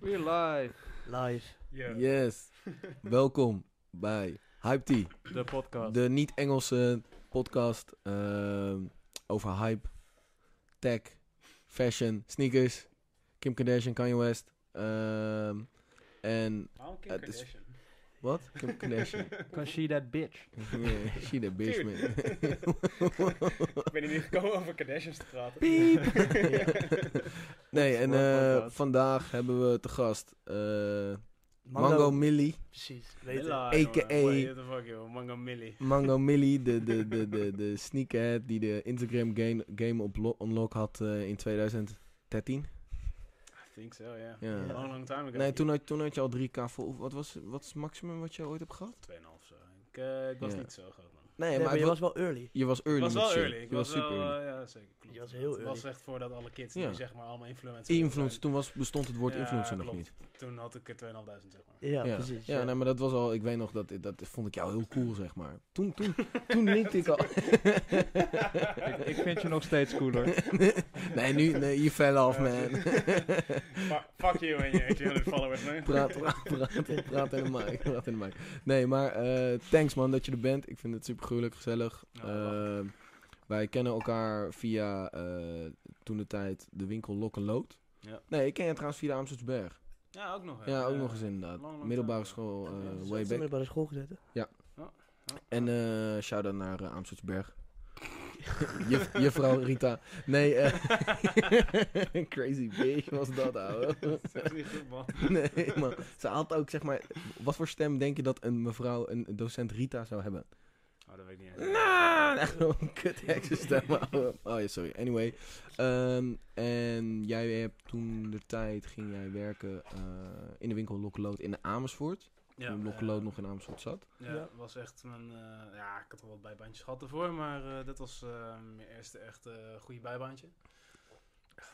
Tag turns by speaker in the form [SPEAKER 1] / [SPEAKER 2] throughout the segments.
[SPEAKER 1] We're live.
[SPEAKER 2] Live.
[SPEAKER 3] Yeah.
[SPEAKER 4] Yes. Welkom bij Hype Tea,
[SPEAKER 1] De podcast.
[SPEAKER 4] de niet-Engelse podcast ehm, over hype, tech, fashion, sneakers, Kim Kardashian, Kanye West. ehm, en
[SPEAKER 3] Waarom Kim
[SPEAKER 4] Eh, dus-
[SPEAKER 3] Kardashian?
[SPEAKER 4] wat? Kim Kardashian.
[SPEAKER 1] Can she that bitch?
[SPEAKER 4] Yeah, she the bitch, man.
[SPEAKER 3] Ik ben hier niet gekomen over Kardashians te praten.
[SPEAKER 4] Nee, en
[SPEAKER 1] Wordt
[SPEAKER 4] eh,
[SPEAKER 1] podcast.
[SPEAKER 4] vandaag hebben we te gast eh,
[SPEAKER 2] Mango.
[SPEAKER 4] Mango Millie.
[SPEAKER 2] Precies. Weet het.
[SPEAKER 3] Hella,
[SPEAKER 4] AKA.
[SPEAKER 3] jongen. Wait, what the fuck, joh. Mango Millie.
[SPEAKER 4] Mango Millie, de, de, de, de, de sneakerhead die de Instagram game, game op lo- unlock had eh, in 2013.
[SPEAKER 3] I think so, yeah.
[SPEAKER 4] Ja.
[SPEAKER 3] Long, long time ago.
[SPEAKER 4] Nee, toen had, toen had je al 3k vol. Wat was wat is het maximum wat je ooit hebt gehad?
[SPEAKER 3] 2,5 zo. Ik, eh, ik was
[SPEAKER 4] Ja.
[SPEAKER 3] niet zo groot, man.
[SPEAKER 4] Nee,
[SPEAKER 2] Nee,
[SPEAKER 4] maar,
[SPEAKER 2] maar je
[SPEAKER 4] het wa-
[SPEAKER 2] was wel early.
[SPEAKER 4] je was early.
[SPEAKER 3] Ik was
[SPEAKER 4] met
[SPEAKER 3] wel
[SPEAKER 4] shit.
[SPEAKER 3] early. Ik
[SPEAKER 4] Je
[SPEAKER 3] was,
[SPEAKER 4] was super
[SPEAKER 3] wel,
[SPEAKER 4] early.
[SPEAKER 3] eh, ja, zeker. Klopt.
[SPEAKER 2] Je was heel
[SPEAKER 3] Het was
[SPEAKER 2] early.
[SPEAKER 3] echt voordat alle kids
[SPEAKER 4] Ja.
[SPEAKER 3] nu, zeg maar, allemaal influencers
[SPEAKER 4] Influencer,
[SPEAKER 3] zijn.
[SPEAKER 4] toen was, bestond het woord
[SPEAKER 3] Ja,
[SPEAKER 4] influencer nog
[SPEAKER 3] klopt.
[SPEAKER 4] niet.
[SPEAKER 3] Toen had ik er 2.500, zeg maar.
[SPEAKER 2] Ja, precies.
[SPEAKER 4] Ja, nee, maar dat was al, ik weet nog, dat, dat vond ik jou heel cool, zeg maar. Toen, toen, toen linkte ik al.
[SPEAKER 1] ik, ik vind je nog steeds cooler.
[SPEAKER 4] nee, nu, nee, you fell off, man.
[SPEAKER 3] Fuck- Fuck you en je 800 followers, man.
[SPEAKER 4] praat, praat, praat, praat in de mic, praat in de mic. Nee, maar eh, thanks man dat je er bent. Ik vind het super gruwelijk gezellig.
[SPEAKER 3] Ja, wacht.
[SPEAKER 4] Eh, wij kennen elkaar via eh, toen de tijd de winkel Lok en Lood.
[SPEAKER 3] Ja.
[SPEAKER 4] Nee, ik ken je trouwens via de Amsterdamsberg.
[SPEAKER 3] Ja, ook nog. hè.
[SPEAKER 4] Ja, ook nog eens
[SPEAKER 3] Eh,
[SPEAKER 4] inderdaad.
[SPEAKER 3] lang, lang
[SPEAKER 4] Middelbare
[SPEAKER 3] time
[SPEAKER 4] school,
[SPEAKER 3] ago.
[SPEAKER 4] eh,
[SPEAKER 3] Ja,
[SPEAKER 4] way
[SPEAKER 2] de
[SPEAKER 4] back.
[SPEAKER 2] middelbare school gezeten.
[SPEAKER 4] En eh shout-out naar eh, Amsterdamsberg. Juf- juffrouw Rita. Nee, eh, crazy bitch was dat, ouwe.
[SPEAKER 3] Dat is niet goed, man.
[SPEAKER 4] Nee, man. Ze had ook, zeg maar... Wat voor stem denk je dat een mevrouw, een docent Rita zou hebben?
[SPEAKER 3] Oh, dat weet ik niet. eens.
[SPEAKER 4] Nou, echt wel een kut heksenstem. ouwe. Oh ja, sorry. Anyway. Ehm, en jij hebt toen de tijd, ging jij werken eh, in de winkel Lokkelood in Amersfoort.
[SPEAKER 3] Ja,
[SPEAKER 4] toen
[SPEAKER 3] eh,
[SPEAKER 4] Lokkelood nog in Amersfoort zat.
[SPEAKER 3] Ja,
[SPEAKER 2] Ja.
[SPEAKER 3] was echt mijn... eh, ja, ik had al wat bijbaantjes gehad ervoor, maar eh, dit was eh, mijn eerste echt eh, goede bijbaantje.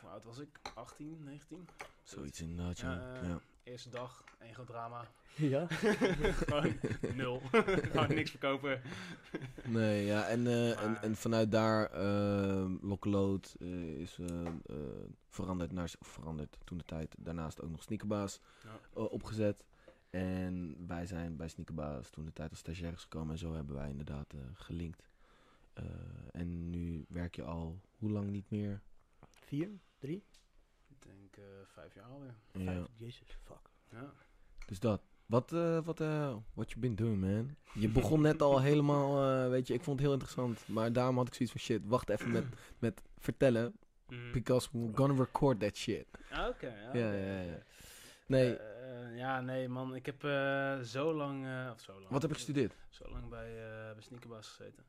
[SPEAKER 3] Hoe oud was ik? 18, 19?
[SPEAKER 4] Zoiets inderdaad, ja.
[SPEAKER 3] Ja, eh,
[SPEAKER 4] ja.
[SPEAKER 3] Eerste dag, één groot drama.
[SPEAKER 2] Ja.
[SPEAKER 3] Gewoon nul. Gewoon niks verkopen.
[SPEAKER 4] Nee, ja, en, eh, en,
[SPEAKER 3] Maar-
[SPEAKER 4] en vanuit daar, ehm Lokkelood eh, is eh, eh, veranderd naar, of veranderd toen de tijd, daarnaast ook nog Sneakerbaas
[SPEAKER 3] Ja.
[SPEAKER 4] eh, opgezet. En wij zijn bij Sneakerbaas toen de tijd als stagiaires gekomen en zo hebben wij inderdaad eh, gelinkt. Eh, en nu werk je al, hoe lang niet meer?
[SPEAKER 2] Vier, drie,
[SPEAKER 3] Ik denk eh, vijf jaar alweer.
[SPEAKER 4] Ja,
[SPEAKER 2] vijf. Jezus, fuck.
[SPEAKER 3] Ja.
[SPEAKER 4] dus dat. Wat, eh wat, eh what you been doing, man? Je begon net al helemaal, eh, weet je, ik vond het heel interessant. Maar daarom had ik zoiets van, shit, wacht even met, met vertellen.
[SPEAKER 3] Mhm.
[SPEAKER 4] Because we're gonna record that shit.
[SPEAKER 3] Mm. Ah, Oké, ja,
[SPEAKER 4] Ja,
[SPEAKER 3] oké,
[SPEAKER 4] ja, ja.
[SPEAKER 3] oké.
[SPEAKER 4] Nee,
[SPEAKER 3] Eh, eh, ja, nee, man. Ik heb eh, zo lang... eh, of zo lang.
[SPEAKER 4] wat heb je gestudeerd?
[SPEAKER 3] Zo lang bij, eh bij Sneakerbaas gezeten.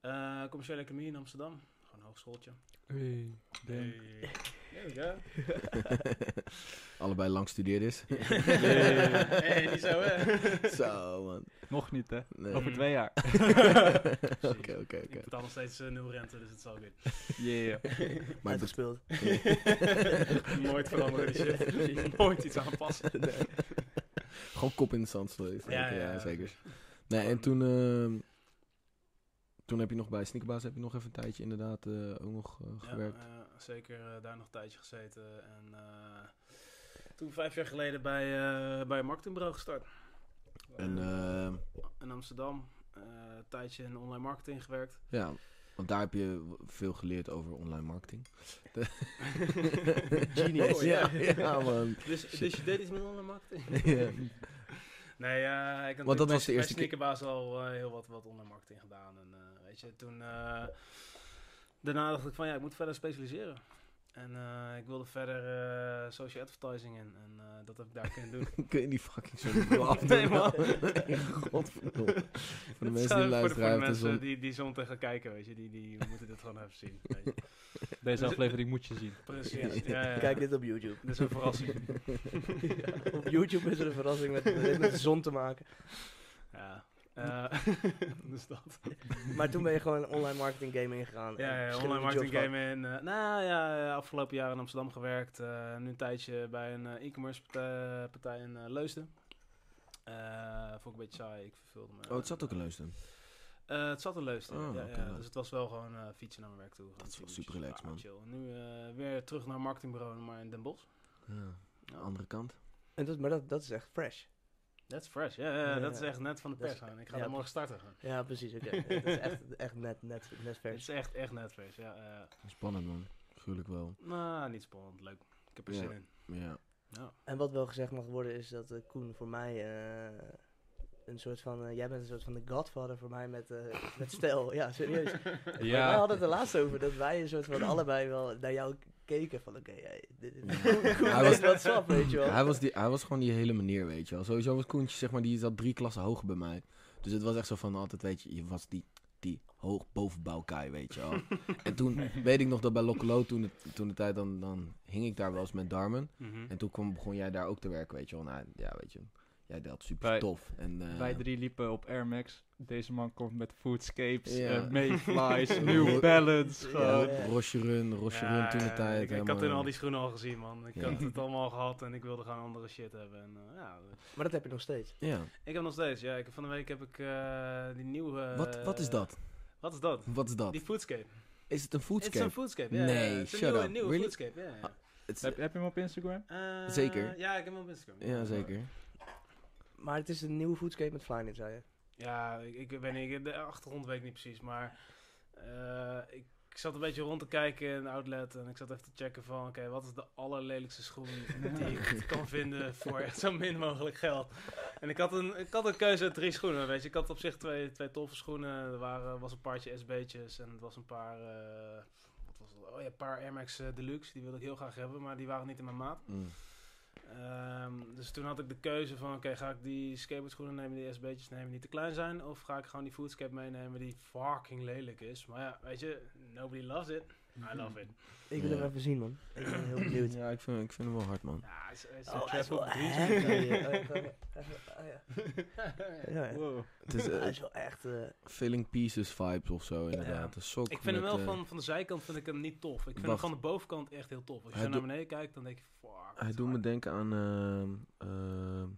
[SPEAKER 3] Eh, commerciële economie in Amsterdam. Gewoon een hogeschooltje. Hey. There we go.
[SPEAKER 4] Allebei lang gestudeerd is.
[SPEAKER 3] Hey, niet zo, hè?
[SPEAKER 4] Zo, man.
[SPEAKER 1] Nog niet, hè?
[SPEAKER 4] Nee.
[SPEAKER 1] Over twee jaar.
[SPEAKER 4] Oké, oké, oké.
[SPEAKER 3] Ik betaal nog steeds eh, nul rente, dus het is al goed.
[SPEAKER 1] Yeah.
[SPEAKER 4] Maar het
[SPEAKER 2] Uitgespeeld.
[SPEAKER 3] Nooit veranderen die shit. Nooit iets aanpassen.
[SPEAKER 4] be- gewoon kop in de zand sleet.
[SPEAKER 3] Ja,
[SPEAKER 4] Oké,
[SPEAKER 3] ja, ja.
[SPEAKER 4] zeker. Nee, en toen, ehm, toen heb je nog bij Sneakerbaas heb je nog even een tijdje inderdaad eh, ook nog eh, gewerkt.
[SPEAKER 3] Ja, eh, zeker eh, daar nog een tijdje gezeten. En eh, toen vijf jaar geleden bij, eh, bij een marketingbureau gestart.
[SPEAKER 4] En ehm,
[SPEAKER 3] in Amsterdam. Eh, een tijdje in online marketing gewerkt.
[SPEAKER 4] ja, want daar heb je w- veel geleerd over online marketing.
[SPEAKER 2] Genius.
[SPEAKER 3] Oh,
[SPEAKER 4] ja,
[SPEAKER 3] ja.
[SPEAKER 4] ja, man.
[SPEAKER 3] Dus, dus je deed iets met online marketing?
[SPEAKER 4] Ja.
[SPEAKER 3] Nee, eh ik had
[SPEAKER 4] Want
[SPEAKER 3] natuurlijk
[SPEAKER 4] dat was de
[SPEAKER 3] bij-
[SPEAKER 4] eerste
[SPEAKER 3] bij
[SPEAKER 4] keer-
[SPEAKER 3] Sneakerbaas al eh, heel wat, wat online marketing gedaan. En eh, weet je, toen... eh, daarna dacht ik van, ja, ik moet verder specialiseren. En eh, ik wilde verder eh, social advertising in. En eh, dat heb ik daar kunnen doen.
[SPEAKER 4] Kun je die fucking zo afdoen?
[SPEAKER 3] Nee, man.
[SPEAKER 4] Godverdomme. Voor de
[SPEAKER 3] Het is
[SPEAKER 4] mensen die
[SPEAKER 3] gewoon voor de-
[SPEAKER 4] luisteren, hij
[SPEAKER 3] Voor de
[SPEAKER 4] heeft een
[SPEAKER 3] mensen
[SPEAKER 4] zon-
[SPEAKER 3] die, die zo tegen kijken, weet je. Die, die moeten dit gewoon even zien. weet je.
[SPEAKER 1] Deze aflevering moet je zien.
[SPEAKER 2] Dus
[SPEAKER 3] Precies. Ja, ja, ja.
[SPEAKER 2] Kijk dit op YouTube.
[SPEAKER 3] Dit is een verrassing.
[SPEAKER 2] Ja, op YouTube is er een verrassing met, met met de zon te maken.
[SPEAKER 3] Ja. Eh, dus dat.
[SPEAKER 2] Maar toen ben je gewoon online marketing game ingegaan. en
[SPEAKER 3] Ja, ja
[SPEAKER 2] verschillende
[SPEAKER 3] online marketing
[SPEAKER 2] jobs
[SPEAKER 3] game in. eh, nou ja, eh, afgelopen jaar in Amsterdam gewerkt. eh, nu een tijdje bij een eh, e-commerce partij, partij in eh, Leusden. Eh, vond ik een beetje saai. Ik verveelde me.
[SPEAKER 4] Oh, het zat ook in Leusden.
[SPEAKER 3] Eh, het zat in Leusden.
[SPEAKER 4] Oh,
[SPEAKER 3] ja,
[SPEAKER 4] oké,
[SPEAKER 3] ja,
[SPEAKER 4] leuk.
[SPEAKER 3] dus het was wel gewoon eh, fietsen naar mijn werk toe.
[SPEAKER 4] Dat is wel super relaxed, man.
[SPEAKER 3] Chill. Nu eh, weer terug naar een marketingbureau, maar in Den Bosch.
[SPEAKER 4] Ja.
[SPEAKER 3] Ja.
[SPEAKER 4] Andere kant.
[SPEAKER 2] En dat, maar dat, dat is echt fresh.
[SPEAKER 3] That's fresh. Ja, ja, ja,
[SPEAKER 2] Ja,
[SPEAKER 3] dat is
[SPEAKER 2] ja.
[SPEAKER 3] echt net van de
[SPEAKER 2] Dat is-
[SPEAKER 3] pers. gewoon. Ik ga
[SPEAKER 2] ja,
[SPEAKER 3] daar morgen starten. gewoon.
[SPEAKER 2] Ja, precies. Oké. dat is echt, echt net, net, net
[SPEAKER 3] Het
[SPEAKER 2] vers.
[SPEAKER 3] is echt, echt net fresh. Ja, eh.
[SPEAKER 4] Spannend, man. Gruwelijk wel.
[SPEAKER 3] nou, niet spannend. Leuk. Ik heb er
[SPEAKER 4] Ja.
[SPEAKER 3] zin in.
[SPEAKER 4] Ja.
[SPEAKER 3] Ja.
[SPEAKER 2] En wat wel gezegd mag worden is dat eh, Koen voor mij eh, een soort van... eh, jij bent een soort van de godfather voor mij met, eh met stijl. Ja, serieus. Ja. Wij hadden het er laatst over dat wij een soort van allebei wel naar jou keken van oké, hey, dit dit- Koen
[SPEAKER 4] Hij
[SPEAKER 2] weet
[SPEAKER 4] was-
[SPEAKER 2] wat sap, weet je wel.
[SPEAKER 4] Hij was, die, hij was gewoon die hele manier, weet je wel. Sowieso was Koentje, zeg maar, die zat drie klassen hoger bij mij. Dus het was echt zo van altijd, weet je, je was die, die hoog bovenbouwkaai, weet je wel. en toen weet ik nog dat bij Lokkelo, toen, het- toen de tijd, dan, dan hing ik daar wel eens met Darmen.
[SPEAKER 3] Mhm.
[SPEAKER 4] En toen kwam, begon jij daar ook te werken, weet je wel. Nou, ja, weet je, jij deelt super
[SPEAKER 1] Wij-
[SPEAKER 4] tof. En, eh,
[SPEAKER 1] Wij drie liepen op Air Max. Deze man komt met Foodscapes,
[SPEAKER 4] Ja.
[SPEAKER 1] eh, Mayflies,
[SPEAKER 4] Ja.
[SPEAKER 1] New Balance.
[SPEAKER 2] Ja.
[SPEAKER 1] Gewoon.
[SPEAKER 4] Ja, Rosjerun, Rosjerun
[SPEAKER 3] Ja, eh,
[SPEAKER 4] toen de
[SPEAKER 3] Ik,
[SPEAKER 4] tijd.
[SPEAKER 3] ik had
[SPEAKER 4] helemaal- eh.
[SPEAKER 3] toen al die schoenen al gezien, man. Ik
[SPEAKER 4] Ja.
[SPEAKER 3] had het allemaal al gehad en ik wilde gewoon andere shit hebben. En, eh, ja,
[SPEAKER 2] Maar dat heb je nog steeds.
[SPEAKER 4] Ja,
[SPEAKER 3] ik heb nog steeds, ja. Ik, van de week heb ik eh, die nieuwe...
[SPEAKER 4] wat, wat is dat?
[SPEAKER 3] Wat is dat?
[SPEAKER 4] Wat is dat?
[SPEAKER 3] Die Foodscape.
[SPEAKER 4] Is het een
[SPEAKER 3] Het is een
[SPEAKER 4] foodscape?
[SPEAKER 3] Foodscape, ja. ja,
[SPEAKER 4] Nee,
[SPEAKER 3] het is een
[SPEAKER 4] shut
[SPEAKER 3] nieuwe,
[SPEAKER 4] up.
[SPEAKER 3] nieuwe
[SPEAKER 4] Really?
[SPEAKER 3] Foodscape, ja. ja.
[SPEAKER 4] Het is-
[SPEAKER 1] Heb, heb je hem op Instagram?
[SPEAKER 3] Eh,
[SPEAKER 4] Ah, Zeker?
[SPEAKER 3] Ja, ik heb hem op Instagram.
[SPEAKER 4] Ja, zeker.
[SPEAKER 2] Maar het is een nieuwe foodscape met Flynet, zei je.
[SPEAKER 3] Ja, ik, ik weet niet, de achtergrond weet ik niet precies, maar eh, ik, ik zat een beetje rond te kijken in de outlet en ik zat even te checken van, oké, wat is de allerlelijkste schoen die ik kan vinden voor echt zo min mogelijk geld. En ik had een, ik had een keuze uit drie schoenen, weet je. Ik had op zich twee, twee toffe schoenen, er waren, was een paardje SB'tjes en het was een paar, eh, wat was het? Oh ja, een paar Air Max eh, Deluxe, die wilde ik heel graag hebben, maar die waren niet in mijn maat.
[SPEAKER 4] Mm.
[SPEAKER 3] Ehm, dus toen had ik de keuze van, oké, ga ik die skateboardschoenen nemen die SB'tjes nemen die te klein zijn? Of ga ik gewoon die foodscape meenemen die fucking lelijk is? Maar ja, weet je, nobody loves it. I love it.
[SPEAKER 2] Ik wil
[SPEAKER 4] Ja.
[SPEAKER 2] hem even zien, man. Ik ben heel benieuwd.
[SPEAKER 4] Ja, ik vind, ik vind hem wel hard, man.
[SPEAKER 3] Ja, het is- het is
[SPEAKER 2] Oh,
[SPEAKER 3] een
[SPEAKER 2] hij is wel
[SPEAKER 3] trap op
[SPEAKER 2] echt. eh,
[SPEAKER 3] drie.
[SPEAKER 2] Ja, ja.
[SPEAKER 1] Wow.
[SPEAKER 4] Het is, eh,
[SPEAKER 2] Hij is wel echt... eh,
[SPEAKER 4] Filling Pieces vibes of zo, inderdaad. Een sok
[SPEAKER 3] Ik vind hem
[SPEAKER 4] met,
[SPEAKER 3] wel
[SPEAKER 4] eh,
[SPEAKER 3] van, van de zijkant vind ik hem niet tof. Ik vind hem
[SPEAKER 4] Wacht.
[SPEAKER 3] van de bovenkant echt heel tof. Als je
[SPEAKER 4] Hij
[SPEAKER 3] zo naar
[SPEAKER 4] doet-
[SPEAKER 3] beneden kijkt, dan denk je, fuck.
[SPEAKER 4] hij doet me denken aan... ehm, ehm,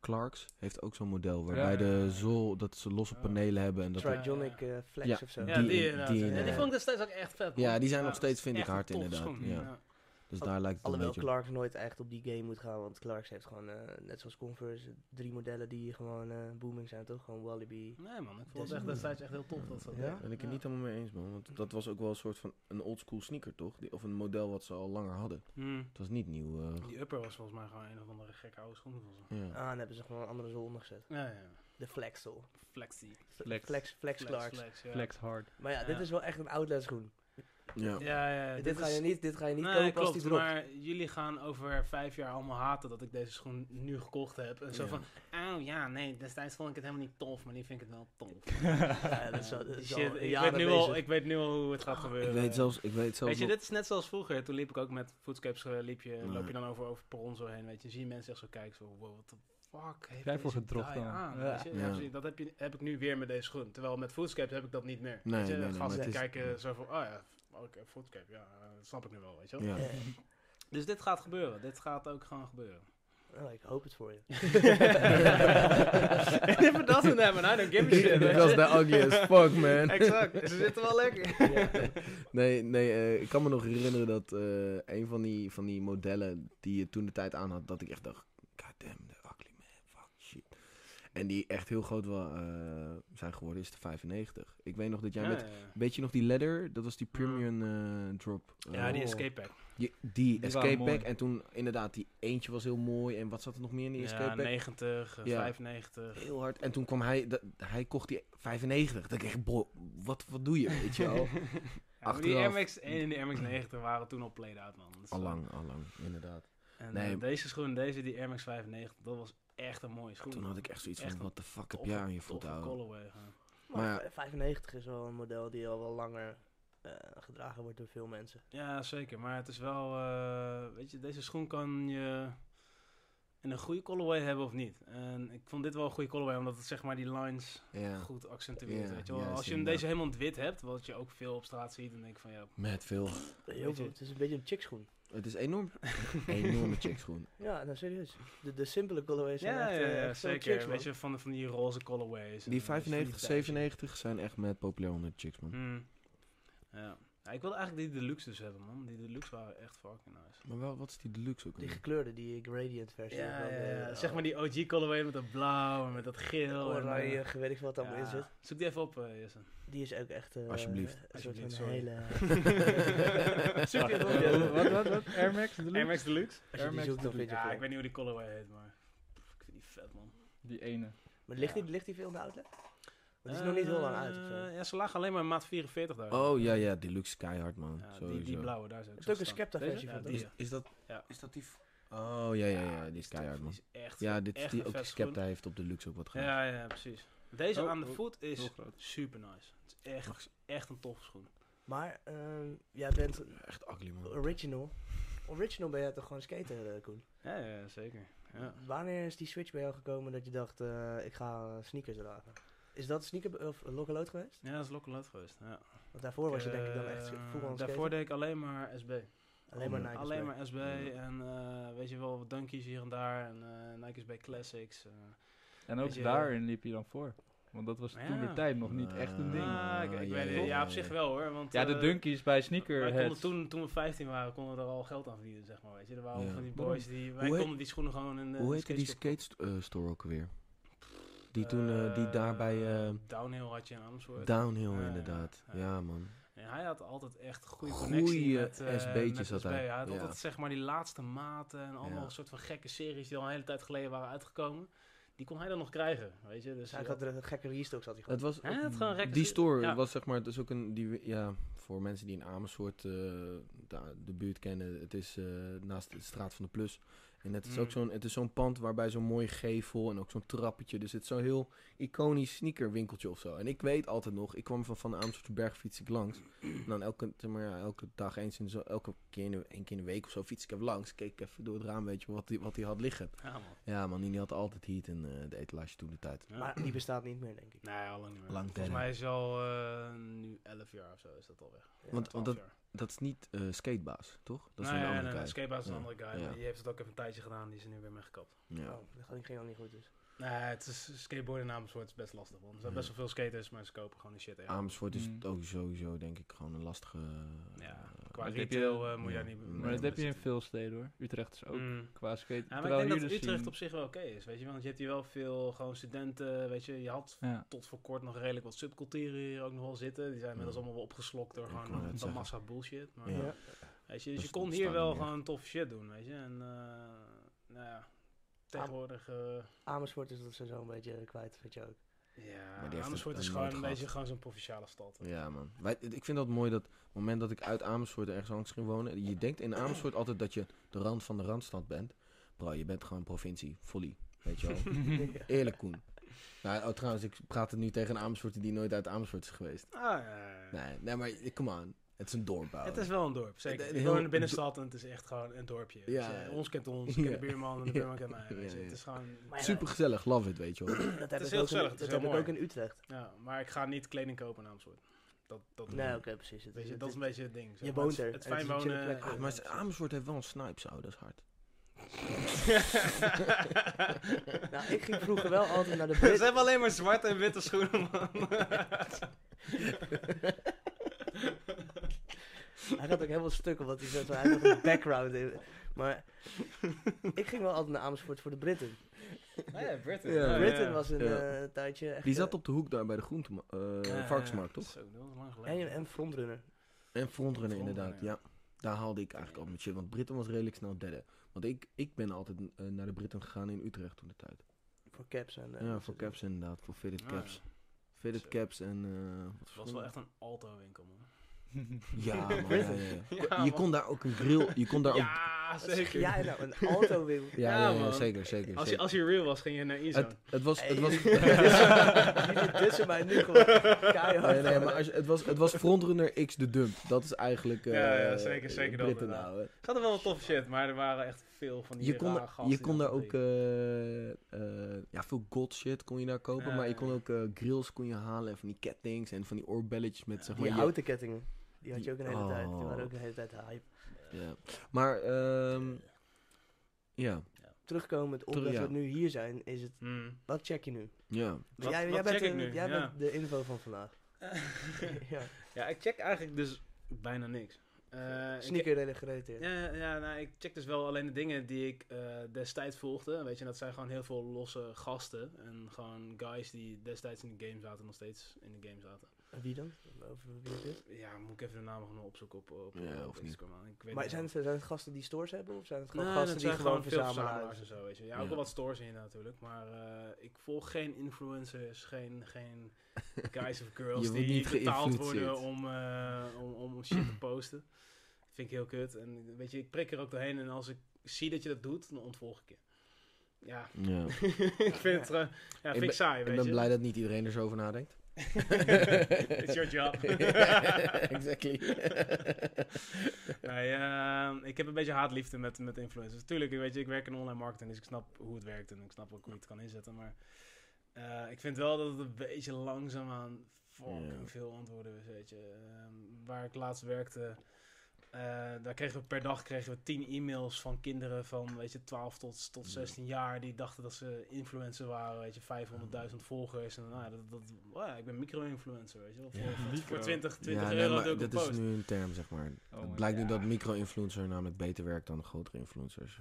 [SPEAKER 4] Clarks heeft ook zo'n model waarbij
[SPEAKER 1] Ja.
[SPEAKER 4] de zool, dat ze losse
[SPEAKER 3] Oh.
[SPEAKER 4] panelen hebben. En dat
[SPEAKER 3] Tri-
[SPEAKER 2] Trionic eh, flex
[SPEAKER 4] Ja,
[SPEAKER 2] of zo.
[SPEAKER 3] ja, die,
[SPEAKER 4] die-
[SPEAKER 3] inderdaad.
[SPEAKER 4] die
[SPEAKER 3] Ja, die
[SPEAKER 4] inderdaad.
[SPEAKER 3] vond ik nog steeds ook echt vet.
[SPEAKER 4] Ja,
[SPEAKER 3] man.
[SPEAKER 4] die zijn nog
[SPEAKER 3] dat is
[SPEAKER 4] steeds, vind ik,
[SPEAKER 3] echt een
[SPEAKER 4] hard,
[SPEAKER 3] toffe
[SPEAKER 4] inderdaad.
[SPEAKER 3] schoen,
[SPEAKER 4] Ja. dus daar lijkt het een
[SPEAKER 2] Alhoewel
[SPEAKER 4] beetje...
[SPEAKER 2] Clarks nooit echt op die game moet gaan, want Clarks heeft gewoon, eh, net zoals Converse, drie modellen die gewoon eh, booming zijn, toch? Gewoon Wallaby.
[SPEAKER 3] Nee man, ik vond
[SPEAKER 2] Dus-
[SPEAKER 3] het echt destijds echt heel tof dat ze dat
[SPEAKER 2] Ja?
[SPEAKER 3] deden.
[SPEAKER 4] Ben ik
[SPEAKER 3] Ja.
[SPEAKER 4] het niet helemaal mee eens, man. Want dat was ook wel een soort van een oldschool sneaker, toch? Die, of een model wat ze al langer hadden.
[SPEAKER 3] Hmm.
[SPEAKER 4] Het was niet nieuw. eh,
[SPEAKER 3] Die upper was volgens mij gewoon een of andere gekke oude schoen. Van zo.
[SPEAKER 4] ja.
[SPEAKER 2] Ah, dan hebben ze gewoon een andere zool ondergezet.
[SPEAKER 3] Ja, ja.
[SPEAKER 2] De Flex zool.
[SPEAKER 3] Flexie.
[SPEAKER 2] Flex,
[SPEAKER 1] Flex.
[SPEAKER 2] flex, Clarks.
[SPEAKER 3] ja.
[SPEAKER 1] Flex hard.
[SPEAKER 2] Maar ja, dit
[SPEAKER 3] Ja.
[SPEAKER 2] is wel echt een outlet schoen.
[SPEAKER 4] Ja.
[SPEAKER 3] Ja, ja.
[SPEAKER 2] dit, ga je
[SPEAKER 3] is-
[SPEAKER 2] niet, dit ga je niet
[SPEAKER 3] Nee,
[SPEAKER 2] kopen als die
[SPEAKER 3] klopt,
[SPEAKER 2] dropt.
[SPEAKER 3] maar jullie gaan over vijf jaar allemaal haten dat ik deze schoen nu gekocht heb. En zo
[SPEAKER 4] Ja.
[SPEAKER 3] van, oh ja, nee, destijds vond ik het helemaal niet tof, maar nu vind ik het wel tof.
[SPEAKER 2] Ja, dat is wel- dat
[SPEAKER 3] Die
[SPEAKER 2] is wel
[SPEAKER 3] shit,
[SPEAKER 2] een
[SPEAKER 3] ik,
[SPEAKER 2] jaren
[SPEAKER 3] weet nu al,
[SPEAKER 2] bezig. Ah.
[SPEAKER 3] ik weet nu al hoe het gaat gebeuren.
[SPEAKER 4] Ik weet zelfs... Ik weet zelfs
[SPEAKER 3] Eh, Weet je,
[SPEAKER 4] nog-
[SPEAKER 3] dit is net zoals vroeger. Toen liep ik ook met foodscapes, eh, liep je,
[SPEAKER 4] Ja.
[SPEAKER 3] loop je dan over, over het perron zo heen, weet je. Zie je mensen echt zo kijken, zo, wow, wat de fuck heeft
[SPEAKER 1] Jij voor
[SPEAKER 3] deze
[SPEAKER 1] gedrocht
[SPEAKER 3] guy
[SPEAKER 1] dan?
[SPEAKER 3] aan,
[SPEAKER 1] Ja.
[SPEAKER 3] weet je? Ja,
[SPEAKER 4] Ja.
[SPEAKER 3] precies. dat heb, je, heb ik nu weer met deze schoen. Terwijl met foodscapes heb ik dat niet meer.
[SPEAKER 4] Nee,
[SPEAKER 3] weet je,
[SPEAKER 4] nee, nee, maar
[SPEAKER 3] gasten
[SPEAKER 4] het is-
[SPEAKER 3] kijken zo van, oh ja, oké, foodscape, ja, eh, dat snap ik nu wel, weet je wel.
[SPEAKER 4] Ja.
[SPEAKER 2] Ja.
[SPEAKER 3] Dus dit gaat gebeuren. Dit gaat ook gewoon gebeuren.
[SPEAKER 2] Nou, ik hoop het voor je.
[SPEAKER 3] If it doesn't happen, I don't give a nou, shit.
[SPEAKER 4] Dit was de ugly as fuck, man.
[SPEAKER 3] Exact, ze zitten wel lekker.
[SPEAKER 4] Nee, nee eh, ik kan me nog herinneren dat eh, een van die, van die modellen die je toen de tijd aan had, dat ik echt dacht, god damn, the ugly man, fuck shit. En die echt heel groot wel, eh, zijn geworden, is de 95. Ik weet nog dat jij
[SPEAKER 3] Ja,
[SPEAKER 4] met, weet je nog die leather, dat was die premium eh, drop. eh,
[SPEAKER 3] ja, die
[SPEAKER 1] Oh.
[SPEAKER 3] escape pack.
[SPEAKER 4] die, die
[SPEAKER 1] waren
[SPEAKER 4] escape
[SPEAKER 1] mooi.
[SPEAKER 4] pack en toen inderdaad die eentje was heel mooi en wat zat er nog meer in die escape
[SPEAKER 3] Ja,
[SPEAKER 4] pack?
[SPEAKER 3] 90, eh,
[SPEAKER 4] Ja.
[SPEAKER 3] 95.
[SPEAKER 4] Heel hard. En toen kwam hij, dat- hij kocht die 95. Dat ik echt, boy, wat, wat doe je, weet je wel?
[SPEAKER 3] Ja, maar die
[SPEAKER 4] Achteraf-
[SPEAKER 3] MX 1 en die MX 90 waren toen al played out, man. Dat is, eh,
[SPEAKER 4] Allang, allang, inderdaad.
[SPEAKER 3] En
[SPEAKER 4] Nee.
[SPEAKER 3] eh, deze schoen, deze, die MX 95, dat was echt een mooie schoen.
[SPEAKER 4] Toen had ik echt zoiets
[SPEAKER 3] Echt
[SPEAKER 4] van,
[SPEAKER 3] een
[SPEAKER 4] wat de fuck heb
[SPEAKER 3] Toffe-
[SPEAKER 4] jij aan je voet,
[SPEAKER 3] toffe
[SPEAKER 4] ouwe?
[SPEAKER 3] colorway, gewoon.
[SPEAKER 2] Maar,
[SPEAKER 4] Maar
[SPEAKER 2] v- 95 is wel een model die al wel langer eh, gedragen wordt door veel mensen.
[SPEAKER 3] Ja, zeker. Maar het is wel, eh, weet je, deze schoen kan je in een goede colorway hebben of niet. En ik vond dit wel een goede colorway, omdat het zeg maar die lines
[SPEAKER 4] Ja.
[SPEAKER 3] goed accentueert.
[SPEAKER 4] Ja,
[SPEAKER 3] weet je wel.
[SPEAKER 4] juist,
[SPEAKER 3] Als je hem
[SPEAKER 4] inderdaad.
[SPEAKER 3] deze helemaal in het wit hebt, wat je ook veel op straat ziet, dan denk ik van ja,
[SPEAKER 4] Met veel.
[SPEAKER 2] Heel veel. Het is een beetje een chickschoen.
[SPEAKER 4] Het is enorm. enorme chickschoen.
[SPEAKER 2] Ja, nou serieus. De, de simpele colorways zijn
[SPEAKER 3] ja,
[SPEAKER 2] echt,
[SPEAKER 3] ja,
[SPEAKER 2] eh,
[SPEAKER 3] ja,
[SPEAKER 2] echt veel
[SPEAKER 3] zeker.
[SPEAKER 2] chicks, man.
[SPEAKER 3] weet je, van, de- van die roze colorways. en,
[SPEAKER 4] Die
[SPEAKER 3] eh, van
[SPEAKER 4] 95,
[SPEAKER 3] thuis. Hm.
[SPEAKER 4] 97 zijn echt met populair onder de chicks, man.
[SPEAKER 3] Hmm. Ja. Ja, ik wilde eigenlijk die deluxe dus hebben, man. Die deluxe waren echt fucking nice.
[SPEAKER 4] Maar wel, wat is die deluxe ook?
[SPEAKER 2] Die
[SPEAKER 4] alweer?
[SPEAKER 2] gekleurde, die gradient versie.
[SPEAKER 3] Ja,
[SPEAKER 2] van
[SPEAKER 3] ja,
[SPEAKER 2] de-
[SPEAKER 3] ja. zeg maar die OG colorway met dat blauw en met dat geel. en, eh,
[SPEAKER 2] Oranje, weet ik veel wat allemaal
[SPEAKER 3] ja.
[SPEAKER 2] in zit.
[SPEAKER 3] Zoek die even op, eh Jesse.
[SPEAKER 2] Die is ook echt eh,
[SPEAKER 4] Alsjeblieft.
[SPEAKER 2] een soort van
[SPEAKER 3] Alsjeblieft, sorry.
[SPEAKER 2] hele...
[SPEAKER 3] Zoek die even op,
[SPEAKER 1] Eh,
[SPEAKER 3] Jesse.
[SPEAKER 1] Wat, wat, wat? Air Max
[SPEAKER 3] Air
[SPEAKER 1] Deluxe?
[SPEAKER 3] Max Deluxe?
[SPEAKER 2] Als je
[SPEAKER 1] Air
[SPEAKER 2] die
[SPEAKER 1] Max
[SPEAKER 2] zoekt,
[SPEAKER 1] Deluxe.
[SPEAKER 2] dan vind je het
[SPEAKER 3] Ja, ik
[SPEAKER 2] wel.
[SPEAKER 3] weet niet hoe die colorway heet, maar pff, ik vind die vet, man.
[SPEAKER 1] Die ene.
[SPEAKER 2] Maar ligt,
[SPEAKER 3] Ja.
[SPEAKER 2] die, ligt die veel in de outlet? Want die is nog niet heel lang uit of zo.
[SPEAKER 3] Eh, Ja, ze lagen alleen maar in maat 44 daar.
[SPEAKER 4] Oh ja, ja, deluxe keihard man.
[SPEAKER 3] Ja, die,
[SPEAKER 4] Sowieso.
[SPEAKER 3] die blauwe, daar is ook
[SPEAKER 2] Het
[SPEAKER 3] zo
[SPEAKER 2] is ook een
[SPEAKER 3] staan.
[SPEAKER 2] Skepta
[SPEAKER 1] Deze?
[SPEAKER 2] versie
[SPEAKER 3] Ja,
[SPEAKER 2] van
[SPEAKER 3] die
[SPEAKER 2] dat.
[SPEAKER 4] Is, is dat,
[SPEAKER 3] Ja.
[SPEAKER 4] is dat die... f- Oh ja, ja, ja, die is
[SPEAKER 3] Tof,
[SPEAKER 4] keihard man.
[SPEAKER 3] Die is echt
[SPEAKER 4] Ja, dit is
[SPEAKER 3] echt
[SPEAKER 4] die
[SPEAKER 3] een
[SPEAKER 4] ook
[SPEAKER 3] vet
[SPEAKER 4] Skepta heeft op deluxe ook wat gedaan.
[SPEAKER 3] Ja, ja, precies. Deze
[SPEAKER 1] Oh,
[SPEAKER 3] aan de
[SPEAKER 1] oh,
[SPEAKER 3] voet
[SPEAKER 1] Heel
[SPEAKER 3] is
[SPEAKER 1] groot.
[SPEAKER 3] super nice. Het is echt,
[SPEAKER 4] Ach,
[SPEAKER 3] echt een toffe schoen.
[SPEAKER 2] Maar ehm, jij bent
[SPEAKER 4] Echt ugly man.
[SPEAKER 2] original. Original ben jij toch gewoon skater, eh, Koen?
[SPEAKER 3] Ja, ja zeker. Ja.
[SPEAKER 2] Wanneer is die switch bij jou gekomen dat je dacht, eh, ik ga eh, sneakers dragen? Is dat sneaker of lokaloot geweest?
[SPEAKER 3] ja, dat is lokkeloot geweest. Ja.
[SPEAKER 2] Want daarvoor was je denk ik dan echt
[SPEAKER 3] Eh,
[SPEAKER 2] voetbal aan het
[SPEAKER 3] Daarvoor
[SPEAKER 2] skaten.
[SPEAKER 3] deed ik alleen maar SB.
[SPEAKER 2] Alleen maar
[SPEAKER 4] Ja.
[SPEAKER 2] Nike's
[SPEAKER 3] alleen
[SPEAKER 2] bij.
[SPEAKER 3] maar SB
[SPEAKER 4] Ja.
[SPEAKER 3] en eh, weet je wel, wat Dunkies hier en daar en eh Nike's bij Classics. eh.
[SPEAKER 1] En ook
[SPEAKER 3] Weet je-
[SPEAKER 1] daarin liep je dan voor. Want dat was
[SPEAKER 3] Ja.
[SPEAKER 1] toen de tijd nog niet echt een ding.
[SPEAKER 3] Ah, ik, ik
[SPEAKER 4] ja,
[SPEAKER 3] weet
[SPEAKER 4] ja,
[SPEAKER 3] niet.
[SPEAKER 4] ja,
[SPEAKER 3] Ja, op zich
[SPEAKER 4] ja.
[SPEAKER 3] wel hoor. Want,
[SPEAKER 1] Ja, de
[SPEAKER 3] eh,
[SPEAKER 1] Dunkies bij
[SPEAKER 3] Wij
[SPEAKER 1] Sneaker
[SPEAKER 3] konden toen, toen we 15 waren, konden we er al geld aan verdienen, zeg maar. Weet je, er waren
[SPEAKER 4] Ja.
[SPEAKER 3] van die
[SPEAKER 1] Waarom?
[SPEAKER 3] boys die. Wij
[SPEAKER 4] Hoe heet-
[SPEAKER 3] konden die schoenen gewoon in. eh,
[SPEAKER 4] Hoe
[SPEAKER 3] de
[SPEAKER 4] heette die
[SPEAKER 3] skateshop-
[SPEAKER 4] skate eh, store ook weer? Die toen, eh, die
[SPEAKER 3] Eh,
[SPEAKER 4] daar bij eh,
[SPEAKER 3] Downhill had je in Amersfoort.
[SPEAKER 4] Downhill
[SPEAKER 3] ja, ja,
[SPEAKER 4] inderdaad.
[SPEAKER 3] ja.
[SPEAKER 4] Ah, Ja man.
[SPEAKER 3] En hij had altijd echt goede
[SPEAKER 4] Goeie
[SPEAKER 3] connectie met, eh,
[SPEAKER 4] SB'tjes
[SPEAKER 3] met
[SPEAKER 4] had
[SPEAKER 3] SB.
[SPEAKER 4] hij,
[SPEAKER 3] Hij had
[SPEAKER 4] ja.
[SPEAKER 3] altijd zeg maar die laatste maten en allemaal
[SPEAKER 4] Ja.
[SPEAKER 3] soort van gekke series die al een hele tijd geleden waren uitgekomen. Die kon hij dan nog krijgen, weet je. Dus
[SPEAKER 2] Dus hij
[SPEAKER 3] je
[SPEAKER 2] had er een gekke restocks had hij
[SPEAKER 4] Het
[SPEAKER 2] gewoon.
[SPEAKER 4] was
[SPEAKER 3] Hij had gewoon rekken-
[SPEAKER 4] die store
[SPEAKER 3] ja.
[SPEAKER 4] was zeg maar dus ook een die ja voor mensen die in Amersfoort eh, da- de buurt kennen. Het is eh, naast de straat van de Plus en het is ook
[SPEAKER 3] Mm.
[SPEAKER 4] zo'n het is zo'n pand waarbij zo'n mooi gevel en ook zo'n trappetje. Dus het is zo'n heel iconisch sneakerwinkeltje of zo. En ik weet altijd nog, ik kwam van van de Amersfoortse berg fiets ik langs. En dan elke zeg maar ja, elke dag eens in de zo elke keer in de, één keer in de week of zo fiets ik even langs. Keek ik even door het raam weet je wat die wat die had liggen.
[SPEAKER 3] Ja, man.
[SPEAKER 4] Ja man, die had altijd heat in eh, de etalage toen de tijd.
[SPEAKER 3] Ja.
[SPEAKER 2] Maar die bestaat niet meer, denk ik.
[SPEAKER 3] nee, al lang niet meer.
[SPEAKER 4] Lang
[SPEAKER 3] Volgens
[SPEAKER 4] tijden.
[SPEAKER 3] mij is hij al eh, nu 11 jaar of zo is dat alweer.
[SPEAKER 2] Ja.
[SPEAKER 4] Want-
[SPEAKER 3] 12
[SPEAKER 4] dat-
[SPEAKER 3] jaar.
[SPEAKER 4] Dat is niet eh, skatebaas, toch? Dat is
[SPEAKER 3] nee,
[SPEAKER 4] een
[SPEAKER 3] nee,
[SPEAKER 4] andere
[SPEAKER 3] nee,
[SPEAKER 4] guy.
[SPEAKER 3] Skateboard is een
[SPEAKER 4] Ja.
[SPEAKER 3] andere guy.
[SPEAKER 4] Ja.
[SPEAKER 3] maar Die heeft het ook even een tijdje gedaan. Die is er nu weer mee gekapt.
[SPEAKER 4] Ja.
[SPEAKER 2] Oh, dat ging- ging al niet goed dus.
[SPEAKER 3] Nee, het is skateboarden in Amersfoort is best lastig. Man. Er zijn
[SPEAKER 4] Ja.
[SPEAKER 3] best wel veel skaters, maar ze kopen gewoon de shit echt.
[SPEAKER 4] Amersfoort is
[SPEAKER 1] Mm.
[SPEAKER 4] het ook sowieso, denk ik, gewoon een lastige... eh,
[SPEAKER 3] Ja, Qua
[SPEAKER 1] Maar dat heb je-
[SPEAKER 3] retail eh, moet je
[SPEAKER 4] ja.
[SPEAKER 3] daar niet...
[SPEAKER 4] Maar
[SPEAKER 1] Maar dat heb je in
[SPEAKER 3] investeren.
[SPEAKER 1] veel steden hoor. Utrecht is ook
[SPEAKER 3] Mm.
[SPEAKER 1] qua skate.
[SPEAKER 3] Ja, maar
[SPEAKER 1] terwijl
[SPEAKER 3] ik denk dat
[SPEAKER 1] jullie
[SPEAKER 3] Utrecht
[SPEAKER 1] zien-
[SPEAKER 3] op zich wel oké is, weet je. Want je hebt hier wel veel gewoon studenten, weet je. Je had
[SPEAKER 1] Ja.
[SPEAKER 3] tot voor kort nog redelijk wat subculturen hier ook nog wel zitten. Die zijn inmiddels allemaal wel opgeslokt door
[SPEAKER 4] Ik
[SPEAKER 3] gewoon
[SPEAKER 4] wou net
[SPEAKER 3] een
[SPEAKER 4] zeggen.
[SPEAKER 3] massa bullshit. Maar,
[SPEAKER 4] Ja.
[SPEAKER 2] Ja.
[SPEAKER 3] weet je, dus
[SPEAKER 4] Dat
[SPEAKER 3] je kon
[SPEAKER 4] bestaat
[SPEAKER 3] hier
[SPEAKER 4] niet
[SPEAKER 3] wel
[SPEAKER 4] meer.
[SPEAKER 3] gewoon tof shit doen, weet je. En eh, nou ja, tegenwoordig... eh,
[SPEAKER 2] Amersfoort is dat sowieso een beetje kwijt, vind je ook.
[SPEAKER 3] ja,
[SPEAKER 4] Maar die heeft
[SPEAKER 3] Amersfoort
[SPEAKER 4] het
[SPEAKER 3] is gewoon
[SPEAKER 4] dan nooit
[SPEAKER 3] een
[SPEAKER 4] gehad.
[SPEAKER 3] beetje gewoon zo'n provinciale stad. hè.
[SPEAKER 4] Ja, man. Wij, ik vind dat mooi dat op het moment dat ik uit Amersfoort ergens anders ging wonen... Je denkt in Amersfoort altijd dat je de rand van de Randstad bent. Bro, je bent gewoon provincie. Volley. Weet je wel. Eerlijk, Koen. Nou, oh, trouwens, ik praat het nu tegen een Amersfoort die nooit uit Amersfoort is geweest.
[SPEAKER 3] Ah, ja, ja, ja.
[SPEAKER 4] Nee, nee maar eh, come on. Het is een dorp, ouwe.
[SPEAKER 3] Het is wel een dorp, zeker.
[SPEAKER 4] Het-
[SPEAKER 3] Ik
[SPEAKER 4] heel-
[SPEAKER 3] woon in de binnenstad en het is echt gewoon een dorpje.
[SPEAKER 4] Ja.
[SPEAKER 3] Dus, eh, ons kent ons, ik ken
[SPEAKER 4] Ja.
[SPEAKER 3] de buurman en de buurman kent mij. Weet je.
[SPEAKER 4] Ja, ja.
[SPEAKER 3] Het is gewoon...
[SPEAKER 2] Maar ja,
[SPEAKER 4] Super gezellig, love it, weet je wel.
[SPEAKER 2] Dat heb
[SPEAKER 3] is
[SPEAKER 2] ik
[SPEAKER 3] heel
[SPEAKER 2] ook in-
[SPEAKER 3] gezellig, het is
[SPEAKER 2] Dat
[SPEAKER 3] heel
[SPEAKER 2] heb ik ook
[SPEAKER 3] mooi.
[SPEAKER 2] in Utrecht.
[SPEAKER 3] Ja, maar ik ga niet kleding kopen in Amersfoort. Dat, dat
[SPEAKER 2] Nee, oké, precies. Het
[SPEAKER 3] Weet je,
[SPEAKER 2] het
[SPEAKER 3] dat is een beetje het ding. zeg
[SPEAKER 2] Nou, je
[SPEAKER 3] maar.
[SPEAKER 2] woont
[SPEAKER 3] Het-
[SPEAKER 2] er.
[SPEAKER 3] Het
[SPEAKER 2] Het is
[SPEAKER 3] fijn
[SPEAKER 2] een chille
[SPEAKER 3] wonen.
[SPEAKER 2] plek.
[SPEAKER 4] Ah, maar Amersfoort heeft wel een snipe, zo. Dat is hard.
[SPEAKER 2] Nou, ik ging vroeger wel altijd naar de
[SPEAKER 3] Ze
[SPEAKER 2] Brit.
[SPEAKER 3] hebben alleen maar zwarte en witte schoenen, man.
[SPEAKER 2] Hij gaat ook helemaal stuk, omdat hij zo hij had een background in. Maar ik ging wel altijd naar Amersfoort voor de Britten.
[SPEAKER 3] ja, Britain.
[SPEAKER 4] Oh, Ja,
[SPEAKER 2] Britain was een
[SPEAKER 4] Ja.
[SPEAKER 2] eh, tijdje echt...
[SPEAKER 4] Die
[SPEAKER 2] eh,
[SPEAKER 4] zat op de hoek daar bij de groente, eh, varkensmarkt, toch?
[SPEAKER 3] Zo, dat was lang
[SPEAKER 2] eh, En,
[SPEAKER 3] geleden.
[SPEAKER 2] en frontrunner.
[SPEAKER 4] En frontrunner
[SPEAKER 3] Frontrunner,
[SPEAKER 4] inderdaad,
[SPEAKER 3] ja.
[SPEAKER 4] ja. Daar haalde ik eigenlijk al mijn shit, want Britten was redelijk snel derde. Want ik, ik ben altijd eh, naar de Britten gegaan in Utrecht toen de tijd.
[SPEAKER 2] Voor caps en... eh,
[SPEAKER 4] ja,
[SPEAKER 2] dat
[SPEAKER 4] voor
[SPEAKER 2] soort
[SPEAKER 4] caps inderdaad, voor fitted
[SPEAKER 3] Ah,
[SPEAKER 4] caps.
[SPEAKER 3] ja.
[SPEAKER 4] Fitted
[SPEAKER 3] Zo.
[SPEAKER 4] caps en... eh, wat
[SPEAKER 3] Het
[SPEAKER 4] voor
[SPEAKER 3] was wel
[SPEAKER 4] schoenen?
[SPEAKER 3] echt een alto-winkel, man.
[SPEAKER 4] Ja, man, ja, ja, ja.
[SPEAKER 3] Ja,
[SPEAKER 4] Je
[SPEAKER 3] man.
[SPEAKER 4] kon daar ook een grill, je kon daar ook...
[SPEAKER 3] Ja,
[SPEAKER 2] dingen. Wat zeg
[SPEAKER 3] zeker.
[SPEAKER 2] jij nou? Een auto wil...
[SPEAKER 4] Ja,
[SPEAKER 3] Ja,
[SPEAKER 4] ja, ja,
[SPEAKER 3] man.
[SPEAKER 4] zeker, zeker.
[SPEAKER 3] Als je,
[SPEAKER 4] zeker.
[SPEAKER 3] als je real was, ging je naar Izo.
[SPEAKER 4] het, het was... Het
[SPEAKER 2] Hey,
[SPEAKER 4] was
[SPEAKER 2] Jullie tussen mij nu gewoon keihard.
[SPEAKER 4] Nee, nee, maar als je- het, was, het was Frontrunner X de Dump. Dat is eigenlijk eh
[SPEAKER 3] Ja, ja, zeker, zeker dat
[SPEAKER 4] Britten
[SPEAKER 3] inderdaad.
[SPEAKER 4] nou, hè.
[SPEAKER 3] Het hadden wel wat tof shit, maar er waren echt veel van die
[SPEAKER 4] Je kon,
[SPEAKER 3] rare
[SPEAKER 4] daar-
[SPEAKER 3] gasten
[SPEAKER 4] je
[SPEAKER 3] die
[SPEAKER 4] kon
[SPEAKER 3] dat
[SPEAKER 4] daar ook
[SPEAKER 3] deden.
[SPEAKER 4] eh, eh, ja, veel god shit kon je daar kopen,
[SPEAKER 3] Ja,
[SPEAKER 4] maar je
[SPEAKER 3] ja,
[SPEAKER 4] kon
[SPEAKER 3] ja.
[SPEAKER 4] ook eh, grills kon je halen en van die kettings en van die oorbelletjes met zeg maar.
[SPEAKER 2] Die
[SPEAKER 4] je-
[SPEAKER 2] houten kettingen. Die had je ook een hele
[SPEAKER 4] Die-
[SPEAKER 2] tijd. Die waren
[SPEAKER 4] oh.
[SPEAKER 2] ook een hele tijd hype.
[SPEAKER 4] ja. Maar eh, ehm, ja,
[SPEAKER 2] Terugkomend op
[SPEAKER 4] Terug-
[SPEAKER 2] dat
[SPEAKER 4] ja.
[SPEAKER 2] we nu hier zijn, is het...
[SPEAKER 3] Mm.
[SPEAKER 2] Wat check je nu?
[SPEAKER 4] ja,
[SPEAKER 3] Wat-
[SPEAKER 2] jij
[SPEAKER 3] wat
[SPEAKER 2] jij bent,
[SPEAKER 3] check ik
[SPEAKER 2] de-
[SPEAKER 3] nu?
[SPEAKER 2] jij
[SPEAKER 3] Ja.
[SPEAKER 2] bent de info van vandaag. ja.
[SPEAKER 3] ja, ik check eigenlijk dus bijna niks. Eh, ik-
[SPEAKER 2] Sneaker gerelateerd.
[SPEAKER 3] Ja, ja, ja nou, ik check dus wel alleen de dingen die ik eh, destijds volgde. Weet je, en dat zijn gewoon heel veel losse gasten. En gewoon guys die destijds in de game zaten, nog steeds in de game zaten.
[SPEAKER 2] En Eh, Wie dan? Over wie is dit?
[SPEAKER 3] Ja, moet ik even de namen gewoon opzoeken op, op,
[SPEAKER 4] Ja,
[SPEAKER 3] op
[SPEAKER 4] of niet.
[SPEAKER 3] Instagram. man. Ik weet
[SPEAKER 2] Maar
[SPEAKER 3] niet
[SPEAKER 2] zijn het,
[SPEAKER 3] of-
[SPEAKER 2] zijn het gasten die stores hebben of zijn het
[SPEAKER 3] Nee,
[SPEAKER 2] gewoon
[SPEAKER 3] dat
[SPEAKER 2] gasten die
[SPEAKER 3] zijn
[SPEAKER 2] gewoon
[SPEAKER 3] veel
[SPEAKER 2] verzamelaars?
[SPEAKER 3] en zo, weet je. Ja, ook
[SPEAKER 4] Ja.
[SPEAKER 3] wel wat stores in natuurlijk. Maar eh, ik volg geen influencers, geen, geen guys of girls
[SPEAKER 4] Je
[SPEAKER 3] die
[SPEAKER 4] wordt niet
[SPEAKER 3] betaald worden
[SPEAKER 4] geïnfluenced.
[SPEAKER 3] om, eh, om, om shit te posten. Vind ik heel kut. En weet je, ik prik er ook doorheen en als ik zie dat je dat doet, dan ontvolg ik je. Ja,
[SPEAKER 4] Ja.
[SPEAKER 3] ik vind het gewoon- ja, vind ik
[SPEAKER 4] ben-
[SPEAKER 3] saai,
[SPEAKER 4] Ik
[SPEAKER 3] weet
[SPEAKER 4] ben
[SPEAKER 3] je.
[SPEAKER 4] blij dat niet iedereen er zo over nadenkt.
[SPEAKER 3] It's your job.
[SPEAKER 4] exactly.
[SPEAKER 3] Nee, eh, ik heb een beetje haatliefde met, met influencers. Tuurlijk, ik weet je, ik werk in online marketing, dus ik snap hoe het werkt en ik snap ook hoe je het kan inzetten. Maar eh, ik vind wel dat het een beetje langzaamaan fucking
[SPEAKER 4] Ja.
[SPEAKER 3] veel antwoorden is, weet je. Ehm, waar ik laatst werkte, eh, daar kregen we per dag kregen we 10 e-mails van kinderen van, weet je, 12 tot, tot
[SPEAKER 4] Ja.
[SPEAKER 3] 16 jaar. Die dachten dat ze influencer waren, weet je, 500.000 volgers. En nou, ja, dat, dat, oh ja, ik ben micro-influencer, weet je. wel. Voor,
[SPEAKER 1] Ja.
[SPEAKER 3] voor- voor
[SPEAKER 1] Micro.
[SPEAKER 3] 20, 20
[SPEAKER 4] ja, nee,
[SPEAKER 3] euro
[SPEAKER 4] maar
[SPEAKER 3] doe ik een
[SPEAKER 4] dat is
[SPEAKER 3] post.
[SPEAKER 4] nu een term, zeg maar.
[SPEAKER 1] Oh
[SPEAKER 4] het
[SPEAKER 1] my
[SPEAKER 4] blijkt nu
[SPEAKER 1] God.
[SPEAKER 4] dat micro-influencer namelijk beter werkt dan grotere influencers.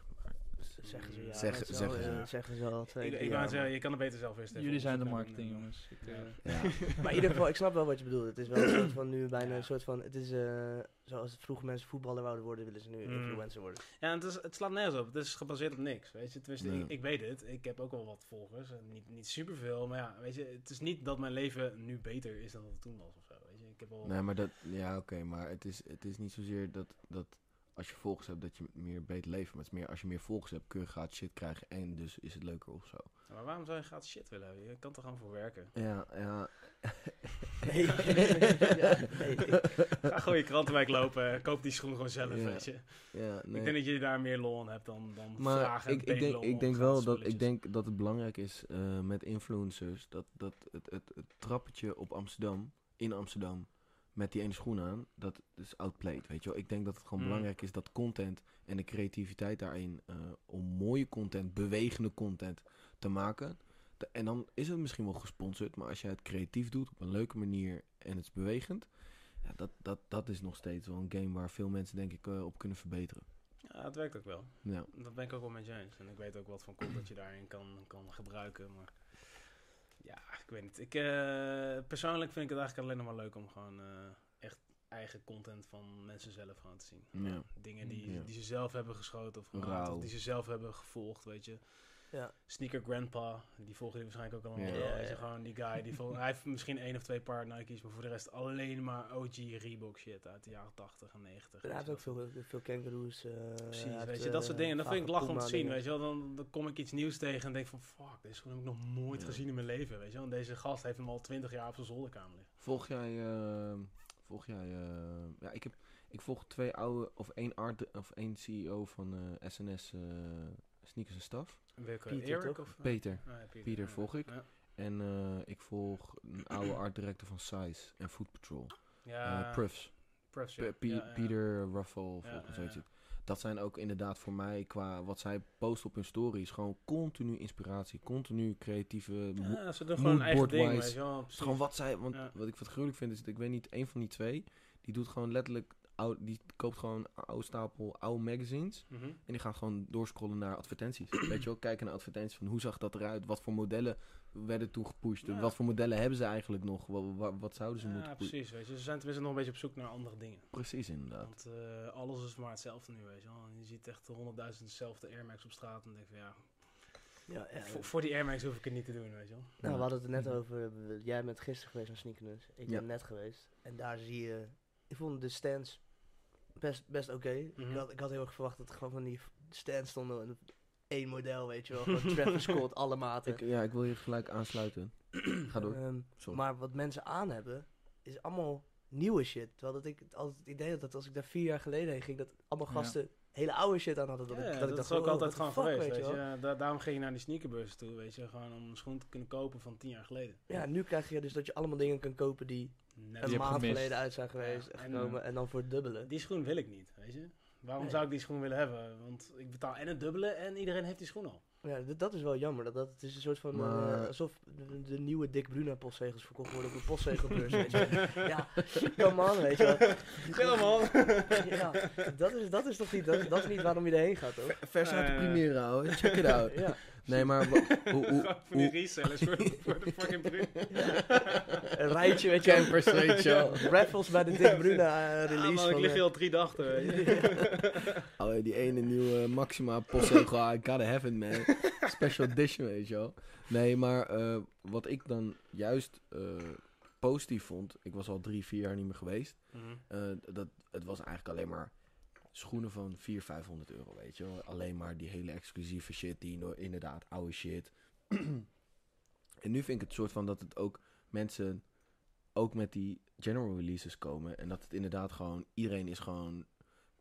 [SPEAKER 2] Z- Zeggen ze ja.
[SPEAKER 4] Zeg-
[SPEAKER 2] mensen
[SPEAKER 4] zeggen
[SPEAKER 2] wel,
[SPEAKER 4] ze.
[SPEAKER 2] eh, zeggen ze wel. twee,
[SPEAKER 3] Ik,
[SPEAKER 2] drie
[SPEAKER 3] ik wou
[SPEAKER 2] jaar,
[SPEAKER 3] zeggen, je kan het beter zelf eerst even
[SPEAKER 1] Jullie zijn de
[SPEAKER 3] onderzoeken
[SPEAKER 1] marketing,
[SPEAKER 3] doen,
[SPEAKER 1] jongens. Ik, eh,
[SPEAKER 4] Ja.
[SPEAKER 2] Maar in ieder geval, ik snap wel wat je bedoelt. Het is wel een soort van nu bijna
[SPEAKER 3] Ja.
[SPEAKER 2] een soort van. Het is eh, zoals vroeger mensen voetballer wouden worden, willen ze nu
[SPEAKER 3] Mm.
[SPEAKER 2] influencer worden.
[SPEAKER 3] eh. Ja, het, is, het slaat nergens op. Het is gebaseerd op niks, weet je. Tenminste,
[SPEAKER 4] Nee.
[SPEAKER 3] ik, ik weet het. Ik heb ook wel wat volgers. En niet, niet superveel, maar ja, weet je. Het is niet dat mijn leven nu beter is dan dat het toen was of zo, weet je. Ik heb al...
[SPEAKER 4] Nee, maar dat... Ja, oké. maar het is, het is niet zozeer dat, dat als je volgers hebt dat je meer beter leeft. Maar het is meer als je meer volgers hebt kun je gaat shit krijgen en dus is het leuker of zo.
[SPEAKER 3] Maar waarom zou je gratis shit willen hebben? Je kan er gewoon voor werken.
[SPEAKER 4] Ja, ja.
[SPEAKER 2] Nee. Ja, nee.
[SPEAKER 3] Ga gewoon je krantenwijk lopen. eh, Koop die schoen gewoon zelf,
[SPEAKER 4] Ja.
[SPEAKER 3] weet je.
[SPEAKER 4] ja nee.
[SPEAKER 3] Ik denk dat je daar meer lol aan hebt dan, dan
[SPEAKER 4] Maar
[SPEAKER 3] vragen
[SPEAKER 4] ik,
[SPEAKER 3] en
[SPEAKER 4] ik denk,
[SPEAKER 3] bedelen om
[SPEAKER 4] ik denk
[SPEAKER 3] gratis
[SPEAKER 4] wel dat, ik
[SPEAKER 3] spulletjes.
[SPEAKER 4] denk dat het belangrijk is eh, met influencers dat, dat het, het, het trappetje op Amsterdam, in Amsterdam, met die ene schoen aan, dat is outplayed, weet je wel. Ik denk dat het gewoon
[SPEAKER 3] Mm.
[SPEAKER 4] belangrijk is dat content en de creativiteit daarin eh, om mooie content, bewegende content te maken. Te- en dan is het misschien wel gesponsord, maar als jij het creatief doet op een leuke manier en het is bewegend, ja, dat, dat, dat is nog steeds wel een game waar veel mensen denk ik eh, op kunnen verbeteren.
[SPEAKER 3] Ja, het werkt ook wel.
[SPEAKER 4] Ja.
[SPEAKER 3] Dat ben ik ook wel met je eens. En ik weet ook wat van content je daarin kan, kan gebruiken. Maar ja, ik weet niet. Ik, eh, persoonlijk vind ik het eigenlijk alleen nog maar leuk om gewoon eh, echt eigen content van mensen zelf gewoon te zien.
[SPEAKER 4] Ja.
[SPEAKER 3] Dingen die,
[SPEAKER 4] Ja.
[SPEAKER 3] die ze zelf hebben geschoten of gemaakt.
[SPEAKER 4] Rauw.
[SPEAKER 3] Of die ze zelf hebben gevolgd, weet je.
[SPEAKER 2] Ja.
[SPEAKER 3] Sneaker Grandpa, die volgen jullie waarschijnlijk ook allemaal
[SPEAKER 4] Ja.
[SPEAKER 3] wel.
[SPEAKER 2] Ja,
[SPEAKER 3] Weet je,
[SPEAKER 2] ja.
[SPEAKER 3] gewoon die guy. Die volgt, hij heeft misschien één of twee paar Nike's, maar voor de rest alleen maar OG Reebok shit uit de jaren 80 en 90.
[SPEAKER 2] Hij
[SPEAKER 3] weet je
[SPEAKER 2] heeft
[SPEAKER 3] wel.
[SPEAKER 2] ook veel, veel kangaroes. eh, hij
[SPEAKER 3] Precies,
[SPEAKER 2] heeft,
[SPEAKER 3] weet je, dat
[SPEAKER 2] eh,
[SPEAKER 3] soort dingen. Dat vind ik
[SPEAKER 2] vage
[SPEAKER 3] lachen om te
[SPEAKER 2] Puma
[SPEAKER 3] zien,
[SPEAKER 2] dingen.
[SPEAKER 3] weet je wel. Dan, dan kom ik iets nieuws tegen en denk van, fuck, deze schoen heb ik nog nooit
[SPEAKER 4] Ja.
[SPEAKER 3] gezien in mijn leven, weet je wel. En deze gast heeft hem al twintig jaar op zijn zolderkamer liggen.
[SPEAKER 4] Volg jij, eh, volg jij, eh, ja, ik heb, ik volg twee oude, of één art, of één CEO van eh, SNS eh, Sneakers en Staf.
[SPEAKER 3] Welke,
[SPEAKER 2] Pieter,
[SPEAKER 3] Eric
[SPEAKER 2] toch?
[SPEAKER 3] of? eh?
[SPEAKER 4] Peter.
[SPEAKER 3] Ah, ja, Pieter,
[SPEAKER 4] Pieter
[SPEAKER 3] ja.
[SPEAKER 4] volg ik.
[SPEAKER 3] Ja,
[SPEAKER 4] En eh, ik volg een oude art director van Size en Food Patrol.
[SPEAKER 3] ja
[SPEAKER 4] Eh Prufs.
[SPEAKER 3] Prefs, ja.
[SPEAKER 4] Pe- Pie-
[SPEAKER 3] Ah, Ja, ja.
[SPEAKER 4] Pieter Ruffle,
[SPEAKER 3] Ja,
[SPEAKER 4] volgens
[SPEAKER 3] ja,
[SPEAKER 4] mij zoiets.
[SPEAKER 3] ja.
[SPEAKER 4] Dat zijn ook inderdaad voor mij, qua wat zij posten op hun stories, gewoon continu inspiratie, continu creatieve... mo-
[SPEAKER 3] Ja, ze doen gewoon hun eigen ding,
[SPEAKER 4] moodboard-wise.
[SPEAKER 3] weet je wel.
[SPEAKER 4] Het is gewoon wat zij, want
[SPEAKER 3] Ja.
[SPEAKER 4] wat ik wat gruwelijk vind is dat ik weet niet, één van die twee, die doet gewoon letterlijk, ou- die koopt gewoon een oude stapel oude magazines
[SPEAKER 3] Mhm.
[SPEAKER 4] en die gaan gewoon doorscrollen naar advertenties. weet je wel, kijken naar advertenties van hoe zag dat eruit, wat voor modellen werden toen gepusht,
[SPEAKER 3] Ja.
[SPEAKER 4] wat voor modellen hebben ze eigenlijk nog, wa- wa- wat, zouden ze
[SPEAKER 3] Ja,
[SPEAKER 4] moeten pushen.
[SPEAKER 3] precies, weet je. Ze zijn tenminste nog een beetje op zoek naar andere dingen.
[SPEAKER 4] Precies inderdaad.
[SPEAKER 3] Want eh, alles is maar hetzelfde nu, weet je wel. En Je ziet echt honderdduizend dezelfde Air Max op straat en denk van, ja,
[SPEAKER 2] Ja, ja,
[SPEAKER 3] voor, voor die Air Max hoef ik het niet te doen, weet je wel.
[SPEAKER 2] Nou, we
[SPEAKER 4] Ja.
[SPEAKER 2] hadden het er net over. eh, Jij bent gisteren geweest naar Sneakers. Ik
[SPEAKER 4] Ja.
[SPEAKER 2] ben net geweest. En daar zie je. Ik vond de stands best, best oké.
[SPEAKER 3] Mhm.
[SPEAKER 2] ik, had, ik had heel erg verwacht dat er gewoon van die stands stonden. En één model, weet je wel. Gewoon Travis Scott, alle maten.
[SPEAKER 4] Ik, ja, ik wil hier gelijk aansluiten. Ga door.
[SPEAKER 2] Ehm,
[SPEAKER 4] Sorry.
[SPEAKER 2] maar wat mensen aan hebben, is allemaal nieuwe shit. Terwijl dat ik het altijd het idee had dat als ik daar vier jaar geleden heen ging, dat allemaal
[SPEAKER 1] Ja.
[SPEAKER 2] gasten hele oude shit aan hadden. Dat,
[SPEAKER 3] Ja,
[SPEAKER 2] ik, dat,
[SPEAKER 3] dat,
[SPEAKER 2] ik dacht,
[SPEAKER 3] is ook
[SPEAKER 2] oh,
[SPEAKER 3] altijd
[SPEAKER 2] what
[SPEAKER 3] gewoon
[SPEAKER 2] the fuck,
[SPEAKER 3] geweest, weet, je.
[SPEAKER 2] wel.
[SPEAKER 3] Ja, da- daarom ging je naar die sneakerbeurs toe, weet je. Gewoon om een schoen te kunnen kopen van tien jaar geleden.
[SPEAKER 2] Ja, nu krijg je dus dat je allemaal dingen kan kopen die
[SPEAKER 3] Net
[SPEAKER 1] Die
[SPEAKER 2] een
[SPEAKER 3] zo.
[SPEAKER 1] heb je
[SPEAKER 2] maand
[SPEAKER 1] gemist.
[SPEAKER 2] geleden uit zijn geweest
[SPEAKER 3] Ja, en,
[SPEAKER 2] gekomen en dan voor het dubbele.
[SPEAKER 3] Die schoen wil ik niet, weet je. Waarom
[SPEAKER 2] Nee.
[SPEAKER 3] zou ik die schoen willen hebben? Want ik betaal en het dubbele en iedereen heeft die schoen al.
[SPEAKER 2] Ja, d- dat is wel jammer. Dat, dat het is een soort van... eh,
[SPEAKER 4] Maar-
[SPEAKER 2] alsof de, de nieuwe Dick Bruna postzegels verkocht worden op een postzegelbeurs. weet je wel. Ja, come on, weet je wel.
[SPEAKER 3] Chill man!
[SPEAKER 2] Ja, dat is, dat is toch niet, dat, dat is niet waarom je erheen gaat, hoor.
[SPEAKER 4] Vers uit de
[SPEAKER 3] Eh.
[SPEAKER 4] Primera, ouwe. Check it out.
[SPEAKER 2] Ja,
[SPEAKER 4] Nee, maar... wa- Hoe, hoe,
[SPEAKER 3] Gewoon Voor die resellers, voor de, voor de fucking brug.
[SPEAKER 2] een rijtje, weet je wel.
[SPEAKER 4] campers, weet je wel.
[SPEAKER 2] Raffles bij de Dick Bruna eh,
[SPEAKER 3] Ja,
[SPEAKER 2] release.
[SPEAKER 3] man, ik
[SPEAKER 2] van,
[SPEAKER 3] lig
[SPEAKER 2] eh,
[SPEAKER 3] hier al drie dagen. achter, weet je.
[SPEAKER 4] Ouwe, Oh, die ene nieuwe Maxima postzegel, I gotta have it, man. Special edition, weet je wel. Nee, maar eh, wat ik dan juist eh, positief vond... Ik was al drie, vier jaar niet meer geweest. Eh, dat, het was eigenlijk alleen maar schoenen van 400, 500 euro, weet je wel. Alleen maar die hele exclusieve shit, die no- inderdaad oude shit. en nu vind ik het soort van dat het ook mensen ook met die general releases komen. En dat het inderdaad gewoon, iedereen is gewoon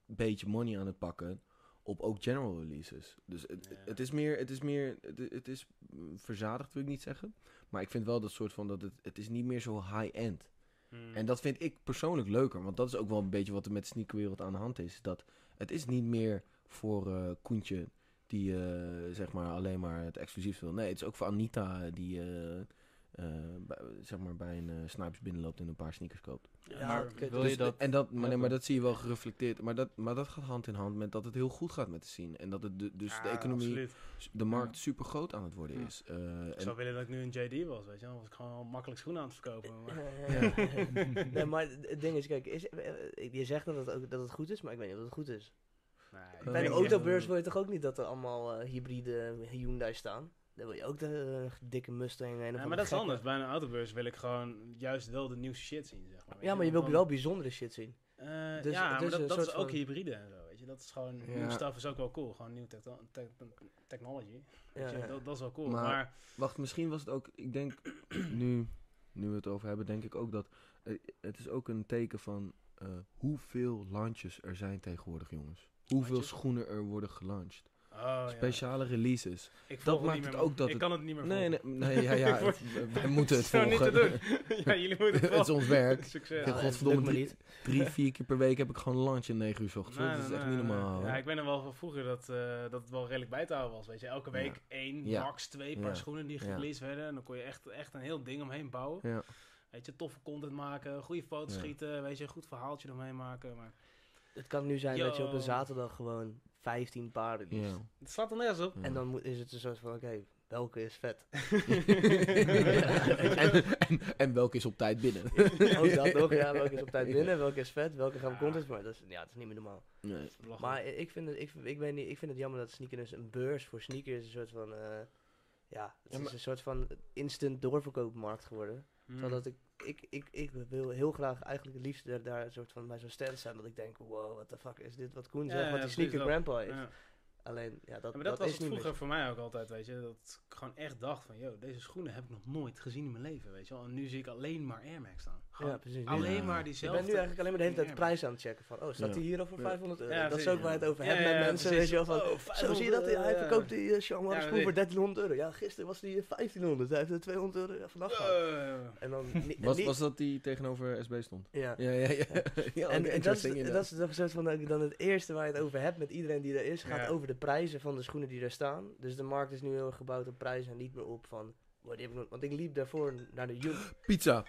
[SPEAKER 4] een beetje money aan het pakken op ook general releases. Dus het,
[SPEAKER 3] Ja.
[SPEAKER 4] het is meer, het is meer, het, het is mm, verzadigd wil ik niet zeggen. Maar ik vind wel dat soort van, dat het, het is niet meer zo high-end.
[SPEAKER 1] Hm.
[SPEAKER 3] Mhm.
[SPEAKER 4] En dat vind ik persoonlijk leuker. Want dat is ook wel een beetje wat er met de sneakerwereld aan de hand is. Dat het is niet meer voor eh, Koentje die eh, zeg maar alleen maar het exclusief wil. Nee, het is ook voor Anita die eh, eh, bij- zeg maar bij een eh, Snipes binnenloopt en een paar sneakers koopt.
[SPEAKER 3] Ja,
[SPEAKER 2] Ja,
[SPEAKER 3] maar-
[SPEAKER 2] oké,
[SPEAKER 1] wil
[SPEAKER 2] dus-
[SPEAKER 1] je dat?
[SPEAKER 4] En dat, maar, nee, maar
[SPEAKER 1] hebben?
[SPEAKER 4] dat zie je wel gereflecteerd. Maar dat, maar dat gaat hand in hand met dat het heel goed gaat met de scene. En dat het de- dus de
[SPEAKER 3] Ja,
[SPEAKER 4] economie,
[SPEAKER 3] absoluut.
[SPEAKER 4] de markt
[SPEAKER 1] Ja.
[SPEAKER 4] super groot aan het worden
[SPEAKER 1] Ja.
[SPEAKER 4] is. Eh, en-
[SPEAKER 3] Ik zou willen dat ik nu een JD was, weet je. Dan was ik gewoon makkelijk schoenen aan het verkopen. Maar...
[SPEAKER 2] Ja. nee, maar het ding is, kijk, is, eh, je zegt dat het, ook, dat het goed is, maar ik weet niet of het goed is.
[SPEAKER 3] Nee, ik
[SPEAKER 4] Bij
[SPEAKER 2] Bij de
[SPEAKER 3] denk
[SPEAKER 4] ik
[SPEAKER 3] echt-
[SPEAKER 2] autobeurs wil je toch ook niet dat er allemaal eh, hybride Hyundai staan? Dan wil je ook de eh, dikke Mustang en
[SPEAKER 3] Ja, maar dat is anders. Bij een autobeurs wil ik gewoon juist wel de nieuwste shit zien, zeg maar. weet
[SPEAKER 2] Ja, maar je wilt
[SPEAKER 3] dan-
[SPEAKER 2] wel bijzondere shit zien.
[SPEAKER 3] Eh,
[SPEAKER 2] Dus-
[SPEAKER 3] ja,
[SPEAKER 2] dus
[SPEAKER 3] maar
[SPEAKER 2] een
[SPEAKER 3] dat, dat
[SPEAKER 2] soort
[SPEAKER 3] is ook
[SPEAKER 2] van-
[SPEAKER 3] hybride en zo, weet je. Dat is gewoon,
[SPEAKER 4] Ja.
[SPEAKER 3] nieuw stuff is ook wel cool. Gewoon nieuw techno- tech- technology.
[SPEAKER 2] Ja,
[SPEAKER 3] weet je,
[SPEAKER 2] ja.
[SPEAKER 3] Dat, dat is wel cool.
[SPEAKER 4] Maar-
[SPEAKER 3] Maar,
[SPEAKER 4] Wacht, misschien was het ook. Ik denk nu, nu we het over hebben, denk ik ook dat. eh, het is ook een teken van eh, hoeveel launches er zijn tegenwoordig, jongens. Hoeveel
[SPEAKER 3] Launches?
[SPEAKER 4] schoenen er worden gelanceerd.
[SPEAKER 3] oh, ja.
[SPEAKER 4] Speciale releases.
[SPEAKER 3] Ik volg
[SPEAKER 4] maakt
[SPEAKER 3] niet
[SPEAKER 4] het
[SPEAKER 3] meer,
[SPEAKER 4] ook
[SPEAKER 3] man.
[SPEAKER 4] dat
[SPEAKER 3] Ik
[SPEAKER 4] het-
[SPEAKER 3] kan het niet meer
[SPEAKER 4] Nee,
[SPEAKER 3] volgen.
[SPEAKER 4] nee, nee, ja, ja.
[SPEAKER 3] Wordt-
[SPEAKER 4] het- we- wij moeten het
[SPEAKER 3] Zo niet
[SPEAKER 4] volgen.
[SPEAKER 3] te doen. ja, jullie moeten het
[SPEAKER 4] het is
[SPEAKER 3] volgen.
[SPEAKER 4] ons werk.
[SPEAKER 3] Succes.
[SPEAKER 4] Ja,
[SPEAKER 2] het
[SPEAKER 4] godverdomme,
[SPEAKER 2] lukt me
[SPEAKER 4] drie- Drie, vier keer per week heb ik gewoon een lunch in negen uur 's ochtends.
[SPEAKER 3] Nee,
[SPEAKER 4] hoor. dat is
[SPEAKER 3] nee,
[SPEAKER 4] echt
[SPEAKER 3] nee,
[SPEAKER 4] niet
[SPEAKER 3] nee.
[SPEAKER 4] normaal.
[SPEAKER 3] Ja,
[SPEAKER 4] hoor.
[SPEAKER 3] ik ben er wel van vroeger dat, eh, dat het wel redelijk bij te houden was. Weet je. Elke week
[SPEAKER 4] Ja.
[SPEAKER 3] één,
[SPEAKER 4] Ja.
[SPEAKER 3] max twee paar
[SPEAKER 4] Ja.
[SPEAKER 3] schoenen die
[SPEAKER 4] Ja.
[SPEAKER 3] gereleased werden. En dan kon je echt, echt een heel ding omheen bouwen.
[SPEAKER 4] Ja.
[SPEAKER 3] Weet je, toffe content maken, goede foto's
[SPEAKER 4] Ja.
[SPEAKER 3] schieten, weet je, een goed verhaaltje eromheen maken. Maar
[SPEAKER 2] Het kan nu zijn dat je op
[SPEAKER 3] Yo.
[SPEAKER 2] een zaterdag gewoon 15 paarden
[SPEAKER 4] Ja.
[SPEAKER 2] liest.
[SPEAKER 3] het slaat dan nergens op.
[SPEAKER 4] ja.
[SPEAKER 2] En dan moet, is het een soort van, oké, welke is vet?
[SPEAKER 4] en, en, en welke is op tijd binnen?
[SPEAKER 2] Ook dat nog, Oh, ja, welke is op tijd
[SPEAKER 4] Ja.
[SPEAKER 2] binnen, welke is vet, welke gaan we
[SPEAKER 3] Ja.
[SPEAKER 2] content maar dat is, ja, dat is niet meer normaal.
[SPEAKER 4] Nee.
[SPEAKER 2] Maar i- ik vind het, ik, ik weet niet, ik vind het jammer dat sneakers een beurs voor sneakers een soort van, eh, ja, het
[SPEAKER 4] Ja,
[SPEAKER 2] is
[SPEAKER 4] maar-
[SPEAKER 2] een soort van instant doorverkoopmarkt geworden.
[SPEAKER 3] Hmm.
[SPEAKER 2] Terwijl dat ik, ik, ik, ik wil heel graag eigenlijk het liefst daar, daar een soort van bij zo'n stand staan dat ik denk, wow, what the fuck is dit wat Koen
[SPEAKER 3] Ja,
[SPEAKER 2] zegt,
[SPEAKER 3] ja,
[SPEAKER 2] wat die
[SPEAKER 3] precies
[SPEAKER 2] sneaker
[SPEAKER 3] dat.
[SPEAKER 2] grandpa
[SPEAKER 3] Ja.
[SPEAKER 2] heeft. Alleen, ja, dat,
[SPEAKER 3] Ja, maar
[SPEAKER 2] dat,
[SPEAKER 3] dat, was
[SPEAKER 2] is
[SPEAKER 3] het
[SPEAKER 2] niet meer
[SPEAKER 3] vroeger voor mij ook altijd, weet je. Dat ik gewoon echt dacht van, yo, deze schoenen heb ik nog nooit gezien in mijn leven, weet je wel. En nu zie ik alleen maar Air Max staan.
[SPEAKER 2] zo. Ja,
[SPEAKER 3] Gewoon
[SPEAKER 2] precies. Nu-
[SPEAKER 3] alleen
[SPEAKER 4] Ja.
[SPEAKER 3] maar
[SPEAKER 2] Je
[SPEAKER 3] diezelfde.
[SPEAKER 2] bent nu eigenlijk alleen maar de hele tijd de
[SPEAKER 3] Ja.
[SPEAKER 2] prijs aan het checken. Van, oh, staat
[SPEAKER 4] Ja.
[SPEAKER 2] hij hier al voor
[SPEAKER 4] Ja.
[SPEAKER 2] 500 euro?
[SPEAKER 3] Ja,
[SPEAKER 2] dat is
[SPEAKER 3] precies,
[SPEAKER 2] ook waar je
[SPEAKER 3] ja.
[SPEAKER 2] het over
[SPEAKER 3] Ja,
[SPEAKER 2] hebt met
[SPEAKER 3] ja,
[SPEAKER 2] mensen.
[SPEAKER 3] precies.
[SPEAKER 2] Weet je wel, van,
[SPEAKER 3] Oh,
[SPEAKER 2] zo
[SPEAKER 3] 500
[SPEAKER 2] zie je dat, hij, hij
[SPEAKER 3] euro, ja,
[SPEAKER 2] verkoopt die uh, Sean
[SPEAKER 3] Ja,
[SPEAKER 2] schoen voor
[SPEAKER 3] precies.
[SPEAKER 2] 1300 euro. Ja, gisteren was die eh, 1500, hij heeft er 200 euro vanaf gehaald.
[SPEAKER 3] Eh,
[SPEAKER 2] En dan ni- en
[SPEAKER 4] Was,
[SPEAKER 2] niet-
[SPEAKER 4] was dat die tegenover SB stond?
[SPEAKER 2] Ja.
[SPEAKER 4] Ja, ja, ja. ja
[SPEAKER 2] En,
[SPEAKER 4] oké,
[SPEAKER 2] en dat is,
[SPEAKER 4] interesting inderdaad.
[SPEAKER 2] dat is dan, soort van, eh, dan het eerste waar je het over hebt met iedereen die er is. gaat
[SPEAKER 3] Ja.
[SPEAKER 2] over de prijzen van de schoenen die er staan. Dus de markt is nu heel erg gebouwd op prijzen en niet meer op van... "Wow, die heb ik nog-" Want ik liep daarvoor naar de Unit.
[SPEAKER 4] Pizza.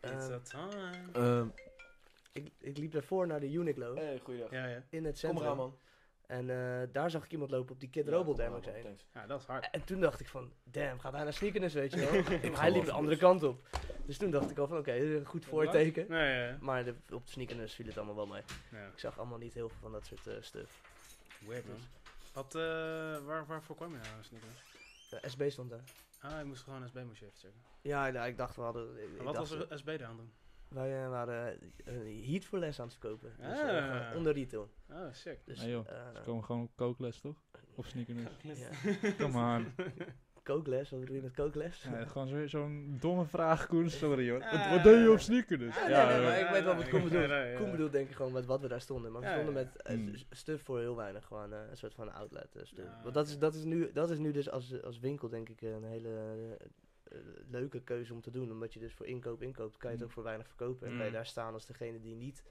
[SPEAKER 3] it's
[SPEAKER 4] eh.
[SPEAKER 3] a time.
[SPEAKER 2] Eh.
[SPEAKER 4] Ehm
[SPEAKER 2] ik, ik liep daarvoor naar de Uniqlo
[SPEAKER 4] hey, goeiedag.
[SPEAKER 3] Ja, ja.
[SPEAKER 2] in het centrum.
[SPEAKER 4] Eh, man.
[SPEAKER 2] En eh, daar zag ik iemand lopen op die Kid Robot Air Max 1.
[SPEAKER 3] ja, dat is hard.
[SPEAKER 2] En toen dacht ik van, damn, gaat hij naar sneakers, weet je wel?
[SPEAKER 4] ga
[SPEAKER 2] hij liep
[SPEAKER 4] wel
[SPEAKER 2] de
[SPEAKER 4] voor
[SPEAKER 2] andere kant op. Dus toen dacht ik al van, oké, dit is een goed voorteken.
[SPEAKER 3] Nee, ja, ja.
[SPEAKER 2] Maar de, op de sneakers viel het allemaal wel mee.
[SPEAKER 3] ja.
[SPEAKER 2] Ik zag allemaal niet heel veel van dat soort eh stuff.
[SPEAKER 3] Weird, man. Wat, eh, waar, waarvoor kwam je nou sneakers?
[SPEAKER 2] De SB stond daar.
[SPEAKER 3] Ah, je moest gewoon SB moest je even checken.
[SPEAKER 2] Ja, nou, ik dacht, we hadden... ik- ik
[SPEAKER 3] wat
[SPEAKER 2] dacht,
[SPEAKER 3] was er SB daar aan doen?
[SPEAKER 2] Wij eh, waren eh, heat voor les aan het verkopen. Dus, eh,
[SPEAKER 3] Ah.
[SPEAKER 2] gewoon onder retail.
[SPEAKER 3] Ah, sick.
[SPEAKER 2] Dus,
[SPEAKER 1] Nee, joh.
[SPEAKER 2] eh,
[SPEAKER 1] Ze komen gewoon op kookles, toch? Of sneakers.
[SPEAKER 2] ja.
[SPEAKER 1] Kom aan.
[SPEAKER 3] Dus-
[SPEAKER 2] Kookles, wat bedoel je met kookles?
[SPEAKER 1] Ja, gewoon zo- zo'n domme vraag, Koen. Sorry, hoor. Wat,
[SPEAKER 3] Ah.
[SPEAKER 1] wat doe je op sneakers?
[SPEAKER 2] Ja,
[SPEAKER 3] Ah,
[SPEAKER 1] Ja,
[SPEAKER 2] nee,
[SPEAKER 1] hoor.
[SPEAKER 2] nee, maar ik
[SPEAKER 3] ja,
[SPEAKER 2] weet wel
[SPEAKER 3] ja,
[SPEAKER 2] wat
[SPEAKER 3] ja,
[SPEAKER 2] Koen
[SPEAKER 3] ja,
[SPEAKER 2] bedoelt.
[SPEAKER 3] ja, ja.
[SPEAKER 2] Koen bedoelt denk ik gewoon met wat we daar stonden. Maar we
[SPEAKER 3] Ja,
[SPEAKER 2] stonden
[SPEAKER 3] ja.
[SPEAKER 2] met eh,
[SPEAKER 1] Hmm.
[SPEAKER 2] s- stuf voor heel weinig. Gewoon eh, een soort van outlet eh, stuf.
[SPEAKER 3] Ja,
[SPEAKER 2] Want dat is,
[SPEAKER 3] oké.
[SPEAKER 2] dat, is nu, dat is nu dus als, als winkel denk ik een hele eh, eh, leuke keuze om te doen. Omdat je dus voor inkoop inkoopt, kan je het
[SPEAKER 1] Hmm.
[SPEAKER 2] ook voor weinig verkopen. En kan je
[SPEAKER 3] Hmm.
[SPEAKER 2] daar staan als degene die niet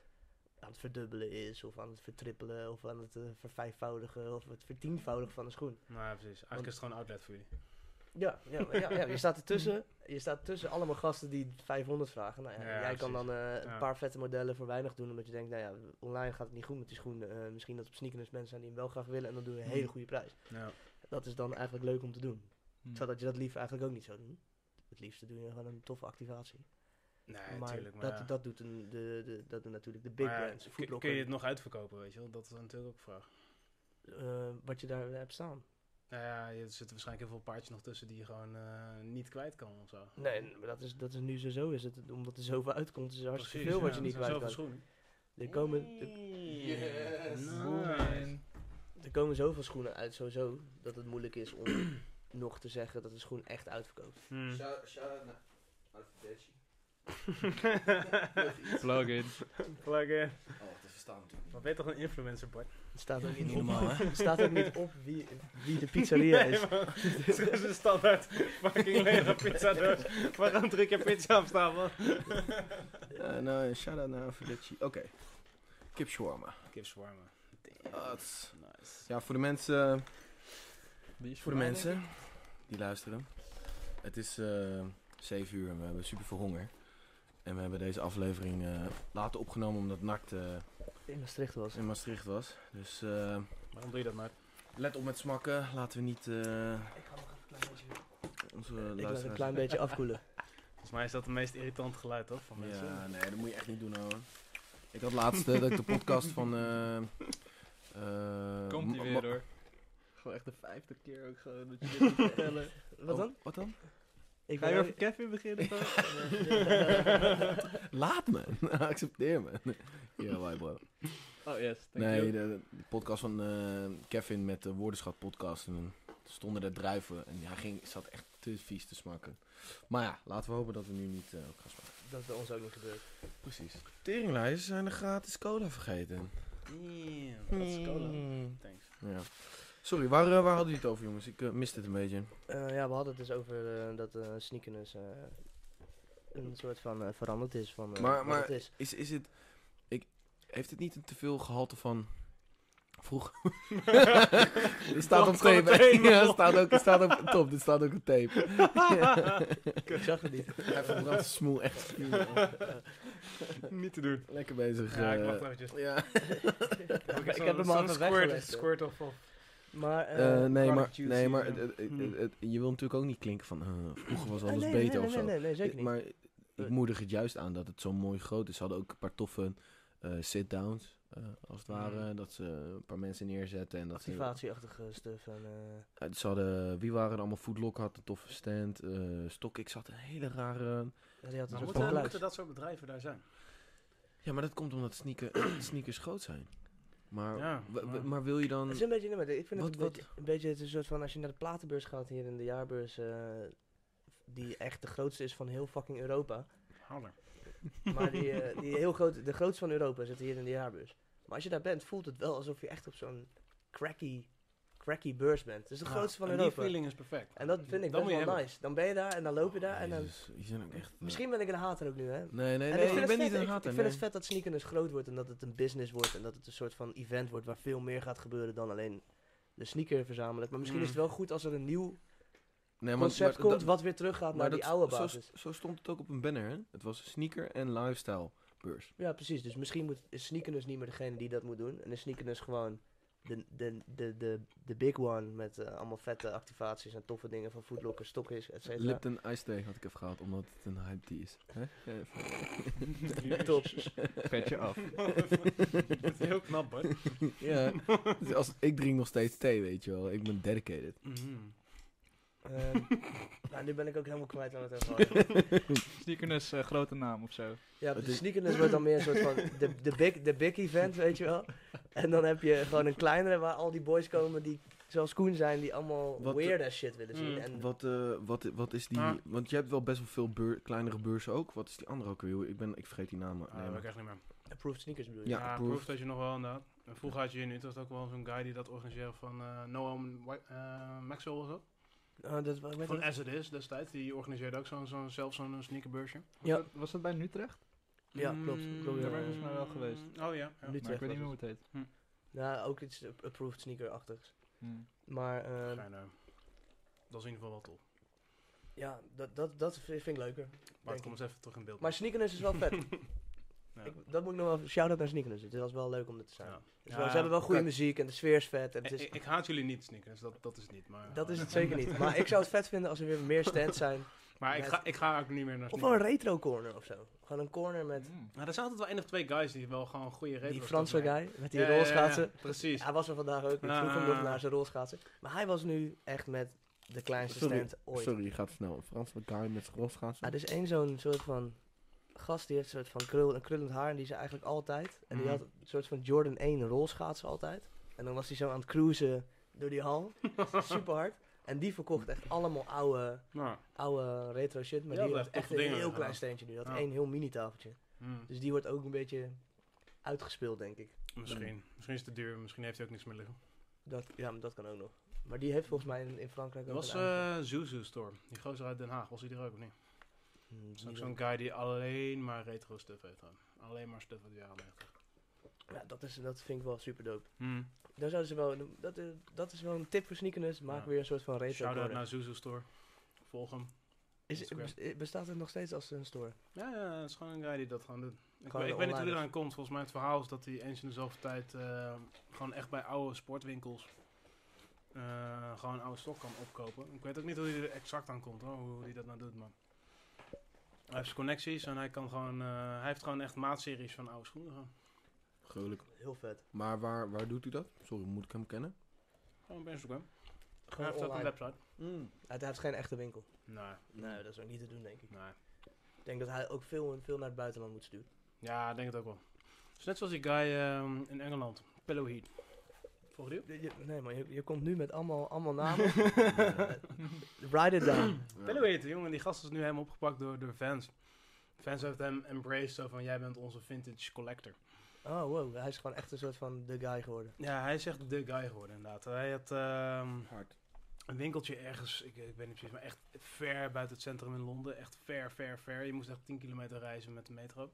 [SPEAKER 2] aan het verdubbelen is, of aan het vertrippelen, of aan het eh, vervijfvoudigen, of het vertienvoudigen van een schoen.
[SPEAKER 3] Nou, precies. Eigenlijk
[SPEAKER 2] Want-
[SPEAKER 3] is het gewoon outlet voor jullie.
[SPEAKER 2] Ja, ja, ja, ja, je staat ertussen. Je staat tussen allemaal gasten die 500 vragen. Nou ja,
[SPEAKER 3] Ja,
[SPEAKER 2] jij kan
[SPEAKER 3] precies.
[SPEAKER 2] dan eh, een
[SPEAKER 3] Ja.
[SPEAKER 2] paar vette modellen voor weinig doen. Omdat je denkt, nou ja, online gaat het niet goed met die schoenen. Eh, misschien dat op sneakers mensen zijn die hem wel graag willen. En dan doen we een hele goede prijs.
[SPEAKER 3] Ja.
[SPEAKER 2] Dat is dan eigenlijk leuk om te doen.
[SPEAKER 1] Hmm.
[SPEAKER 2] Zodat je dat liever eigenlijk ook niet zou doen. Het liefste doe je gewoon een toffe activatie.
[SPEAKER 3] Nee,
[SPEAKER 2] maar
[SPEAKER 3] natuurlijk. Maar
[SPEAKER 2] dat,
[SPEAKER 3] ja.
[SPEAKER 2] dat, doet een, de, de, dat doen natuurlijk de big
[SPEAKER 3] Maar ja,
[SPEAKER 2] brands.
[SPEAKER 3] kun-
[SPEAKER 2] Foot Locker,
[SPEAKER 3] kun je het nog uitverkopen, weet je wel? Dat is natuurlijk ook een vraag.
[SPEAKER 2] eh, wat je daar hebt staan.
[SPEAKER 3] Nou ja, er zitten waarschijnlijk heel veel paardjes nog tussen die je gewoon eh, niet kwijt kan of zo.
[SPEAKER 2] Nee, maar dat is, dat is nu sowieso. Is het, omdat er zoveel uitkomt, is er hartstikke
[SPEAKER 3] Precies,
[SPEAKER 2] veel wat
[SPEAKER 3] ja,
[SPEAKER 2] je niet
[SPEAKER 3] er zijn
[SPEAKER 2] kwijt
[SPEAKER 3] zoveel
[SPEAKER 2] kan.
[SPEAKER 3] schoenen.
[SPEAKER 2] Er komen, er-
[SPEAKER 3] Yes.
[SPEAKER 1] Boerin.
[SPEAKER 2] Er komen zoveel schoenen uit sowieso dat het moeilijk is om nog te zeggen dat de schoen echt uitverkoopt.
[SPEAKER 3] Hmm.
[SPEAKER 4] Shout-out eh, naar Arrivederci.
[SPEAKER 1] Plug in.
[SPEAKER 3] Plug in.
[SPEAKER 4] Oh, dat verstaan natuurlijk
[SPEAKER 3] Maar ben je toch een influencer, Bart?
[SPEAKER 2] Het staat ook niet,
[SPEAKER 4] Niet
[SPEAKER 2] op,
[SPEAKER 4] normaal, hè?
[SPEAKER 2] het staat ook niet op wie, wie de pizzeria
[SPEAKER 3] Nee,
[SPEAKER 2] is.
[SPEAKER 3] man. Het is een standaard fucking lege pizza doos. Waarom druk je pizza op staan, man?
[SPEAKER 4] Eh, nou, shout-out naar Arrivederci. Oké. Kip shawarma.
[SPEAKER 3] Kip shawarma. Damn.
[SPEAKER 4] Ah, het is-
[SPEAKER 3] Nice.
[SPEAKER 4] Ja, voor de mensen...
[SPEAKER 1] Die is
[SPEAKER 4] Voor de
[SPEAKER 1] mij,
[SPEAKER 4] mensen die luisteren. Het is eh 7 uur en we hebben super veel honger. En we hebben deze aflevering eh, later opgenomen omdat Nakt eh,
[SPEAKER 2] In Maastricht was.
[SPEAKER 4] in Maastricht was. Dus eh,
[SPEAKER 3] Waarom doe je dat, maar?
[SPEAKER 4] let op met smakken. Laten we niet eh,
[SPEAKER 2] Ik ga nog even een klein beetje,
[SPEAKER 4] onze
[SPEAKER 2] ik laat een
[SPEAKER 4] luisteraars...
[SPEAKER 2] klein beetje afkoelen.
[SPEAKER 3] Volgens mij is dat het meest irritant geluid, toch? Van mensen.
[SPEAKER 4] Ja, nee, dat moet je echt niet doen, hoor. Ik had laatst eh, dat ik de podcast van... eh eh,
[SPEAKER 1] Komt
[SPEAKER 4] Ma-
[SPEAKER 1] die
[SPEAKER 4] Ma-
[SPEAKER 1] weer hoor.
[SPEAKER 4] Gewoon echt de vijfde keer ook gewoon dat je dit moet vertellen.
[SPEAKER 2] Wat dan?
[SPEAKER 4] Oh, wat dan?
[SPEAKER 2] Ik
[SPEAKER 1] Ga je
[SPEAKER 2] wil-
[SPEAKER 1] over Kevin beginnen dan?
[SPEAKER 4] Laat me. Accepteer me. Ja, wij bro.
[SPEAKER 1] Oh yes, thank
[SPEAKER 4] nee,
[SPEAKER 1] you.
[SPEAKER 4] de, de podcast van eh, Kevin met de Woordenschat podcast. En er stonden er druiven en hij ging, zat echt te vies te smakken. Maar ja, laten we hopen dat we nu niet eh, ook gaan smaken.
[SPEAKER 2] Dat is bij ons ook niet gebeurd.
[SPEAKER 4] Precies. Teringlijst zijn de gratis cola vergeten.
[SPEAKER 3] Damn, dat
[SPEAKER 4] Hmm.
[SPEAKER 3] is
[SPEAKER 2] Mm.
[SPEAKER 3] cola. Thanks.
[SPEAKER 4] Ja. Sorry, waar, eh, waar hadden jullie het over jongens? Ik eh, miste het een beetje.
[SPEAKER 2] Eh, ja, we hadden het dus over eh, dat eh sneakers eh, een soort van eh, veranderd is van eh,
[SPEAKER 4] Maar-
[SPEAKER 2] wat
[SPEAKER 4] maar-
[SPEAKER 2] het is.
[SPEAKER 4] Is, is het, ik, heeft het niet een teveel gehalte van vroeger? Dit staat op
[SPEAKER 3] Wacht, gewoon
[SPEAKER 4] tape.
[SPEAKER 3] een tweemaal.
[SPEAKER 4] Ja, staat ook, staat ook, top, dit staat ook op tape.
[SPEAKER 2] Ik zag het niet.
[SPEAKER 4] Hij verbrandt smoel echt.
[SPEAKER 3] Niet te doen.
[SPEAKER 4] Lekker bezig.
[SPEAKER 3] Ja, ik
[SPEAKER 4] eh,
[SPEAKER 3] wacht eventjes.
[SPEAKER 4] ja.
[SPEAKER 2] Ik heb hem al even weggelegd, hè.
[SPEAKER 3] Squirt of of.
[SPEAKER 2] Maar, eh,
[SPEAKER 4] Eh, nee,
[SPEAKER 3] Product
[SPEAKER 4] maar,
[SPEAKER 3] juice
[SPEAKER 4] nee,
[SPEAKER 3] hier,
[SPEAKER 4] maar
[SPEAKER 3] ja.
[SPEAKER 4] het- het- het-
[SPEAKER 3] Hmm.
[SPEAKER 4] het- je wil natuurlijk ook niet klinken van eh, vroeger was alles
[SPEAKER 2] nee, nee,
[SPEAKER 4] beter
[SPEAKER 2] nee,
[SPEAKER 4] of
[SPEAKER 2] nee,
[SPEAKER 4] zo.
[SPEAKER 2] nee, nee, zeker niet.
[SPEAKER 4] Eh,
[SPEAKER 2] Eh,
[SPEAKER 4] Maar ik moedig het juist aan dat het zo mooi groot is. Ze hadden ook een paar toffe eh, sit-downs, eh, als het ware. Dat ze een paar mensen neerzetten. En dat ze,
[SPEAKER 2] Activatieachtige stuff en... eh,
[SPEAKER 4] Eh, ze hadden, wie waren er allemaal? Foodlock had een toffe stand. eh Stok, ik zat een hele rare...
[SPEAKER 2] Ja, die had een
[SPEAKER 3] Maar
[SPEAKER 2] soort
[SPEAKER 4] moet, eh,
[SPEAKER 2] van
[SPEAKER 3] moeten,
[SPEAKER 4] geluid.
[SPEAKER 3] moeten dat soort bedrijven daar zijn?
[SPEAKER 4] Ja, maar dat komt omdat sneaker, sneakers groot zijn.
[SPEAKER 2] Oh,
[SPEAKER 4] Maar,
[SPEAKER 3] Ja,
[SPEAKER 4] w- w-
[SPEAKER 3] maar-
[SPEAKER 4] maar wil je dan...
[SPEAKER 2] Het is een beetje, nee, maar ik vind het
[SPEAKER 4] Wat-
[SPEAKER 2] een, Beetje, een beetje het is een soort van, als je naar de platenbeurs gaat hier in de jaarbeurs, eh, die echt de grootste is van heel fucking Europa.
[SPEAKER 3] Harder.
[SPEAKER 2] Maar die, eh, die heel groot, de grootste van Europa zit hier in de jaarbeurs. Maar als je daar bent, voelt het wel alsof je echt op zo'n cracky, cracky beurs bent. Dus de
[SPEAKER 4] Nou,
[SPEAKER 2] grootste van
[SPEAKER 3] en
[SPEAKER 2] Europa.
[SPEAKER 3] Die feeling is perfect.
[SPEAKER 2] En dat vind ik
[SPEAKER 3] Dat
[SPEAKER 2] best
[SPEAKER 3] moet je
[SPEAKER 2] wel
[SPEAKER 3] hebben.
[SPEAKER 2] nice. Dan ben je daar en dan loop je daar en dan...
[SPEAKER 4] Jezus, die zijn ook echt... eh,
[SPEAKER 2] Misschien ben ik een hater ook nu, hè.
[SPEAKER 4] Nee, nee,
[SPEAKER 2] En
[SPEAKER 4] nee, ik,
[SPEAKER 2] vind het
[SPEAKER 4] ben
[SPEAKER 2] vet.
[SPEAKER 4] niet een
[SPEAKER 2] Ik-
[SPEAKER 4] hater.
[SPEAKER 2] Ik vind het vet dat sneakers groot wordt en dat het een business wordt en dat het een soort van event wordt waar veel meer gaat gebeuren dan alleen de sneaker verzamelen. Maar misschien
[SPEAKER 3] Mm.
[SPEAKER 2] is het wel goed als er een nieuw
[SPEAKER 4] nee, maar-
[SPEAKER 2] concept
[SPEAKER 4] maar
[SPEAKER 2] komt
[SPEAKER 4] dat-
[SPEAKER 2] wat weer teruggaat naar die
[SPEAKER 4] dat-
[SPEAKER 2] oude
[SPEAKER 4] zo,
[SPEAKER 2] basis.
[SPEAKER 4] zo stond het ook op een banner, hè? Het was sneaker en lifestyle beurs.
[SPEAKER 2] Ja, precies. Dus misschien moet, is sneakers niet meer degene die dat moet doen. En is sneakers gewoon de, de, de, de, de big one met eh, allemaal vette activaties en toffe dingen van Footlocker, Stokkies, et cetera.
[SPEAKER 4] Lipton Ice Tea had ik even gehad, omdat het een hype tea is. Hè? Ja, even-
[SPEAKER 2] Top.
[SPEAKER 1] Vet je af.
[SPEAKER 3] Dat is heel knap, hoor.
[SPEAKER 4] ja, dus als, ik drink nog steeds thee, weet je wel. Ik ben dedicated.
[SPEAKER 3] Mm-hmm.
[SPEAKER 2] Ehm, nou, nu ben ik ook helemaal kwijt waar we het over hadden.
[SPEAKER 1] Sneakerness, eh, grote naam of zo.
[SPEAKER 2] Ja,
[SPEAKER 4] Het
[SPEAKER 2] de
[SPEAKER 4] is-
[SPEAKER 2] sneakerness wordt dan meer een soort van de, de, big, de big event, weet je wel. En dan heb je gewoon een kleinere waar al die boys komen die zoals Koen zijn, die allemaal
[SPEAKER 4] Wat- eh,
[SPEAKER 2] weird as shit willen zien.
[SPEAKER 3] Mm.
[SPEAKER 2] En
[SPEAKER 4] Wat, eh, wat, wat is die...
[SPEAKER 3] Ah.
[SPEAKER 4] Want je hebt wel best wel veel beur- kleinere beurzen ook. Wat is die andere ook weer? Ik, ben, ik vergeet die naam.
[SPEAKER 3] Ah,
[SPEAKER 4] nee,
[SPEAKER 3] dat weet
[SPEAKER 4] maar-
[SPEAKER 3] ik echt niet meer.
[SPEAKER 2] approved sneakers bedoel je?
[SPEAKER 4] Ja,
[SPEAKER 3] Ja,
[SPEAKER 4] approved.
[SPEAKER 3] proef dat je nog wel inderdaad. En vroeger had je in Utrecht ook wel zo'n guy die dat organiseerde van eh Noam Wi- eh, Maxwell was dat?
[SPEAKER 2] Ah, dat, wat- weet
[SPEAKER 3] Van
[SPEAKER 2] je
[SPEAKER 3] As It Is destijds. Die organiseerde ook zo'n, zo'n, zelf zo'n sneakerbeursje.
[SPEAKER 1] Was
[SPEAKER 2] Ja.
[SPEAKER 1] dat- Was dat bij Utrecht?
[SPEAKER 2] Ja, klopt.
[SPEAKER 3] Mm,
[SPEAKER 2] klopt
[SPEAKER 1] daar
[SPEAKER 2] ja. Mm,
[SPEAKER 1] ben ik volgens mij wel geweest.
[SPEAKER 3] Oh ja. ja.
[SPEAKER 2] Nu-
[SPEAKER 1] Maar ik
[SPEAKER 2] Utrecht
[SPEAKER 1] weet niet meer
[SPEAKER 2] was
[SPEAKER 1] hoe het heet.
[SPEAKER 2] Nou, ook iets ap- approved sneaker-achtigs.
[SPEAKER 1] Hmm.
[SPEAKER 2] Maar eh,
[SPEAKER 3] Fijn, eh, dat is in ieder geval wel top.
[SPEAKER 2] ja, dat, dat, dat vi- vind ik leuker.
[SPEAKER 3] Maar
[SPEAKER 2] Denk
[SPEAKER 3] het komt eens even terug in beeld.
[SPEAKER 2] Maar Sneakernus is wel vet.
[SPEAKER 3] Ja.
[SPEAKER 2] ik, dat moet ik nog wel... Shout-out naar Sneakernus. Het was wel leuk om dit te zijn.
[SPEAKER 3] Ja.
[SPEAKER 2] Het is wel-
[SPEAKER 3] Ja, Eh,
[SPEAKER 2] ze hebben wel goede
[SPEAKER 3] kijk.
[SPEAKER 2] muziek en de sfeer is vet. En
[SPEAKER 3] Ik,
[SPEAKER 2] het is,
[SPEAKER 3] ik, ik haat jullie niet, sneakers. Dat, dat is het niet. Maar,
[SPEAKER 2] dat is het zeker niet. Maar ik zou het vet vinden als er weer meer stands zijn.
[SPEAKER 3] Maar ik ga, ik ga ook niet meer naar
[SPEAKER 2] Of wel een
[SPEAKER 3] sneakers.
[SPEAKER 2] retro corner of zo. Gewoon een corner met
[SPEAKER 1] Hmm.
[SPEAKER 3] Nou, er zijn altijd wel één of twee guys die wel gewoon goede redenen
[SPEAKER 2] die Franse guy. Met die
[SPEAKER 3] Ja, ja, ja,
[SPEAKER 2] rolschaatsen.
[SPEAKER 3] ja, precies. Nou,
[SPEAKER 2] Hij was er vandaag ook. Ik
[SPEAKER 3] Ja,
[SPEAKER 2] vroeg hem
[SPEAKER 3] ja,
[SPEAKER 2] nog
[SPEAKER 3] ja.
[SPEAKER 2] naar zijn rolschaatsen. Maar hij was nu echt met de kleinste
[SPEAKER 4] Sorry.
[SPEAKER 2] stand ooit.
[SPEAKER 4] Sorry, je gaat snel. Een Franse guy met zijn rolschaatsen.
[SPEAKER 2] Ah, er is één zo'n soort van gast die heeft een soort van krul, een krullend haar en die is er eigenlijk altijd. En die
[SPEAKER 3] Mhm.
[SPEAKER 2] had een soort van Jordan 1 rolschaatsen altijd. En dan was hij zo aan het cruisen door die hal. Super hard. En die verkocht echt allemaal oude,
[SPEAKER 3] Nou,
[SPEAKER 2] oude retro shit. Maar
[SPEAKER 3] Ja,
[SPEAKER 2] die
[SPEAKER 3] dat
[SPEAKER 2] had
[SPEAKER 3] echt
[SPEAKER 2] echt
[SPEAKER 3] toffe
[SPEAKER 2] een
[SPEAKER 3] dingen
[SPEAKER 2] heel klein
[SPEAKER 3] gedaan.
[SPEAKER 2] steentje nu. Dat
[SPEAKER 3] Ja.
[SPEAKER 2] één heel mini tafeltje.
[SPEAKER 3] hmm,
[SPEAKER 2] Dus die wordt ook een beetje uitgespeeld, denk ik.
[SPEAKER 3] misschien. Misschien is het te duur. Misschien heeft hij ook niks meer liggen.
[SPEAKER 2] Dat, ja, maar dat kan ook nog. Maar die heeft volgens mij in, in Frankrijk
[SPEAKER 3] Er
[SPEAKER 2] ook
[SPEAKER 3] was
[SPEAKER 2] een aankoop.
[SPEAKER 3] eh Zuzu Store. Die gozer uit Den Haag. Was hij er ook of niet?
[SPEAKER 2] Hmm,
[SPEAKER 3] Dat is
[SPEAKER 2] die
[SPEAKER 3] ook
[SPEAKER 2] wel.
[SPEAKER 3] zo'n guy die alleen maar retro stuff heeft. gewoon. Alleen maar stuff uit de jaren 90.
[SPEAKER 2] Ja, dat, is, dat vind ik wel super dope.
[SPEAKER 3] Hmm.
[SPEAKER 2] Daar zouden ze wel, dat, is- dat is wel een tip voor sneakers. Maak
[SPEAKER 3] Ja.
[SPEAKER 2] weer een soort van retro
[SPEAKER 3] Shout-out
[SPEAKER 2] corner.
[SPEAKER 3] naar Zuzu Store. Volg hem.
[SPEAKER 2] Is,
[SPEAKER 3] Instagram.
[SPEAKER 2] bes- eh, bestaat het nog steeds als een store?
[SPEAKER 3] Ja, ja, het is gewoon een guy die dat gewoon doet. Ik,
[SPEAKER 2] Gewoon
[SPEAKER 3] weet- ik
[SPEAKER 2] de
[SPEAKER 3] weet niet hoe
[SPEAKER 2] onliners.
[SPEAKER 3] hij eraan komt. Volgens mij het verhaal is dat hij eens in de zoveel tijd eh, gewoon echt bij oude sportwinkels eh, gewoon oude stof kan opkopen. Ik weet ook niet hoe hij er exact aan komt, hoor, hoe hij dat nou doet, man. Hij heeft connecties en hij kan gewoon, eh, hij heeft gewoon echt maatseries van oude schoenen. Gewoon,
[SPEAKER 4] Gruwelijk.
[SPEAKER 2] Heel vet.
[SPEAKER 4] Maar waar, waar doet u dat? Sorry, moet ik hem kennen?
[SPEAKER 3] gewoon op Instagram. Hij
[SPEAKER 2] Gewoon
[SPEAKER 3] heeft ook een
[SPEAKER 2] online.
[SPEAKER 3] website.
[SPEAKER 2] Hij heeft geen echte winkel.
[SPEAKER 3] Nee,
[SPEAKER 2] Nee, dat is ook niet te doen, denk ik.
[SPEAKER 3] nee.
[SPEAKER 2] Ik denk dat hij ook veel, veel naar het buitenland moet sturen.
[SPEAKER 3] Ja, ik denk het ook wel. Het is net zoals die guy ehm, in Engeland, Pillow Heat. Volg je
[SPEAKER 2] Je-
[SPEAKER 3] die?
[SPEAKER 2] je- nee, maar je, je komt nu met allemaal, allemaal namen. Eh, Ride it down.
[SPEAKER 3] Pillow Heat, jongen, die gast is nu helemaal opgepakt door, door fans. Fans heeft hem embraced, zo van, jij bent onze vintage collector.
[SPEAKER 2] Oh, wow. Hij is gewoon echt een soort van de guy geworden.
[SPEAKER 3] Ja, hij is echt de guy geworden, inderdaad. Hij had ehm,
[SPEAKER 4] Hard.
[SPEAKER 3] een winkeltje ergens, ik, ik weet niet precies, maar echt ver buiten het centrum in Londen. Echt ver, ver, ver. Je moest echt 10 kilometer reizen met de metro.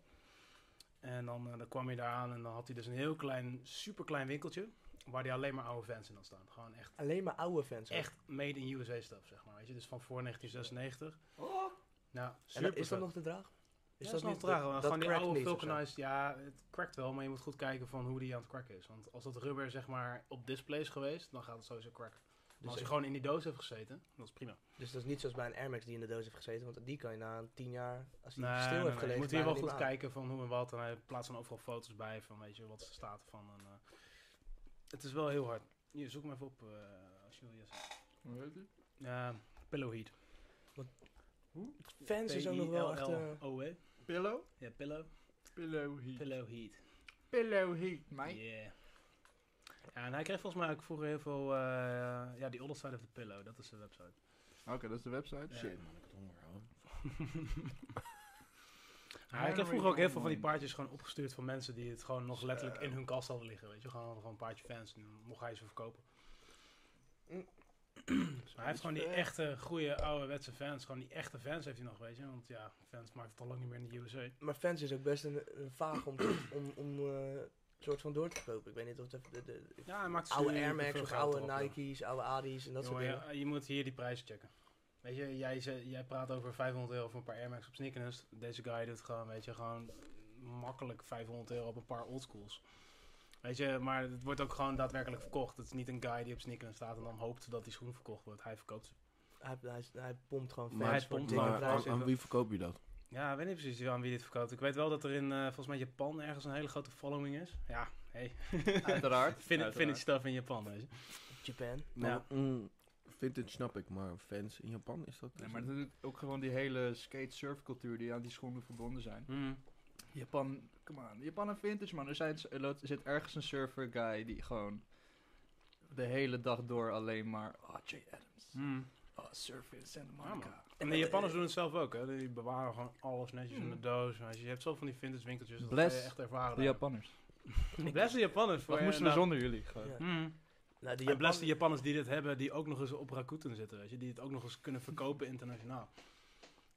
[SPEAKER 3] En dan, eh, dan kwam je daar aan en dan had hij dus een heel klein, super klein winkeltje, waar hij alleen maar oude fans in had staan. Gewoon echt
[SPEAKER 2] Alleen maar oude fans. ook.
[SPEAKER 3] echt made in USA stuff, zeg maar. Weet je, dus van voor 1996. Nou,
[SPEAKER 2] En da-
[SPEAKER 3] super.
[SPEAKER 2] is dat nog te draag?
[SPEAKER 3] Is dat, nog te dragen? want Gewoon die
[SPEAKER 2] crackt
[SPEAKER 3] oude
[SPEAKER 2] niet dus- of zo?
[SPEAKER 3] vulcanized, ja, het crackt wel, maar je moet goed kijken van hoe die aan het cracken is. Want als dat rubber zeg maar op display is geweest, dan gaat het sowieso cracken. Maar
[SPEAKER 2] Dus,
[SPEAKER 3] als je
[SPEAKER 2] ik-
[SPEAKER 3] gewoon in die doos heeft gezeten, dat is prima.
[SPEAKER 2] dus dat is niet zoals bij een Air Max die in de doos heeft gezeten. Want die kan je na een tien jaar, als die
[SPEAKER 3] Nee,
[SPEAKER 2] stil
[SPEAKER 3] nee,
[SPEAKER 2] heeft
[SPEAKER 3] nee,
[SPEAKER 2] gelegen...
[SPEAKER 3] je moet hier wel
[SPEAKER 2] bijna niet
[SPEAKER 3] goed
[SPEAKER 2] meer aan.
[SPEAKER 3] kijken van hoe en wat. En hij plaatst dan overal foto's bij van weet je wat is de staat ervan. En, eh, het is wel heel hard. Hier, zoek hem even op eh, als je wil. Jesse.
[SPEAKER 1] Hoe heet die?
[SPEAKER 3] Ja, pillow heat.
[SPEAKER 2] Fans is ook nog wel echt... eh,
[SPEAKER 3] O E.
[SPEAKER 1] Pillow?
[SPEAKER 3] Ja, pillow.
[SPEAKER 1] Pillow heat.
[SPEAKER 3] Pillow heat.
[SPEAKER 1] Pillow heat,
[SPEAKER 3] Ja.
[SPEAKER 1] mate.
[SPEAKER 3] Ja, en hij kreeg volgens mij ook vroeger heel veel... eh, ja, die Other Side of the Pillow, dat is de website.
[SPEAKER 1] Oké, dat is de website.
[SPEAKER 3] Ja.
[SPEAKER 4] Shit, man, ik heb honger, hoor.
[SPEAKER 3] Ja, hij kreeg vroeger ook heel veel van die paardjes gewoon opgestuurd van mensen die het gewoon nog letterlijk
[SPEAKER 1] Zo.
[SPEAKER 3] in hun kast hadden liggen. Weet je, gewoon, gewoon een paardje fans en dan mocht hij ze verkopen.
[SPEAKER 2] Mm.
[SPEAKER 3] Dus hij heeft gewoon die
[SPEAKER 2] eh,
[SPEAKER 3] echte, goede, ouderwetse fans. Gewoon die echte fans heeft hij nog, weet je. Want ja, fans maakt het al lang niet meer in de USA.
[SPEAKER 2] Maar fans is ook best een, een vaag om, te- om, om eh, soort van door te kopen. Ik weet niet of de, de, de-
[SPEAKER 3] Ja, hij maakt
[SPEAKER 2] oude
[SPEAKER 3] super
[SPEAKER 2] Air Max
[SPEAKER 3] veel
[SPEAKER 2] of
[SPEAKER 3] geld
[SPEAKER 2] oude
[SPEAKER 3] erop, joh.
[SPEAKER 2] Nike's, oude Adi's en dat soort
[SPEAKER 3] Jongen,
[SPEAKER 2] dingen.
[SPEAKER 3] ja, je moet hier die prijzen checken. Weet je, jij, ze- jij praat over 500 euro voor een paar Air Max op Sneakers. Deze guy doet gewoon, weet je, gewoon makkelijk 500 euro op een paar oldschools. Weet je, maar het wordt ook gewoon daadwerkelijk verkocht. Het is niet een guy die op Sneakers staat en dan hoopt dat die schoen verkocht wordt. Hij verkoopt ze.
[SPEAKER 2] Hij, hij, hij pompt gewoon
[SPEAKER 4] Maar
[SPEAKER 3] hij
[SPEAKER 2] fans voor
[SPEAKER 3] pompt
[SPEAKER 2] dingen
[SPEAKER 3] maar
[SPEAKER 4] Maar aan,
[SPEAKER 2] prijzen.
[SPEAKER 4] aan wie verkoop je dat?
[SPEAKER 3] Ja, ik weet niet precies aan wie dit verkoopt. Ik weet wel dat er in, eh, volgens mij, Japan ergens een hele grote following is. Ja, hey.
[SPEAKER 1] Uiteraard.
[SPEAKER 3] Vind, vind
[SPEAKER 1] uiteraard.
[SPEAKER 3] het stuff in Japan, weet je.
[SPEAKER 2] Japan.
[SPEAKER 3] Ja.
[SPEAKER 4] Maar, mm, vintage snap ik, maar fans in Japan is dat... dus
[SPEAKER 1] Nee, maar natuurlijk ook gewoon die hele skate-surfcultuur die aan die schoenen verbonden zijn.
[SPEAKER 3] Mm,
[SPEAKER 1] Japan, come on. Japan en vintage, man. Er, zijn, er loopt- er zit ergens een surfer guy die gewoon de hele dag door alleen maar... Oh, Jay Adams.
[SPEAKER 3] mm.
[SPEAKER 1] Oh, surfen in Santa Monica.
[SPEAKER 3] En de
[SPEAKER 2] Eh,
[SPEAKER 3] Japanners doen het zelf ook, hè. Die bewaren gewoon alles netjes in de
[SPEAKER 1] Mm.
[SPEAKER 3] doos. Weet je. je hebt zo van die vintage winkeltjes. Dat
[SPEAKER 1] Bless
[SPEAKER 3] ga je echt ervaren.
[SPEAKER 1] de
[SPEAKER 3] daar.
[SPEAKER 1] Japanners.
[SPEAKER 3] Bless de Japanners. Voor
[SPEAKER 1] Wat
[SPEAKER 3] je
[SPEAKER 1] moesten we
[SPEAKER 3] inderdaad-
[SPEAKER 1] zonder jullie? Gewoon.
[SPEAKER 2] Ja.
[SPEAKER 3] Mm.
[SPEAKER 2] Nou, die
[SPEAKER 3] En bless de
[SPEAKER 2] Japan,
[SPEAKER 3] Japanners die dit hebben, die ook nog eens op Rakuten zitten, weet je. Die het ook nog eens kunnen verkopen internationaal.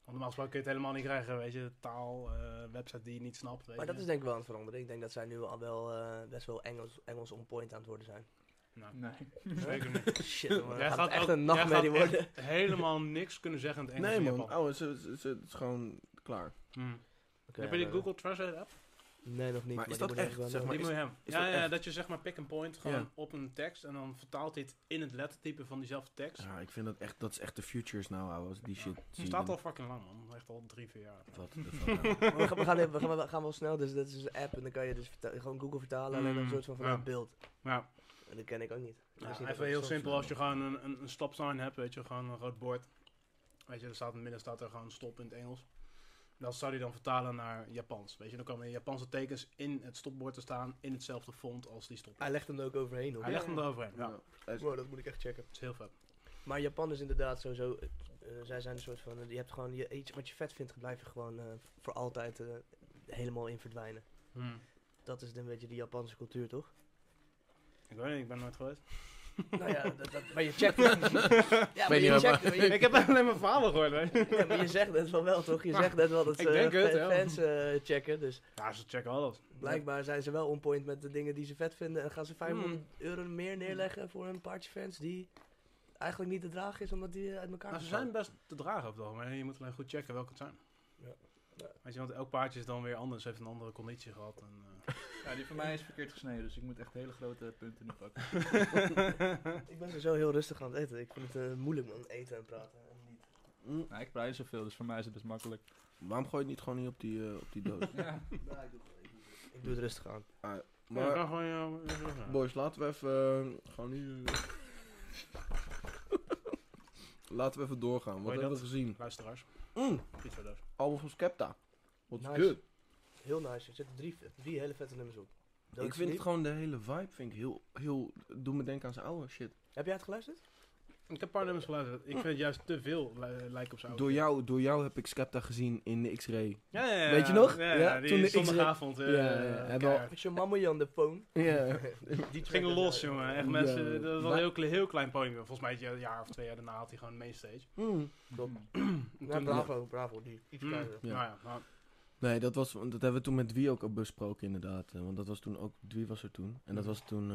[SPEAKER 3] normaal gesproken kun je het helemaal niet krijgen, weet je. Taal, eh, website die je niet snapt, weet
[SPEAKER 2] Maar
[SPEAKER 3] je.
[SPEAKER 2] dat is denk ik wel aan het veranderen. Ik denk dat zij nu al wel eh, best wel Engels, Engels on point aan het worden zijn.
[SPEAKER 3] Nou,
[SPEAKER 1] Nee.
[SPEAKER 3] zeker niet.
[SPEAKER 2] Shit, man.
[SPEAKER 3] Jij
[SPEAKER 2] Dat gaat echt
[SPEAKER 3] ook-
[SPEAKER 2] een
[SPEAKER 3] jij
[SPEAKER 2] nachtmerrie
[SPEAKER 3] gaat echt
[SPEAKER 2] worden.
[SPEAKER 3] helemaal niks kunnen zeggen in het Engels
[SPEAKER 4] Nee
[SPEAKER 3] in
[SPEAKER 4] man,
[SPEAKER 3] Japan.
[SPEAKER 4] oh, het is, het is- het is gewoon klaar.
[SPEAKER 3] Hmm.
[SPEAKER 2] Oké,
[SPEAKER 3] Heb je die
[SPEAKER 2] eh,
[SPEAKER 3] Google Translate app?
[SPEAKER 2] Nee, nog niet.
[SPEAKER 4] Maar is
[SPEAKER 2] die
[SPEAKER 4] dat
[SPEAKER 2] moet ik
[SPEAKER 4] echt,
[SPEAKER 2] wel
[SPEAKER 4] zeg
[SPEAKER 2] doen.
[SPEAKER 4] maar-
[SPEAKER 3] die
[SPEAKER 4] is-
[SPEAKER 3] moet je hebben.
[SPEAKER 4] is
[SPEAKER 3] Ja,
[SPEAKER 4] dat
[SPEAKER 3] ja,
[SPEAKER 4] echt-
[SPEAKER 3] dat je zeg maar pick and point gewoon
[SPEAKER 4] Ja.
[SPEAKER 3] op een tekst en dan vertaalt hij het in het lettertype van diezelfde tekst.
[SPEAKER 4] Ja, ik vind dat echt, dat is echt de futures nou, ouwe, als ik die shit zie.
[SPEAKER 3] Het staat
[SPEAKER 4] dan-
[SPEAKER 3] al fucking lang man, echt al drie, vier jaar.
[SPEAKER 4] Wat de fuck, nou?
[SPEAKER 2] Maar we, gaan, we, gaan, we, gaan, we gaan wel snel, dus dat is dus een app en dan kan je dus verta- gewoon Google vertalen en dan
[SPEAKER 3] Mm,
[SPEAKER 2] een soort van
[SPEAKER 3] ja.
[SPEAKER 2] vanuit beeld.
[SPEAKER 3] Ja,
[SPEAKER 2] En dat ken ik ook niet. Ik wist
[SPEAKER 3] ja
[SPEAKER 2] niet dat
[SPEAKER 3] even
[SPEAKER 2] dat
[SPEAKER 3] heel
[SPEAKER 2] bestond.
[SPEAKER 3] simpel, als je gewoon een, een, een stopsign hebt, weet je, gewoon een rood bord. Weet je, er staat in het midden staat er gewoon stop in het Engels. Dat zou hij dan vertalen naar Japans. Weet je, dan komen de Japanse tekens in het stopbord te staan in hetzelfde font als die stop.
[SPEAKER 2] Hij legt hem er ook overheen hoor.
[SPEAKER 3] Hij legt hem eroverheen. Ja,
[SPEAKER 4] Ja. Hij is-
[SPEAKER 2] Wow, dat moet ik echt checken.
[SPEAKER 3] dat is heel vet.
[SPEAKER 2] Maar Japan is inderdaad sowieso... eh, eh, zij zijn een soort van... eh, je hebt gewoon je, iets wat je vet vindt, blijf je gewoon eh, voor altijd eh, helemaal in verdwijnen.
[SPEAKER 3] Hmm.
[SPEAKER 2] Dat is een beetje de Japanse cultuur, toch?
[SPEAKER 3] Ik weet niet, ik ben er nooit geweest.
[SPEAKER 2] nou ja, dat, dat, maar je checkt... ja, maar
[SPEAKER 4] niet,
[SPEAKER 2] je
[SPEAKER 4] maar-
[SPEAKER 2] checkt... maar je-
[SPEAKER 3] ik heb alleen maar verhalen gehoord, weet je.
[SPEAKER 2] ja, maar je zegt het wel wel, toch? Je zegt net wel dat
[SPEAKER 3] Ik
[SPEAKER 2] ze
[SPEAKER 3] denk het,
[SPEAKER 2] fa-
[SPEAKER 3] ja.
[SPEAKER 2] fans eh, checken, dus...
[SPEAKER 3] Ja, ze checken alles.
[SPEAKER 2] Blijkbaar zijn ze wel on point met de dingen die ze vet vinden. En gaan ze 500 euro meer neerleggen voor een paardje fans die eigenlijk niet te dragen is, omdat die eh, uit elkaar
[SPEAKER 3] Nou, ze
[SPEAKER 2] gevallen.
[SPEAKER 3] zijn best te dragen op het algemeen. Je moet alleen goed checken welke het zijn.
[SPEAKER 2] Ja. Ja.
[SPEAKER 3] Weet je, want elk paardje is dan weer anders, heeft een andere conditie gehad. En, eh,
[SPEAKER 1] Ja, die van mij is verkeerd gesneden, dus ik moet echt hele grote punten nu pakken.
[SPEAKER 2] Ik ben zo heel rustig aan het eten. Ik vind het eh, moeilijk man, eten en praten. En niet.
[SPEAKER 4] Mm,
[SPEAKER 1] nou, ik praat zoveel, dus voor mij is het best makkelijk.
[SPEAKER 4] Waarom gooi je het niet gewoon niet op die, eh, op die doos?
[SPEAKER 1] Ja.
[SPEAKER 2] Nou, ik, doe, ik doe- ik doe het rustig aan.
[SPEAKER 3] ja,
[SPEAKER 4] Maar,
[SPEAKER 3] dan gewoon, ja, ja, ja.
[SPEAKER 4] boys, laten we even, eh, gewoon nu... laten we even doorgaan. Wat
[SPEAKER 3] Hoor je
[SPEAKER 4] hebben
[SPEAKER 3] dat?
[SPEAKER 4] we gezien?
[SPEAKER 3] Luisteraars,
[SPEAKER 4] Mm,
[SPEAKER 3] iets verder.
[SPEAKER 4] album van Skepta. What's
[SPEAKER 2] Nice.
[SPEAKER 4] good?
[SPEAKER 2] Heel nice. Er zitten drie, drie hele vette nummers op. Dood
[SPEAKER 4] Ik vind
[SPEAKER 2] Sleep.
[SPEAKER 4] het gewoon de hele vibe, vind ik heel, heel, doe me denken aan zijn oude shit.
[SPEAKER 2] Heb jij het geluisterd?
[SPEAKER 3] Ik heb een paar nummers geluisterd. Ik vind juist te veel li- lijken op zijn
[SPEAKER 4] Door jou, door jou heb ik Skepta gezien in de X-Ray.
[SPEAKER 3] Ja, ja, ja.
[SPEAKER 4] Weet je nog?
[SPEAKER 3] Ja,
[SPEAKER 4] Ja,
[SPEAKER 3] die
[SPEAKER 4] toen de X-ray-
[SPEAKER 3] zondagavond. eh,
[SPEAKER 4] Ja, ja, ja.
[SPEAKER 3] eh,
[SPEAKER 4] Hebben we al-
[SPEAKER 3] keihard.
[SPEAKER 2] Met je mamma on the phone.
[SPEAKER 4] Ja.
[SPEAKER 2] Die
[SPEAKER 3] Het ging
[SPEAKER 2] track is
[SPEAKER 3] los,
[SPEAKER 2] wel-
[SPEAKER 3] jongen. Echt
[SPEAKER 4] Ja.
[SPEAKER 3] mensen, dat was een
[SPEAKER 4] Wij-
[SPEAKER 3] heel, kle- heel klein podium. Volgens mij het jaar- jaar of twee jaar daarna had hij gewoon een mainstage.
[SPEAKER 4] Mm.
[SPEAKER 2] Klopt.
[SPEAKER 1] Mm.
[SPEAKER 2] Ja, bravo, bravo. Die iets
[SPEAKER 4] Hmm.
[SPEAKER 3] Mm,
[SPEAKER 2] kleiner.
[SPEAKER 4] Ja.
[SPEAKER 3] Nou ja, nou,
[SPEAKER 4] Nee, dat, was, want dat hebben we toen met Dwie ook al besproken inderdaad. eh, Want dat was toen ook, Dwie was er toen. En dat was toen,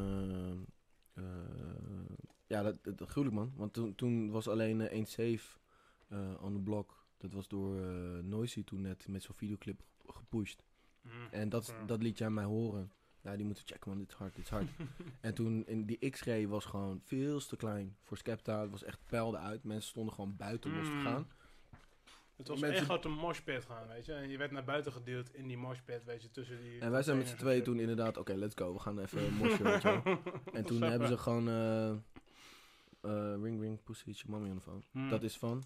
[SPEAKER 4] eh, eh, ja, dat, dat, gruwelijk man. Want toen, toen was alleen eh, één safe eh on the block. Dat was door eh, Noisy toen net met zo'n videoclip gepusht.
[SPEAKER 3] mm.
[SPEAKER 4] En dat,
[SPEAKER 3] Ja.
[SPEAKER 4] dat liet jij mij horen. Ja, die moeten checken, man. Dit is hard, dit is hard. en toen, in die X-ray was gewoon veel te klein voor Skepta. Het was echt pijlde uit. Mensen stonden gewoon buiten los te
[SPEAKER 3] Mm.
[SPEAKER 4] gaan.
[SPEAKER 3] Het was
[SPEAKER 4] Mensen
[SPEAKER 3] echt
[SPEAKER 4] die-
[SPEAKER 3] uit een moshpit gaan, weet je. En je werd naar buiten geduwd in die moshpit, weet je, tussen die...
[SPEAKER 4] En wij zijn met z'n
[SPEAKER 3] containers
[SPEAKER 4] tweeën toen inderdaad, oké, let's go. We gaan even mosje, weet je wel. En toen hebben ze gewoon eh, eh, Ring Ring Pussy It's Your Mommy on the Phone.
[SPEAKER 3] Hmm.
[SPEAKER 4] Dat is van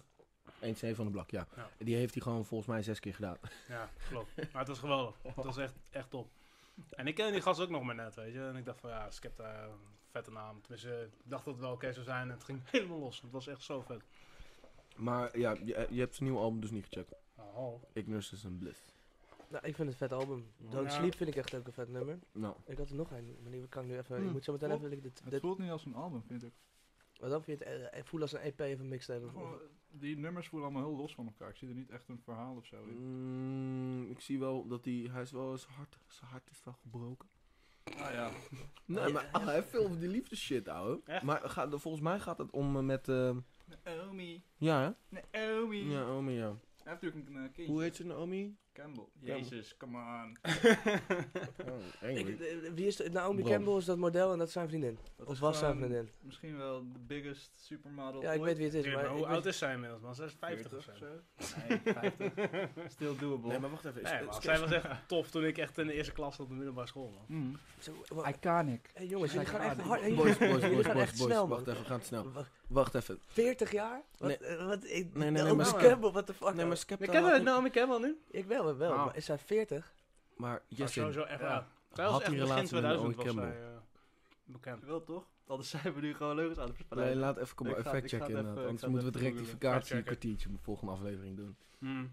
[SPEAKER 4] 1C van de blok, ja.
[SPEAKER 3] Ja.
[SPEAKER 4] Die heeft hij gewoon volgens mij zes keer gedaan.
[SPEAKER 3] Ja, klopt. Maar het was geweldig. Het was echt, echt top. En ik kende die gast ook nog maar net, weet je. En ik dacht van, ja, Skepta, vette naam. Tenminste, ik dacht dat het wel oké zou zijn. En het ging helemaal los. Het was echt zo vet.
[SPEAKER 4] Maar ja, je, je hebt zijn nieuwe album dus niet gecheckt.
[SPEAKER 3] Oh,
[SPEAKER 4] Ignorance is een bliss.
[SPEAKER 2] Nou, ik vind het een vet album. Don't
[SPEAKER 3] Ja.
[SPEAKER 2] Sleep vind ik echt ook een vet nummer.
[SPEAKER 4] Nou,
[SPEAKER 2] Ik had er nog een, maar die kan ik nu even. Ik
[SPEAKER 4] Hmm,
[SPEAKER 2] moet zo meteen
[SPEAKER 1] klopt.
[SPEAKER 2] even. Dit,
[SPEAKER 1] Het
[SPEAKER 2] dit-
[SPEAKER 1] voelt niet als een album, vind ik.
[SPEAKER 2] wat dan vind je het eh, eh, voelen als een EP of een mixtape? of-
[SPEAKER 1] Gewoon, Die nummers voelen allemaal heel los van elkaar. Ik zie er niet echt een verhaal of zo in.
[SPEAKER 4] mm, ik zie wel dat hij, hij is wel eens hard, zijn hart is wel gebroken.
[SPEAKER 1] Ah ja,
[SPEAKER 4] Nee, maar ah, hij heeft veel van die liefde shit, ouwe.
[SPEAKER 3] Echt?
[SPEAKER 4] Maar gaat- volgens mij gaat het om eh, met, eh,
[SPEAKER 1] Naomi.
[SPEAKER 4] ja hè?
[SPEAKER 1] Naomi.
[SPEAKER 4] Ja, Omi, ja.
[SPEAKER 1] Hij heeft natuurlijk een eh, kindje.
[SPEAKER 4] Hoe heet ze Naomi?
[SPEAKER 1] Campbell. Jezus, come on.
[SPEAKER 4] Oh,
[SPEAKER 2] Ik,
[SPEAKER 4] anyway.
[SPEAKER 2] eh, wie is de, Naomi
[SPEAKER 4] Bram. ehm,
[SPEAKER 2] Campbell is dat model en dat is zijn vriendin.
[SPEAKER 1] Dat
[SPEAKER 2] of
[SPEAKER 1] is
[SPEAKER 2] was zijn
[SPEAKER 1] gewoon
[SPEAKER 2] vriendin.
[SPEAKER 1] Misschien wel de biggest supermodel
[SPEAKER 2] Ja, ik weet wie het is. Maar
[SPEAKER 3] maar hoe
[SPEAKER 2] ik
[SPEAKER 3] oud
[SPEAKER 2] weet-
[SPEAKER 3] is zij inmiddels, man? Zij is 50 of zo.
[SPEAKER 1] Nee, 50. Still doable.
[SPEAKER 4] Nee, maar wacht even.
[SPEAKER 3] Nee, man, zij was echt tof toen ik echt in de eerste klas zat op de middelbare school, man.
[SPEAKER 1] Mm.
[SPEAKER 2] zo- wa-
[SPEAKER 1] Iconic.
[SPEAKER 2] Hey, jongens, jullie gaan echt hard. hey,
[SPEAKER 4] Boys, boys,
[SPEAKER 2] jullie
[SPEAKER 4] boys, boys,
[SPEAKER 2] gaan
[SPEAKER 4] boys,
[SPEAKER 2] echt snel, man.
[SPEAKER 4] wacht even, we gaan snel.
[SPEAKER 2] Wacht,
[SPEAKER 4] Wacht even.
[SPEAKER 2] 40 jaar? Wat,
[SPEAKER 4] Nee.
[SPEAKER 2] eh, wat, ik,
[SPEAKER 4] Nee, nee, nee,
[SPEAKER 2] Naomi
[SPEAKER 4] maar-
[SPEAKER 2] Campbell, what the fuck?
[SPEAKER 4] Nee, maar Ah. Skepta...
[SPEAKER 3] Ik ken
[SPEAKER 4] had
[SPEAKER 3] het
[SPEAKER 4] niet-
[SPEAKER 3] nou, ik ken wel nu.
[SPEAKER 2] ik wel, wel.
[SPEAKER 3] Nou.
[SPEAKER 2] Maar is zij 40?
[SPEAKER 4] Maar
[SPEAKER 3] Ja,
[SPEAKER 4] yes,
[SPEAKER 3] sowieso echt
[SPEAKER 1] Ja.
[SPEAKER 3] wel. Zij was
[SPEAKER 4] Had
[SPEAKER 3] echt
[SPEAKER 4] die
[SPEAKER 3] begin
[SPEAKER 4] relatie met
[SPEAKER 3] 2000 was
[SPEAKER 4] Naomi
[SPEAKER 3] zij
[SPEAKER 4] Campbell?
[SPEAKER 3] eh, bekend.
[SPEAKER 1] Wel toch? Anders zijn we nu gewoon leugens aan het verspreiden.
[SPEAKER 4] Nee, laat even komen
[SPEAKER 1] Ik ga-
[SPEAKER 4] effect
[SPEAKER 1] ik ga
[SPEAKER 4] checken
[SPEAKER 1] het
[SPEAKER 4] inderdaad.
[SPEAKER 1] even-
[SPEAKER 4] Anders
[SPEAKER 1] ik ga het
[SPEAKER 4] moeten we het
[SPEAKER 1] even
[SPEAKER 4] rectificatie
[SPEAKER 3] googlen.
[SPEAKER 4] kwartiertje in de volgende aflevering doen.
[SPEAKER 1] Mm.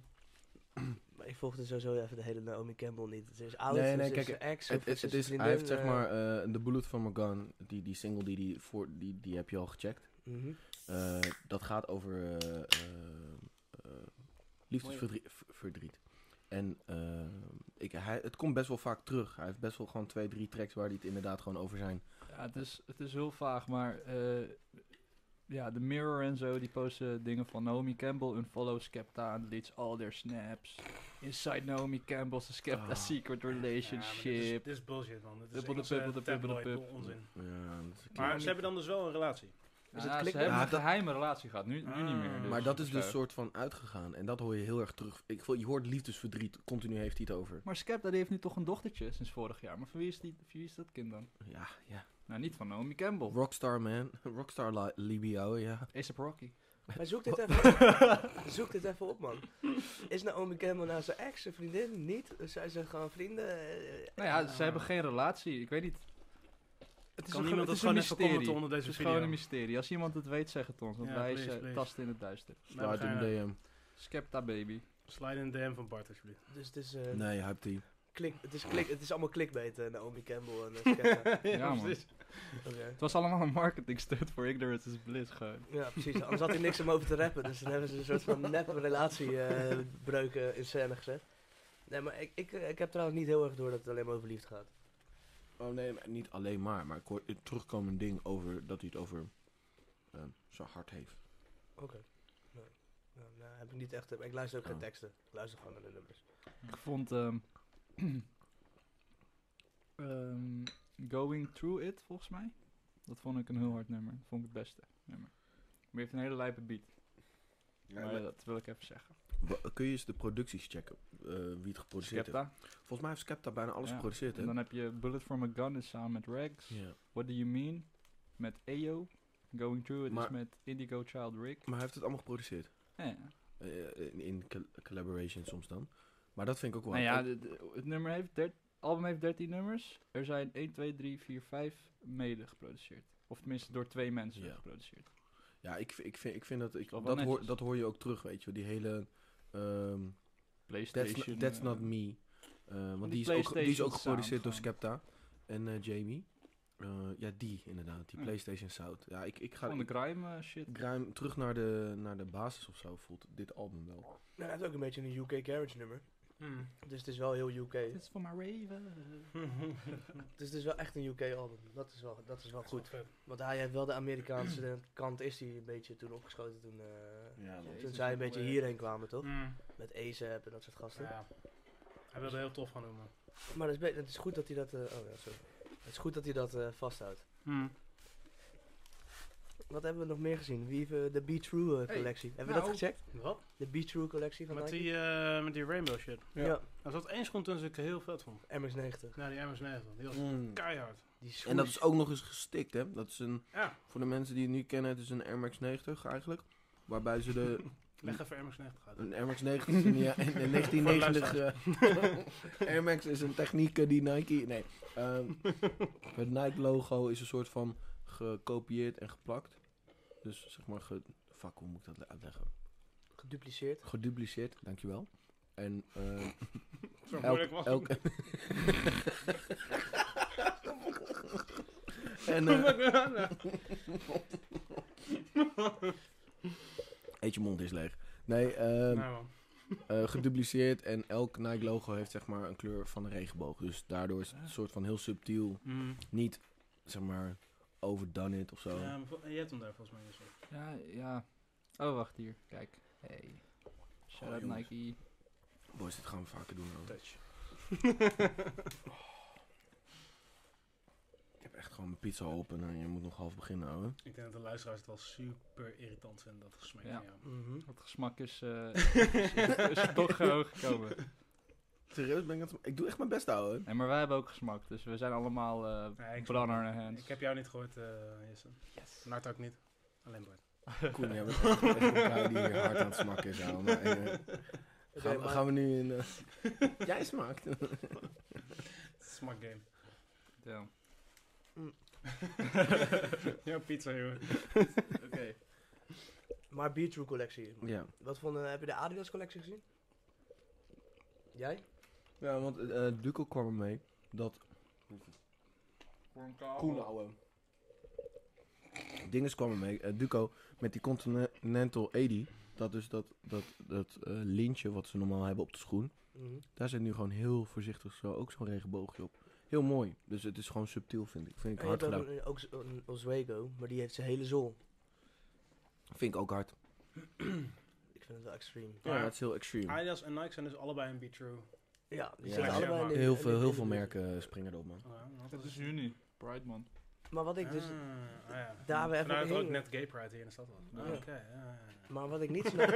[SPEAKER 3] Hmm.
[SPEAKER 2] Maar ik volgde sowieso even de hele Naomi Campbell niet. Ze is oud,
[SPEAKER 4] Nee,
[SPEAKER 2] of
[SPEAKER 4] nee,
[SPEAKER 2] ze
[SPEAKER 4] kijk,
[SPEAKER 2] is een ex,
[SPEAKER 4] Het,
[SPEAKER 2] of
[SPEAKER 4] het,
[SPEAKER 2] ze is
[SPEAKER 4] het
[SPEAKER 2] een
[SPEAKER 4] is,
[SPEAKER 2] vriendin.
[SPEAKER 4] hij heeft zeg
[SPEAKER 2] eh,
[SPEAKER 4] maar eh, de Bullet van Morgan, die, die single die, die, voor, die, die
[SPEAKER 2] eh,
[SPEAKER 4] heb je al gecheckt.
[SPEAKER 2] mhm.
[SPEAKER 4] Eh, dat gaat over eh, eh, eh, liefdesverdriet. verdriet. En eh, ik, hij, het komt best wel vaak terug. Hij heeft best wel gewoon twee, drie tracks waar die het inderdaad gewoon over zijn.
[SPEAKER 1] Ja, het is, het is heel vaag, maar eh, ja, de Mirror en zo, die posten dingen van Naomi Campbell, Unfollow Skepta and leads all their snaps. Inside Naomi Campbell's Skepta
[SPEAKER 4] Ah.
[SPEAKER 1] secret
[SPEAKER 3] dit, is,
[SPEAKER 1] relationship.
[SPEAKER 3] dit is bullshit, man. Dit is
[SPEAKER 1] Dubbel de
[SPEAKER 3] Engelse
[SPEAKER 1] pup, dubbel de pup, dubbel de
[SPEAKER 3] tabloid
[SPEAKER 1] pup.
[SPEAKER 3] onzin.
[SPEAKER 4] Ja, dat is
[SPEAKER 3] Maar
[SPEAKER 4] klopt.
[SPEAKER 3] ze hebben dan dus wel een relatie.
[SPEAKER 1] Nou,
[SPEAKER 2] is het
[SPEAKER 1] ja, ze
[SPEAKER 2] klikken?
[SPEAKER 1] hebben
[SPEAKER 4] Ja,
[SPEAKER 1] een
[SPEAKER 4] dat-
[SPEAKER 1] geheime relatie gehad, nu, nu niet meer.
[SPEAKER 3] Ah.
[SPEAKER 1] dus
[SPEAKER 4] maar dat is
[SPEAKER 1] of
[SPEAKER 4] dus
[SPEAKER 1] zo.
[SPEAKER 4] soort van uitgegaan. En dat hoor je heel erg terug. Ik, voel- je hoort liefdesverdriet. Continu heeft hij het over.
[SPEAKER 1] Maar Skepta die heeft nu toch een dochtertje sinds vorig jaar. Maar van wie is, die, van wie is dat kind dan?
[SPEAKER 4] Ja, ja.
[SPEAKER 1] Nou, niet van Naomi Campbell.
[SPEAKER 4] Rockstar, man. Rockstar li- Libio, ja.
[SPEAKER 1] A$AP Rocky.
[SPEAKER 2] Maar zoek dit even, zoek dit even op, man. Is Naomi Campbell nou zijn ex, zijn vriendin? Niet? Zijn ze gewoon vrienden? Eh,
[SPEAKER 1] Nou ja,
[SPEAKER 3] Ah.
[SPEAKER 1] ze hebben geen relatie. Ik weet niet. Het
[SPEAKER 3] Kan
[SPEAKER 1] gro-
[SPEAKER 3] niemand
[SPEAKER 1] het
[SPEAKER 3] dat
[SPEAKER 1] is een
[SPEAKER 3] gewoon even commenten
[SPEAKER 1] mysterie.
[SPEAKER 3] onder deze
[SPEAKER 1] Het is
[SPEAKER 3] video?
[SPEAKER 1] gewoon een mysterie. Als iemand het weet, zeg het ons. Want
[SPEAKER 3] Ja,
[SPEAKER 1] wij
[SPEAKER 3] please,
[SPEAKER 1] eh,
[SPEAKER 3] please.
[SPEAKER 1] tasten in het duister.
[SPEAKER 3] Nou, we
[SPEAKER 4] Start in
[SPEAKER 3] gaan, eh,
[SPEAKER 4] DM.
[SPEAKER 1] Skepta baby.
[SPEAKER 3] Slide in de DM van Bart, alsjeblieft.
[SPEAKER 2] Dus het is, eh,
[SPEAKER 4] Nee, hype die.
[SPEAKER 2] klik, het, is klik, het is allemaal clickbait, eh, Naomi Campbell en eh, Skepta.
[SPEAKER 1] Ja, man.
[SPEAKER 3] precies.
[SPEAKER 2] Oké.
[SPEAKER 1] Het was allemaal een marketingstunt voor Ignorance is Bliss gewoon.
[SPEAKER 2] Ja, precies. Anders had hij niks om over te rappen. Dus dan hebben ze een soort van nep relatiebreuken in scène gezet. Nee, maar ik, ik, ik heb trouwens niet heel erg door dat het alleen maar over liefde gaat.
[SPEAKER 4] Oh nee, maar niet alleen maar. Maar ik hoor het terugkomend ding over dat hij het over ehm, zijn hart heeft.
[SPEAKER 2] Oké. Nee. Nou, nou, heb ik niet echt. Ik luister ook geen
[SPEAKER 4] Oh.
[SPEAKER 2] teksten. Ik luister gewoon naar de nummers.
[SPEAKER 1] Ik vond ehm, ehm, Going Through It, volgens mij. Dat vond ik een heel hard nummer. Dat vond ik het beste nummer. Maar die heeft een hele lijpe beat. maar
[SPEAKER 4] maar-
[SPEAKER 1] dat wil ik even zeggen.
[SPEAKER 4] Wa- Kun je eens de producties checken? eh, wie het geproduceerd heeft?
[SPEAKER 1] Skepta.
[SPEAKER 4] Volgens mij heeft Skepta bijna alles
[SPEAKER 1] Ja,
[SPEAKER 4] geproduceerd, hè?
[SPEAKER 1] En dan heb je Bullet From A Gun is samen met Rex.
[SPEAKER 4] Ja.
[SPEAKER 1] What Do You Mean met Ayo. Going Through It is
[SPEAKER 4] Maar-
[SPEAKER 1] met Indigo Child Rick.
[SPEAKER 4] Maar hij heeft het allemaal geproduceerd.
[SPEAKER 1] Ja.
[SPEAKER 4] Eh, in in col- collaboration soms dan. Maar dat vind ik ook wel...
[SPEAKER 1] Nou ja,
[SPEAKER 4] ook-
[SPEAKER 1] de- de- het nummer heeft dert- het album heeft 13 nummers. Er zijn 1, 2, 3, 4, 5 mede geproduceerd. Of tenminste door twee mensen
[SPEAKER 4] Ja.
[SPEAKER 1] geproduceerd.
[SPEAKER 4] ja ik, vind- ik, vind, ik vind dat... Ik,
[SPEAKER 1] Is wel
[SPEAKER 4] dat, hoor,
[SPEAKER 1] netjes.
[SPEAKER 4] dat hoor je ook terug, weet je wel. Die hele... ehm, that's,
[SPEAKER 1] PlayStation.
[SPEAKER 4] not- that's
[SPEAKER 1] eh,
[SPEAKER 4] Not Me. eh, want die,
[SPEAKER 1] die
[SPEAKER 4] is ook, die is
[SPEAKER 1] PlayStation
[SPEAKER 4] ook geproduceerd door
[SPEAKER 1] sound
[SPEAKER 4] Skepta en eh, Jamie. Eh, ja, die inderdaad. Die
[SPEAKER 1] Ja.
[SPEAKER 4] PlayStation Sound. Ja, ik, ik ga...
[SPEAKER 1] Van de grime eh, shit.
[SPEAKER 4] Grime terug naar de, naar de basis of zo voelt dit album wel.
[SPEAKER 2] Nou, hij heeft ook een beetje een UK Garage nummer.
[SPEAKER 3] Hmm.
[SPEAKER 2] Dus het is wel heel UK.
[SPEAKER 1] Dit is voor mijn raven.
[SPEAKER 2] Dus het is wel echt een UK album. Dat is wel, dat is wel goed. Want hij heeft wel de Amerikaanse kant is hij een beetje toen opgeschoten toen, eh,
[SPEAKER 4] Ja,
[SPEAKER 1] man.
[SPEAKER 2] toen
[SPEAKER 1] Jezus,
[SPEAKER 2] zij een
[SPEAKER 1] hoe,
[SPEAKER 2] beetje
[SPEAKER 1] eh,
[SPEAKER 2] hierheen kwamen, toch?
[SPEAKER 3] Mm.
[SPEAKER 2] Met ASAP en dat soort gasten.
[SPEAKER 3] Ja. Hij wilde heel tof gaan doen, man.
[SPEAKER 2] Maar het is, be- het is goed dat hij dat. eh, oh ja, sorry. Het is goed dat hij dat eh, vasthoudt. Wat hebben we nog meer gezien? Wie heeft eh, de Be True eh,
[SPEAKER 1] Hey,
[SPEAKER 2] collectie? hebben we
[SPEAKER 1] nou.
[SPEAKER 2] dat gecheckt?
[SPEAKER 3] Wat?
[SPEAKER 2] De Be True collectie van
[SPEAKER 3] Met
[SPEAKER 2] Nike?
[SPEAKER 3] die, eh, met die rainbow shit.
[SPEAKER 2] ja.
[SPEAKER 3] Er zat één schoen tussen die ik heel vet vond.
[SPEAKER 2] MX90.
[SPEAKER 3] Nou, die MS-90. Die was keihard.
[SPEAKER 2] Die
[SPEAKER 4] Mm. En dat is ook nog eens gestikt, hè? Dat is een,
[SPEAKER 3] Ja,
[SPEAKER 4] voor de mensen die het nu kennen, het is een Air Max 90 eigenlijk. Waarbij ze de,
[SPEAKER 3] leg even MS-90 uit.
[SPEAKER 4] een Air Max 90 is een, ja, in de 1990... eh, Air Max is een techniek eh, die Nike... Nee, ehm, het Nike logo is een soort van gekopieerd en geplakt. Dus zeg maar, ge, fuck, hoe moet ik dat le- uitleggen?
[SPEAKER 2] gedupliceerd.
[SPEAKER 4] Gedupliceerd, dankjewel. En eh,
[SPEAKER 3] Zo moeilijk
[SPEAKER 4] Elk-
[SPEAKER 3] was het.
[SPEAKER 4] elk- en, eh, eet je mond is leeg. Nee,
[SPEAKER 3] Nou,
[SPEAKER 4] ehm,
[SPEAKER 3] man.
[SPEAKER 4] eh, gedupliceerd en elk Nike logo heeft zeg maar een kleur van een regenboog. Dus daardoor is het een soort van heel subtiel, niet zeg maar overdone it of zo.
[SPEAKER 3] Ja, maar vol- je hebt hem daar volgens mij. Dus. ook.
[SPEAKER 1] Ja, ja. Oh, wacht hier. Kijk. Hey. Shout
[SPEAKER 4] Oh,
[SPEAKER 1] out
[SPEAKER 4] jongens.
[SPEAKER 1] Nike.
[SPEAKER 4] Boys, dit gaan we vaker doen. hoor.
[SPEAKER 3] Touch.
[SPEAKER 4] Ik heb echt gewoon mijn pizza open en je moet nog half beginnen houden.
[SPEAKER 3] Ik denk dat de luisteraars het wel super irritant vinden dat gesmeek
[SPEAKER 1] Ja.
[SPEAKER 3] van jou.
[SPEAKER 2] Mhm.
[SPEAKER 1] Het gesmak is, eh, is, is toch gewoon gekomen.
[SPEAKER 4] Serieus, ben ik, aan het- ik doe echt mijn best houden.
[SPEAKER 1] Nee, maar wij hebben ook gesmak, dus we zijn allemaal eh
[SPEAKER 3] Nee, ik-
[SPEAKER 1] brand aan de hands.
[SPEAKER 3] Ik heb jou niet gehoord, eh Jesse. Nart ook niet. Alleen Bart.
[SPEAKER 4] Koen, jij bent echt, echt een guy die hier hard aan het smakken is. ouwe. Maar, eh,
[SPEAKER 2] Oké,
[SPEAKER 4] gaan, we-
[SPEAKER 2] maar
[SPEAKER 4] gaan we nu in... eh, jij smaakt.
[SPEAKER 3] Smak game.
[SPEAKER 1] Ja.
[SPEAKER 3] Jouw pizza, joh.
[SPEAKER 1] Oké.
[SPEAKER 2] maar Be True collectie.
[SPEAKER 4] ja.
[SPEAKER 2] Wat vonden, heb je de Adidas collectie gezien? Jij?
[SPEAKER 4] ja, want eh Duco kwam er mee dat Koen ouwe. Eh, Dinges kwam ermee. mee. Duco met die Continental 80. dat, dus dat, dat, dat eh, lintje wat ze normaal hebben op de schoen,
[SPEAKER 2] Mhm.
[SPEAKER 4] daar zit nu gewoon heel voorzichtig zo ook zo'n regenboogje op. Heel mooi. Dus het is gewoon subtiel, vind ik. Vind ik
[SPEAKER 2] En je
[SPEAKER 4] hard
[SPEAKER 2] hebt ook
[SPEAKER 4] gedaan.
[SPEAKER 2] een, ook z- een Oswego, maar die heeft zijn hele zool.
[SPEAKER 4] Vind ik ook hard.
[SPEAKER 2] Ik vind het wel extreem.
[SPEAKER 4] Ja,
[SPEAKER 3] Ja.
[SPEAKER 4] het is heel extreem.
[SPEAKER 3] Adidas en Nike zijn dus allebei een Be True.
[SPEAKER 2] Ja, die
[SPEAKER 4] Ja.
[SPEAKER 2] zitten
[SPEAKER 3] Ja,
[SPEAKER 2] allebei in de-
[SPEAKER 4] Heel
[SPEAKER 2] in de-
[SPEAKER 4] veel,
[SPEAKER 2] in
[SPEAKER 4] heel
[SPEAKER 2] de-
[SPEAKER 4] veel merken eh, springen erop,
[SPEAKER 3] Oh,
[SPEAKER 4] man.
[SPEAKER 1] Het is juni. Pride man.
[SPEAKER 2] Maar wat ik dus...
[SPEAKER 3] Ah, ah, ja.
[SPEAKER 2] daar we even
[SPEAKER 3] Vanuit dat ook
[SPEAKER 2] heen-
[SPEAKER 3] net Gay Pride hier in de stad was. Ah,
[SPEAKER 2] Ja.
[SPEAKER 3] Oké, ja, ja, ja.
[SPEAKER 2] Maar wat ik niet snap...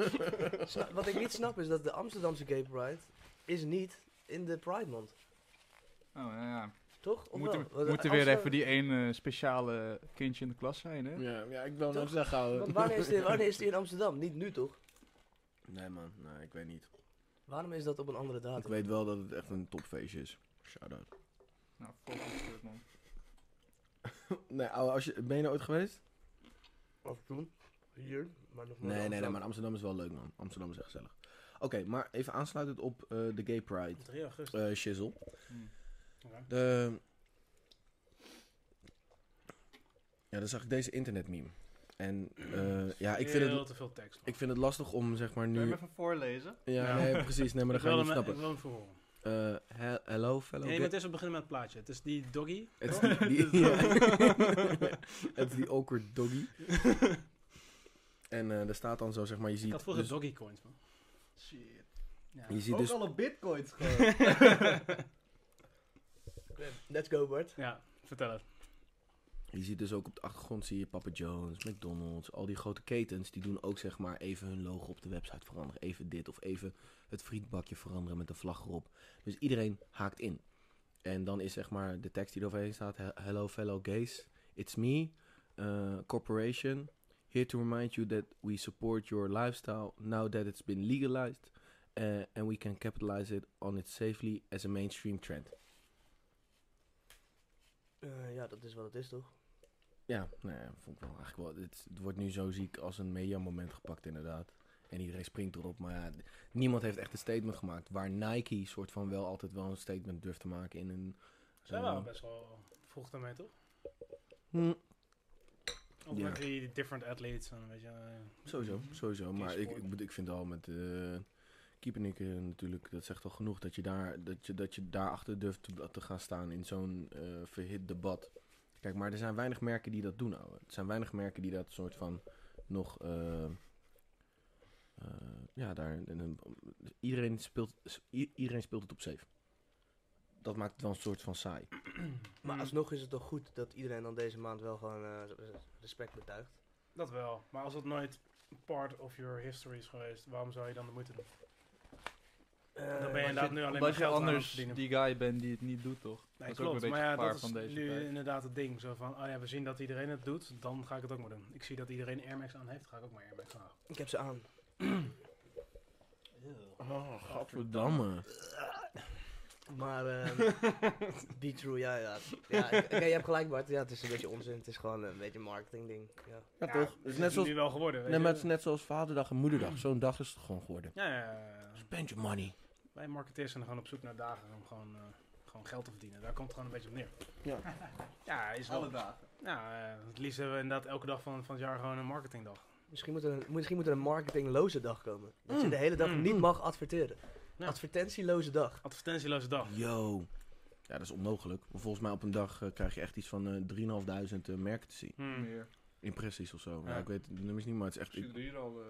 [SPEAKER 2] Sna- wat ik niet snap is dat de Amsterdamse Gay Pride is niet in de Pride Month.
[SPEAKER 1] Oh ja, ja.
[SPEAKER 2] Toch? Of
[SPEAKER 1] Moet er,
[SPEAKER 2] wel? Want, eh,
[SPEAKER 1] moet er weer
[SPEAKER 2] Amsterdam-
[SPEAKER 1] even die ene speciale kindje in de klas zijn, hè?
[SPEAKER 4] Ja, ja ik wil
[SPEAKER 2] hem nog
[SPEAKER 4] zeggen,
[SPEAKER 2] Want wanneer, is die, wanneer is die in Amsterdam? Niet nu toch?
[SPEAKER 4] Nee, man. Nee, ik weet niet.
[SPEAKER 2] Waarom is dat op een andere datum?
[SPEAKER 4] Ik weet wel dat het echt een topfeestje is. Shout-out.
[SPEAKER 1] Nou, volgens mij, man.
[SPEAKER 4] Nee, ouwe, als je, ben je er ooit geweest?
[SPEAKER 2] Of toen? Hier? Maar nog maar
[SPEAKER 4] Nee,
[SPEAKER 2] in
[SPEAKER 4] nee, nee,
[SPEAKER 2] Amsterdam.
[SPEAKER 4] maar Amsterdam is wel leuk, man. Amsterdam is echt gezellig. Oké, maar even aansluitend op eh, de Gay Pride
[SPEAKER 3] 3 augustus.
[SPEAKER 4] eh shizzle.
[SPEAKER 1] Hm.
[SPEAKER 4] Eh,
[SPEAKER 3] Oké.
[SPEAKER 4] De... Ja, dan zag ik deze internetmeme. En eh, ja, ik vind,
[SPEAKER 3] Veel
[SPEAKER 4] het,
[SPEAKER 3] te veel tekst. man.
[SPEAKER 4] ik vind het lastig om zeg maar
[SPEAKER 1] Kun je
[SPEAKER 4] nu...
[SPEAKER 1] hem even voorlezen?
[SPEAKER 4] Ja,
[SPEAKER 3] Ja.
[SPEAKER 4] nee, precies. Nee, maar
[SPEAKER 3] Ik
[SPEAKER 4] dan ga je
[SPEAKER 3] wil
[SPEAKER 4] niet
[SPEAKER 3] hem- Ik
[SPEAKER 4] snappen.
[SPEAKER 3] wil hem verhoren.
[SPEAKER 4] Eh, he- hello, fellow
[SPEAKER 3] Nee, maar Oh,
[SPEAKER 4] gay-
[SPEAKER 3] het is op beginnen met het plaatje. Het is die doggy.
[SPEAKER 4] Het is die, die- ja. Het is die awkward doggy. En eh daar staat dan zo, zeg maar, je ziet...
[SPEAKER 3] Ik had vroeger
[SPEAKER 4] dus-
[SPEAKER 3] doggy coins, man.
[SPEAKER 1] Shit.
[SPEAKER 3] Ja.
[SPEAKER 4] je ziet dus...
[SPEAKER 1] alle bitcoins gewoon.
[SPEAKER 2] Let's go Bart.
[SPEAKER 3] Ja, vertel het.
[SPEAKER 4] Je ziet dus ook op de achtergrond zie je Papa Jones, McDonald's, al die grote ketens. Die doen ook zeg maar even hun logo op de website veranderen. Even dit of even het frietbakje veranderen met de vlag erop. Dus iedereen haakt in. En dan is zeg maar de tekst die eroverheen staat. "He- Hello fellow gays, it's me, eh, corporation. Here to remind you that we support your lifestyle now that it's been legalized. eh, and we can capitalize it on it safely as a mainstream trend.
[SPEAKER 2] Eh, ja, dat is wat het is toch?
[SPEAKER 4] Ja, nou ja, vond ik wel eigenlijk wel. Het, het wordt nu zo ziek als een mediamoment gepakt, inderdaad. En iedereen springt erop, maar ja, d- niemand heeft echt een statement gemaakt. Waar Nike soort van wel altijd wel een statement durft te maken in een.
[SPEAKER 3] Ze zijn
[SPEAKER 4] zo'n-
[SPEAKER 3] wel best wel vroeg daarmee, toch?
[SPEAKER 4] Hm,
[SPEAKER 3] Ook
[SPEAKER 4] Ja.
[SPEAKER 3] met die different athletes en weet je... eh,
[SPEAKER 4] sowieso, sowieso. Maar ik, ik,
[SPEAKER 3] Kiesport.
[SPEAKER 4] bedoel, ik vind al met eh Kiepenink eh, natuurlijk, dat zegt al genoeg dat je, daar, dat je, dat je daarachter durft te, te gaan staan in zo'n eh, verhit debat. Kijk, maar er zijn weinig merken die dat doen, ouwe. Er zijn weinig merken die dat soort van nog. eh, eh, ja, daar. en een- iedereen, speelt, s- i- iedereen speelt het op safe. Dat maakt het wel een soort van saai.
[SPEAKER 2] Maar
[SPEAKER 3] Mm.
[SPEAKER 2] alsnog is het toch goed dat iedereen dan deze maand wel gewoon eh, respect betuigt.
[SPEAKER 3] Dat wel. Maar als dat nooit part of your history is geweest, waarom zou je dan de moeite doen?
[SPEAKER 2] Eh,
[SPEAKER 3] Dan ben je
[SPEAKER 2] maar
[SPEAKER 3] inderdaad
[SPEAKER 2] zit-
[SPEAKER 3] nu alleen maar
[SPEAKER 1] Omdat je
[SPEAKER 3] geld aan het
[SPEAKER 1] anders
[SPEAKER 3] verdienen.
[SPEAKER 1] die guy bent die het niet doet, toch? dat
[SPEAKER 3] Nee,
[SPEAKER 1] is ook een
[SPEAKER 3] klopt.
[SPEAKER 1] beetje
[SPEAKER 3] Maar ja,
[SPEAKER 1] het gevaar
[SPEAKER 3] dat is
[SPEAKER 1] van deze
[SPEAKER 3] nu
[SPEAKER 1] tijd.
[SPEAKER 3] inderdaad het ding. Zo van, oh ja, we zien dat iedereen het doet, dan ga ik het ook maar doen. Ik zie dat iedereen Air Max aan heeft, ga ik ook maar Air Max aan. houden.
[SPEAKER 2] Ik heb ze aan.
[SPEAKER 4] Oh, godverdamme.
[SPEAKER 2] Maar ehm be true, ja, ja. ja ik- oké, je hebt gelijk Bart. Ja, het is een beetje onzin. Het is gewoon een beetje een marketing ding. Ja.
[SPEAKER 4] Ja, toch? Het is net zoals,
[SPEAKER 3] nu wel geworden, weet
[SPEAKER 4] nee, maar
[SPEAKER 3] je.
[SPEAKER 4] het is net zoals Vaderdag en Moederdag. Zo'n dag is het gewoon geworden.
[SPEAKER 3] Ja, ja, ja, ja.
[SPEAKER 4] Spend your money.
[SPEAKER 3] Wij marketeers zijn gewoon op zoek naar dagen om gewoon, eh, gewoon geld te verdienen. Daar komt het gewoon een beetje op neer.
[SPEAKER 4] Ja.
[SPEAKER 3] Ja, is wel.
[SPEAKER 1] Alle dagen.
[SPEAKER 3] Ja, eh, het liefst hebben we inderdaad elke dag van, van het jaar gewoon een marketingdag.
[SPEAKER 2] Misschien moet, er een, misschien moet er een marketingloze dag komen. Dat je de hele dag
[SPEAKER 3] Mm.
[SPEAKER 2] niet mag adverteren.
[SPEAKER 3] Ja.
[SPEAKER 2] Advertentieloze dag.
[SPEAKER 3] Advertentieloze dag.
[SPEAKER 4] Yo. Ja, dat is onmogelijk. Maar volgens mij op een dag eh, krijg je echt iets van eh 3.500 eh, merken te zien.
[SPEAKER 3] Hmm.
[SPEAKER 1] Meer.
[SPEAKER 4] Impressies of zo. Ja.
[SPEAKER 3] Ja.
[SPEAKER 4] ik weet de nummers niet, maar het is echt... Ik,
[SPEAKER 1] Misschien hier al eh,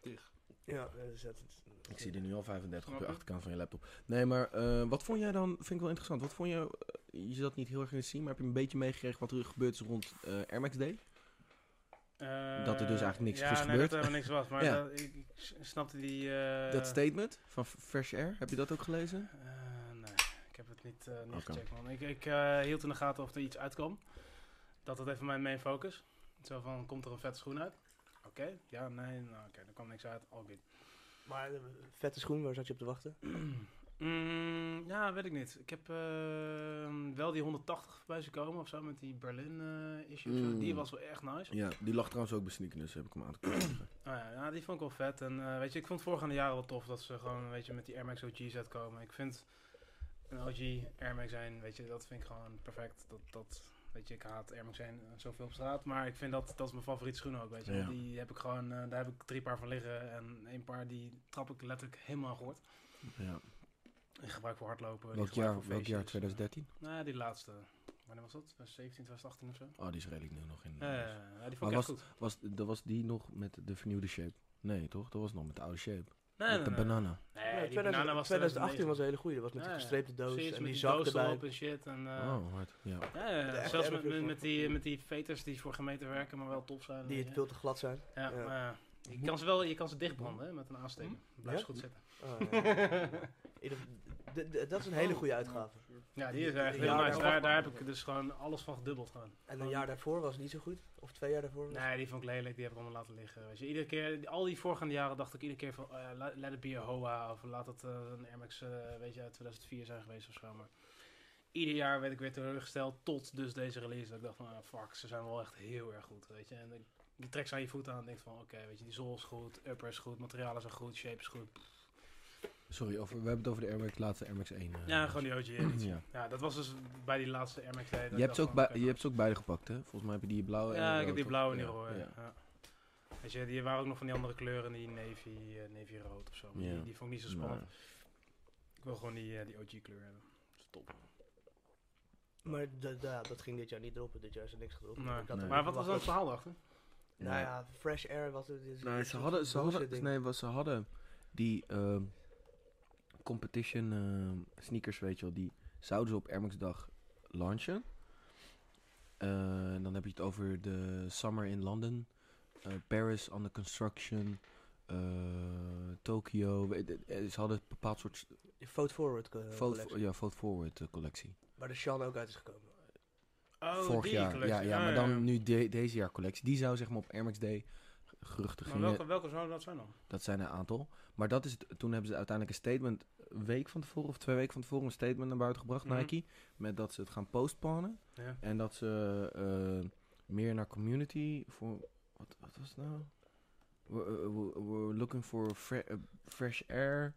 [SPEAKER 1] dicht.
[SPEAKER 2] Ja, eh, dus dat is-
[SPEAKER 4] ik zie er nu al 35 op
[SPEAKER 1] Snap
[SPEAKER 4] de
[SPEAKER 1] je?
[SPEAKER 4] achterkant van je laptop. Nee, maar eh, wat vond jij dan... Vind ik wel interessant. Wat vond je... eh, je zat niet heel erg in het zien, maar heb je een beetje meegekregen wat er gebeurd is rond eh Air Max Day?
[SPEAKER 3] Eh,
[SPEAKER 4] Dat er dus eigenlijk niks
[SPEAKER 3] ja,
[SPEAKER 4] is
[SPEAKER 3] nee,
[SPEAKER 4] gebeurd.
[SPEAKER 3] dat er helemaal niks was. Maar
[SPEAKER 4] Ja.
[SPEAKER 3] dat- ik, ik s- snapte die... eh,
[SPEAKER 4] dat statement van F- Fresh Air, heb je dat ook gelezen?
[SPEAKER 3] eh, nee, ik heb het niet, eh, niet
[SPEAKER 4] Oké.
[SPEAKER 3] gecheckt, man. Ik, ik eh, hield in de gaten of er iets uitkwam. Dat had even mijn main focus. Zo van, komt er een vette schoen uit? Oké, ja, nee, nou, oké, er kwam niks uit. All good.
[SPEAKER 2] Maar eh, vette schoen, waar zat je op te wachten?
[SPEAKER 3] Mm, ja, weet ik niet. Ik heb eh, wel die 180 bij ze komen of zo met die Berlin eh, issue. of zo.
[SPEAKER 4] Mm.
[SPEAKER 3] Die was wel echt nice.
[SPEAKER 4] Ja, die lag trouwens ook bij Sneaker, dus heb ik hem aan te krijgen.
[SPEAKER 3] Oh ja, ja, die vond ik wel vet. En eh, weet je, ik vond voorgaande jaren wel tof dat ze gewoon weet je, met die Air Max OG's uitkomen. Ik vind een OG Air Max zijn, weet je, dat vind ik gewoon perfect. Dat, dat Weet je, ik haat Air Max 1 zoveel op straat. Maar ik vind dat, dat is mijn favoriete schoen ook, weet je.
[SPEAKER 4] Ja.
[SPEAKER 3] Die heb ik gewoon, eh, daar heb ik drie paar van liggen. En één paar, die trap ik letterlijk helemaal gehoord.
[SPEAKER 4] Ja.
[SPEAKER 3] Ik gebruik voor hardlopen. die
[SPEAKER 4] Welk
[SPEAKER 3] gebruik
[SPEAKER 4] jaar?
[SPEAKER 3] voor
[SPEAKER 4] Welk jaar?
[SPEAKER 3] feestjes.
[SPEAKER 4] 2013?
[SPEAKER 3] Nou, die laatste. Wanneer was dat? 2017, 2018 of zo?
[SPEAKER 4] Oh, die is redelijk nu nog in.
[SPEAKER 3] Ja, ja, ja. Ja, die vond ik
[SPEAKER 4] was
[SPEAKER 3] echt goed.
[SPEAKER 4] Was, dat was die nog met de vernieuwde shape? Nee, toch? Dat was nog met de oude shape.
[SPEAKER 3] Nee,
[SPEAKER 4] met de banana.
[SPEAKER 3] Nee,
[SPEAKER 2] Ja,
[SPEAKER 3] die
[SPEAKER 2] 2000
[SPEAKER 3] banana was
[SPEAKER 2] 2018 was
[SPEAKER 3] 2009.
[SPEAKER 2] een hele goede. Dat was met
[SPEAKER 3] Ja,
[SPEAKER 2] die
[SPEAKER 3] ja.
[SPEAKER 2] gestreepte doos
[SPEAKER 3] Precies,
[SPEAKER 2] en
[SPEAKER 3] met
[SPEAKER 2] die
[SPEAKER 3] die
[SPEAKER 2] zak
[SPEAKER 3] doos
[SPEAKER 2] erbij.
[SPEAKER 3] erop en shit. En, eh,
[SPEAKER 4] oh, hard. Ja.
[SPEAKER 3] Ja, ja, ja.
[SPEAKER 2] echt
[SPEAKER 3] zelfs
[SPEAKER 2] erg
[SPEAKER 3] met, met,
[SPEAKER 2] veel
[SPEAKER 3] met die, met die veters die voor gemeente werken, maar wel top zijn.
[SPEAKER 2] Die
[SPEAKER 3] weet
[SPEAKER 2] het
[SPEAKER 3] je.
[SPEAKER 2] veel te glad zijn.
[SPEAKER 3] ja,
[SPEAKER 2] ja. Hm?
[SPEAKER 3] maar ja, je kan ze wel je kan ze dichtbranden hè, met een aansteker. Blijf ze
[SPEAKER 2] Ja?
[SPEAKER 3] goed zitten.
[SPEAKER 2] Oh, ja. Oh. Ieder- d- d- dat is een hele goede uitgave.
[SPEAKER 3] Ja, die is echt heel
[SPEAKER 2] Ja,
[SPEAKER 3] nice.
[SPEAKER 2] ja.
[SPEAKER 3] Daar, daar heb ik dus gewoon alles van gedubbeld gewoon.
[SPEAKER 2] En een jaar daarvoor was het niet zo goed. Of twee jaar daarvoor. was-
[SPEAKER 3] Nee, die vond ik lelijk. Die heb ik allemaal laten liggen. Weet je. Iedere keer, die- al die voorgaande jaren dacht ik iedere keer van... eh, la- let it be a hoa. Of laat het eh, een Air Max eh, weet je, uit 2004 zijn geweest of zo. Maar ieder jaar werd ik weer teleurgesteld tot dus deze release. Dat ik dacht van, ah, fuck, ze zijn wel echt heel erg goed. Weet je. En ik- je trekt ze aan je voet aan en denkt van... Oké, weet je, die zool is goed. Upper is goed. Materialen zijn goed. Shape is goed.
[SPEAKER 4] Sorry, over, we hebben het over de Air Max, laatste Air Max 1. eh,
[SPEAKER 3] Ja, gewoon die OG. Edition.
[SPEAKER 4] Ja.
[SPEAKER 3] Ja, dat was dus bij die laatste Air Max.
[SPEAKER 4] Je hebt, ze ook bij,
[SPEAKER 3] nou,
[SPEAKER 4] je hebt ze ook beide gepakt, hè? Volgens mij heb je die blauwe en
[SPEAKER 3] Ja, ik heb die
[SPEAKER 4] Oh, toch?
[SPEAKER 3] blauwe en die
[SPEAKER 4] Ja,
[SPEAKER 3] rode. Ja.
[SPEAKER 4] ja.
[SPEAKER 3] Weet je, die waren ook nog van die andere kleuren, die navy, eh, navy rood of zo. Maar
[SPEAKER 4] Ja.
[SPEAKER 3] Die, die vond ik niet zo spannend.
[SPEAKER 4] Maar-
[SPEAKER 3] Ik wil gewoon die, eh, die OG kleur hebben. Dat is top.
[SPEAKER 2] Maar d- d- ja, dat ging dit jaar niet droppen. Dit jaar is er niks gedropt.
[SPEAKER 3] Nee.
[SPEAKER 2] Ik had
[SPEAKER 4] Nee.
[SPEAKER 2] er
[SPEAKER 3] Maar
[SPEAKER 2] niet
[SPEAKER 3] wat was dan het
[SPEAKER 2] verwacht
[SPEAKER 3] verhaal daarachter?
[SPEAKER 2] dat- Nou ja, Fresh Air was het. dit is
[SPEAKER 4] Nee,
[SPEAKER 2] een
[SPEAKER 4] ze
[SPEAKER 2] soort
[SPEAKER 4] hadden, ze
[SPEAKER 2] bullshit
[SPEAKER 4] hadden,
[SPEAKER 2] ding.
[SPEAKER 4] nee, wat ze hadden die ehm, competition ehm, sneakers, weet je wel, die zouden ze op Air Max dag launchen. Eh, en dan heb je het over de Summer in London, eh, Paris under construction, eh Tokyo. weet- eh, Ze hadden een bepaald soort
[SPEAKER 2] Die Vote Forward. eh,
[SPEAKER 4] vote,
[SPEAKER 2] collectie.
[SPEAKER 4] ja, vote forward eh, collectie.
[SPEAKER 2] Waar de Sean ook uit is gekomen.
[SPEAKER 3] Oh,
[SPEAKER 4] Vorig
[SPEAKER 3] die
[SPEAKER 4] jaar,
[SPEAKER 3] collectie.
[SPEAKER 4] ja, ja,
[SPEAKER 3] Ah,
[SPEAKER 4] maar
[SPEAKER 3] ja.
[SPEAKER 4] dan nu de- deze jaar collectie. Die zou zeg maar op Air Max Day ge- geruchten
[SPEAKER 3] Maar
[SPEAKER 4] gingen.
[SPEAKER 3] welke, welke zouden dat zijn dan?
[SPEAKER 4] Dat zijn er een aantal. Maar dat is het- toen hebben ze uiteindelijk een statement, een week van tevoren of twee weken van tevoren, een statement naar buiten gebracht,
[SPEAKER 3] Mhm.
[SPEAKER 4] Nike. Met dat ze het gaan postponen.
[SPEAKER 3] Ja.
[SPEAKER 4] En dat ze eh, meer naar community voor. Wat, wat was het nou? We're, eh, we're- we're looking for fre- eh, fresh air.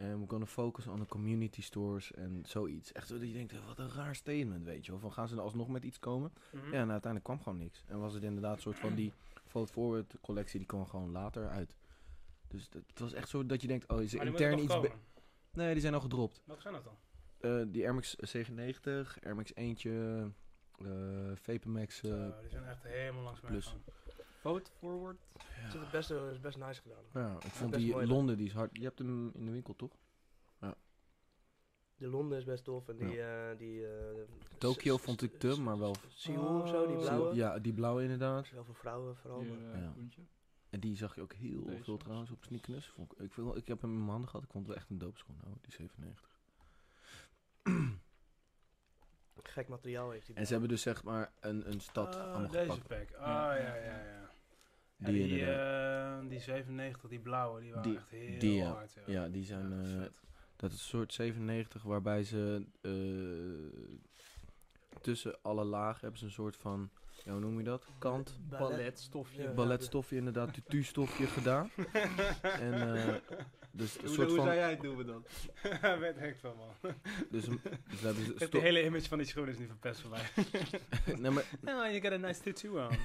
[SPEAKER 4] And we're gonna focus on the community stores en zoiets. Echt zo dat je denkt, eh, wat een raar statement, weet je wel. Van gaan ze er alsnog met iets komen?
[SPEAKER 3] Mhm.
[SPEAKER 4] Ja, en uiteindelijk kwam gewoon niks. En was het inderdaad een soort van die Fold Forward collectie, die kwam gewoon later uit. Dus dat, het was echt zo dat je denkt, oh, is er
[SPEAKER 3] Maar die
[SPEAKER 4] intern
[SPEAKER 3] moeten
[SPEAKER 4] iets...
[SPEAKER 3] toch
[SPEAKER 4] be-
[SPEAKER 3] komen?
[SPEAKER 4] Nee, die zijn al gedropt.
[SPEAKER 3] Welke zijn dat dan?
[SPEAKER 4] Eh, die Air Max 97, Air Max 1'tje, eh Vapemax... eh,
[SPEAKER 3] Zo, die zijn echt helemaal langs mij
[SPEAKER 4] plus.
[SPEAKER 3] gegaan.
[SPEAKER 1] Vote forward.
[SPEAKER 2] Dat
[SPEAKER 4] ja.
[SPEAKER 2] is best, eh, is best nice gedaan.
[SPEAKER 4] ja, ik vond
[SPEAKER 2] best
[SPEAKER 4] die
[SPEAKER 2] mooi,
[SPEAKER 4] Londen, die is hard. Je hebt hem in de winkel, toch?
[SPEAKER 2] De Londen is best tof. En die... eh, die eh,
[SPEAKER 4] Tokio
[SPEAKER 2] S- S-
[SPEAKER 4] vond ik
[SPEAKER 2] S-
[SPEAKER 4] te, maar wel...
[SPEAKER 2] Seoul of zo, die
[SPEAKER 1] Oh.
[SPEAKER 2] blauwe.
[SPEAKER 4] Ja, die blauwe
[SPEAKER 2] Dat
[SPEAKER 4] inderdaad.
[SPEAKER 2] is wel voor vrouwen vooral.
[SPEAKER 1] Hier,
[SPEAKER 2] maar-
[SPEAKER 1] eh,
[SPEAKER 4] Ja.
[SPEAKER 1] groentje.
[SPEAKER 4] En die zag je ook heel
[SPEAKER 1] Deze
[SPEAKER 4] veel
[SPEAKER 1] was-
[SPEAKER 4] trouwens op sneakers. Vond ik, ik, vind wel- ik heb hem in mijn handen gehad. Ik vond het wel echt een doopschoen, hoor, die 97.
[SPEAKER 2] Gek materiaal heeft hij.
[SPEAKER 4] En ze hebben dus zeg maar een, een stad
[SPEAKER 3] Oh,
[SPEAKER 4] allemaal
[SPEAKER 3] deze
[SPEAKER 4] gepakt.
[SPEAKER 3] pack. Oh, ja,
[SPEAKER 1] Ja.
[SPEAKER 3] ja, ja. ja. Ja,
[SPEAKER 4] Die
[SPEAKER 3] Die,
[SPEAKER 4] inderdaad.
[SPEAKER 3] eh, die 97, die blauwe, die waren
[SPEAKER 4] Die-
[SPEAKER 3] echt heel
[SPEAKER 4] die, ja.
[SPEAKER 3] hard. Ja,
[SPEAKER 4] Ja, die zijn.
[SPEAKER 3] dat is
[SPEAKER 4] eh,
[SPEAKER 3] vet.
[SPEAKER 4] dat is een soort 97 waarbij ze. eh, tussen alle lagen hebben ze een soort van. Ja, hoe noem je dat? dus Kant.
[SPEAKER 1] Balletstofje.
[SPEAKER 2] Ja.
[SPEAKER 4] Balletstofje, inderdaad. Tutu-stofje gedaan. En. eh, dus een soort van.
[SPEAKER 1] jij het doen we dan?
[SPEAKER 3] Daar werd hekt van, man.
[SPEAKER 4] Dus, een- dus hebben ze.
[SPEAKER 3] Het
[SPEAKER 4] sto-
[SPEAKER 3] hele image van die schoen is nu verpest voor mij.
[SPEAKER 4] nee, maar,
[SPEAKER 3] Oh, you got a nice tattoo on.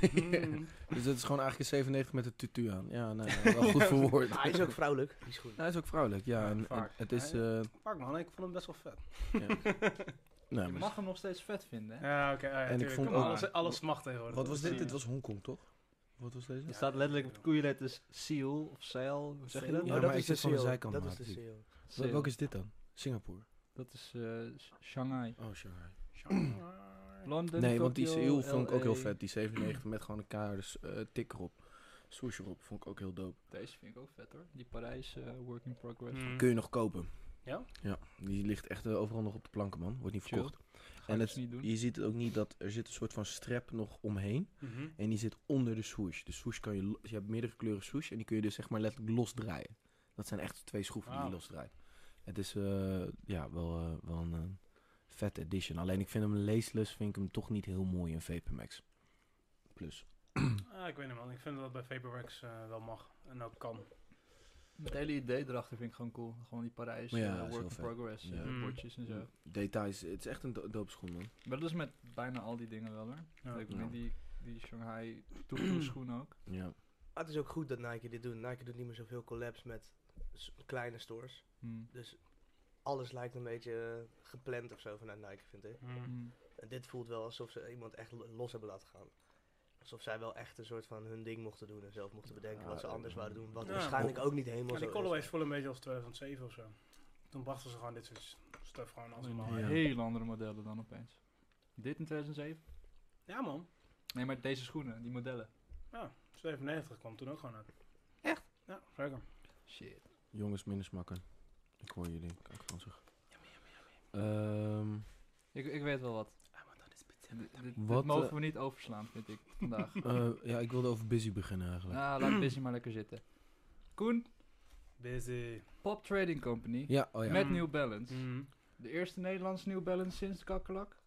[SPEAKER 4] dus het is gewoon eigenlijk een 97 met een tutu aan. Ja, nou, ja, wel goed verwoord.
[SPEAKER 2] Maar hij is ook vrouwelijk, die schoen.
[SPEAKER 4] Hij is ook vrouwelijk, ja.
[SPEAKER 3] Ja,
[SPEAKER 4] en- en
[SPEAKER 3] vaak.
[SPEAKER 4] het is. eh
[SPEAKER 3] Fuck man, ik vond hem best wel vet.
[SPEAKER 4] nee,
[SPEAKER 1] Je
[SPEAKER 4] maar-
[SPEAKER 1] mag hem nog steeds vet vinden, hè?
[SPEAKER 3] Ja, oké. ah, ja,
[SPEAKER 4] En ik
[SPEAKER 3] tuurlijk.
[SPEAKER 4] vond
[SPEAKER 3] Kom,
[SPEAKER 1] ook-
[SPEAKER 3] alles, alles mag tegenwoordig.
[SPEAKER 4] wat was dit?
[SPEAKER 1] Ja.
[SPEAKER 4] Dit was Hongkong, toch? Wat was deze?
[SPEAKER 1] Er staat letterlijk op de koeienletters seal of zeil. Hoe zeg je dat?
[SPEAKER 4] Ja,
[SPEAKER 2] Oh,
[SPEAKER 4] maar
[SPEAKER 2] dat
[SPEAKER 4] ik
[SPEAKER 2] is de
[SPEAKER 4] zit van de
[SPEAKER 2] seal.
[SPEAKER 4] zijkant,
[SPEAKER 2] Dat
[SPEAKER 4] maar
[SPEAKER 2] is de E
[SPEAKER 4] natuurlijk.
[SPEAKER 2] seal.
[SPEAKER 4] Wel-
[SPEAKER 1] Seal.
[SPEAKER 4] Welke is dit dan? Singapore.
[SPEAKER 1] Dat is eh, Shanghai.
[SPEAKER 4] Oh, Shanghai.
[SPEAKER 1] London,
[SPEAKER 4] nee, want die
[SPEAKER 1] Tokyo,
[SPEAKER 4] Seal vond ik ook heel
[SPEAKER 1] LA.
[SPEAKER 4] vet. Die 97 met gewoon een keiharde s- eh, tik erop. Swoosh erop, vond ik ook heel dope.
[SPEAKER 1] Deze vind ik ook vet hoor. Die Parijs eh, work in progress.
[SPEAKER 3] Hmm.
[SPEAKER 4] Kun je nog kopen.
[SPEAKER 3] Hm. Ja?
[SPEAKER 4] Ja, die ligt echt eh, overal nog op de planken, man. Wordt niet
[SPEAKER 1] Chill.
[SPEAKER 4] verkocht.
[SPEAKER 1] Ga
[SPEAKER 4] En
[SPEAKER 1] ik
[SPEAKER 4] het,
[SPEAKER 1] dus niet doen.
[SPEAKER 4] je ziet het ook niet dat er zit een soort van strep nog omheen.
[SPEAKER 3] Mhm.
[SPEAKER 4] En die zit onder de swoosh. De swoosh kan je... lo- Je hebt meerdere kleuren swoosh en die kun je dus zeg maar letterlijk losdraaien. Dat zijn echt twee schroeven die je
[SPEAKER 3] Wauw.
[SPEAKER 4] losdraait. Het is eh, ja, wel, eh, wel een eh, vet edition. Alleen ik vind hem laceless, vind ik hem toch niet heel mooi in VPMX. Plus.
[SPEAKER 3] Ah, ik weet niet man, ik vind dat dat bij Vaporwax eh, wel mag en ook kan.
[SPEAKER 1] Het hele idee erachter vind ik gewoon cool. Gewoon die Parijs,
[SPEAKER 4] Ja,
[SPEAKER 1] eh,
[SPEAKER 4] dat is
[SPEAKER 1] work
[SPEAKER 4] heel
[SPEAKER 1] in
[SPEAKER 4] vet.
[SPEAKER 1] progress,
[SPEAKER 4] Ja. Hmm.
[SPEAKER 1] eh,
[SPEAKER 3] Mm.
[SPEAKER 1] bordjes en zo.
[SPEAKER 4] Details, het is echt een do- dope schoen, man.
[SPEAKER 1] Maar dat is met bijna al die dingen wel hoor.
[SPEAKER 3] Ja.
[SPEAKER 1] Ik
[SPEAKER 4] Ja.
[SPEAKER 1] bedoel, die, die Shanghai Tutu schoen ook.
[SPEAKER 4] Ja.
[SPEAKER 2] Maar het is ook goed dat Nike dit doet. Nike doet niet meer zoveel collabs met s- kleine stores.
[SPEAKER 1] Hmm.
[SPEAKER 2] Dus alles lijkt een beetje eh, gepland of zo vanuit Nike, vind ik.
[SPEAKER 3] Mm.
[SPEAKER 1] Hmm.
[SPEAKER 2] En dit voelt wel alsof ze iemand echt lo- los hebben laten gaan. Alsof zij wel echt een soort van hun ding mochten doen en zelf mochten bedenken
[SPEAKER 4] Ja,
[SPEAKER 2] wat ze anders
[SPEAKER 4] eh,
[SPEAKER 2] wouden doen. Wat
[SPEAKER 3] ja.
[SPEAKER 2] waarschijnlijk ook niet helemaal
[SPEAKER 3] Maar
[SPEAKER 2] zo
[SPEAKER 3] die
[SPEAKER 2] is.
[SPEAKER 3] colorways voelen een beetje als 2007 of zo. Toen brachten ze gewoon dit soort stuff gewoon als normaal.
[SPEAKER 1] Allemaal
[SPEAKER 4] Ja.
[SPEAKER 3] Ja.
[SPEAKER 1] Heel andere modellen dan opeens. Dit in 2007?
[SPEAKER 3] man.
[SPEAKER 1] Nee, maar deze schoenen, die modellen.
[SPEAKER 3] Ja, 97 kwam toen ook gewoon uit.
[SPEAKER 2] Echt?
[SPEAKER 3] Ja, zeker.
[SPEAKER 1] Shit.
[SPEAKER 4] Jongens, minder smakken. Ik hoor jullie. Ik kan van zich. Ehm,
[SPEAKER 1] Ik, ik weet wel wat. Dit- dit- Dit
[SPEAKER 4] Wat,
[SPEAKER 1] mogen
[SPEAKER 4] eh,
[SPEAKER 1] we niet overslaan, vind ik, vandaag.
[SPEAKER 4] ja, ik wilde over Busy beginnen eigenlijk.
[SPEAKER 1] Ah, laat Busy maar lekker zitten. Koen,
[SPEAKER 3] Busy.
[SPEAKER 1] Pop Trading Company.
[SPEAKER 4] Ja, oh ja.
[SPEAKER 1] Met
[SPEAKER 3] Mm.
[SPEAKER 1] New Balance. De eerste Nederlandse New Balance sinds de kakkelak?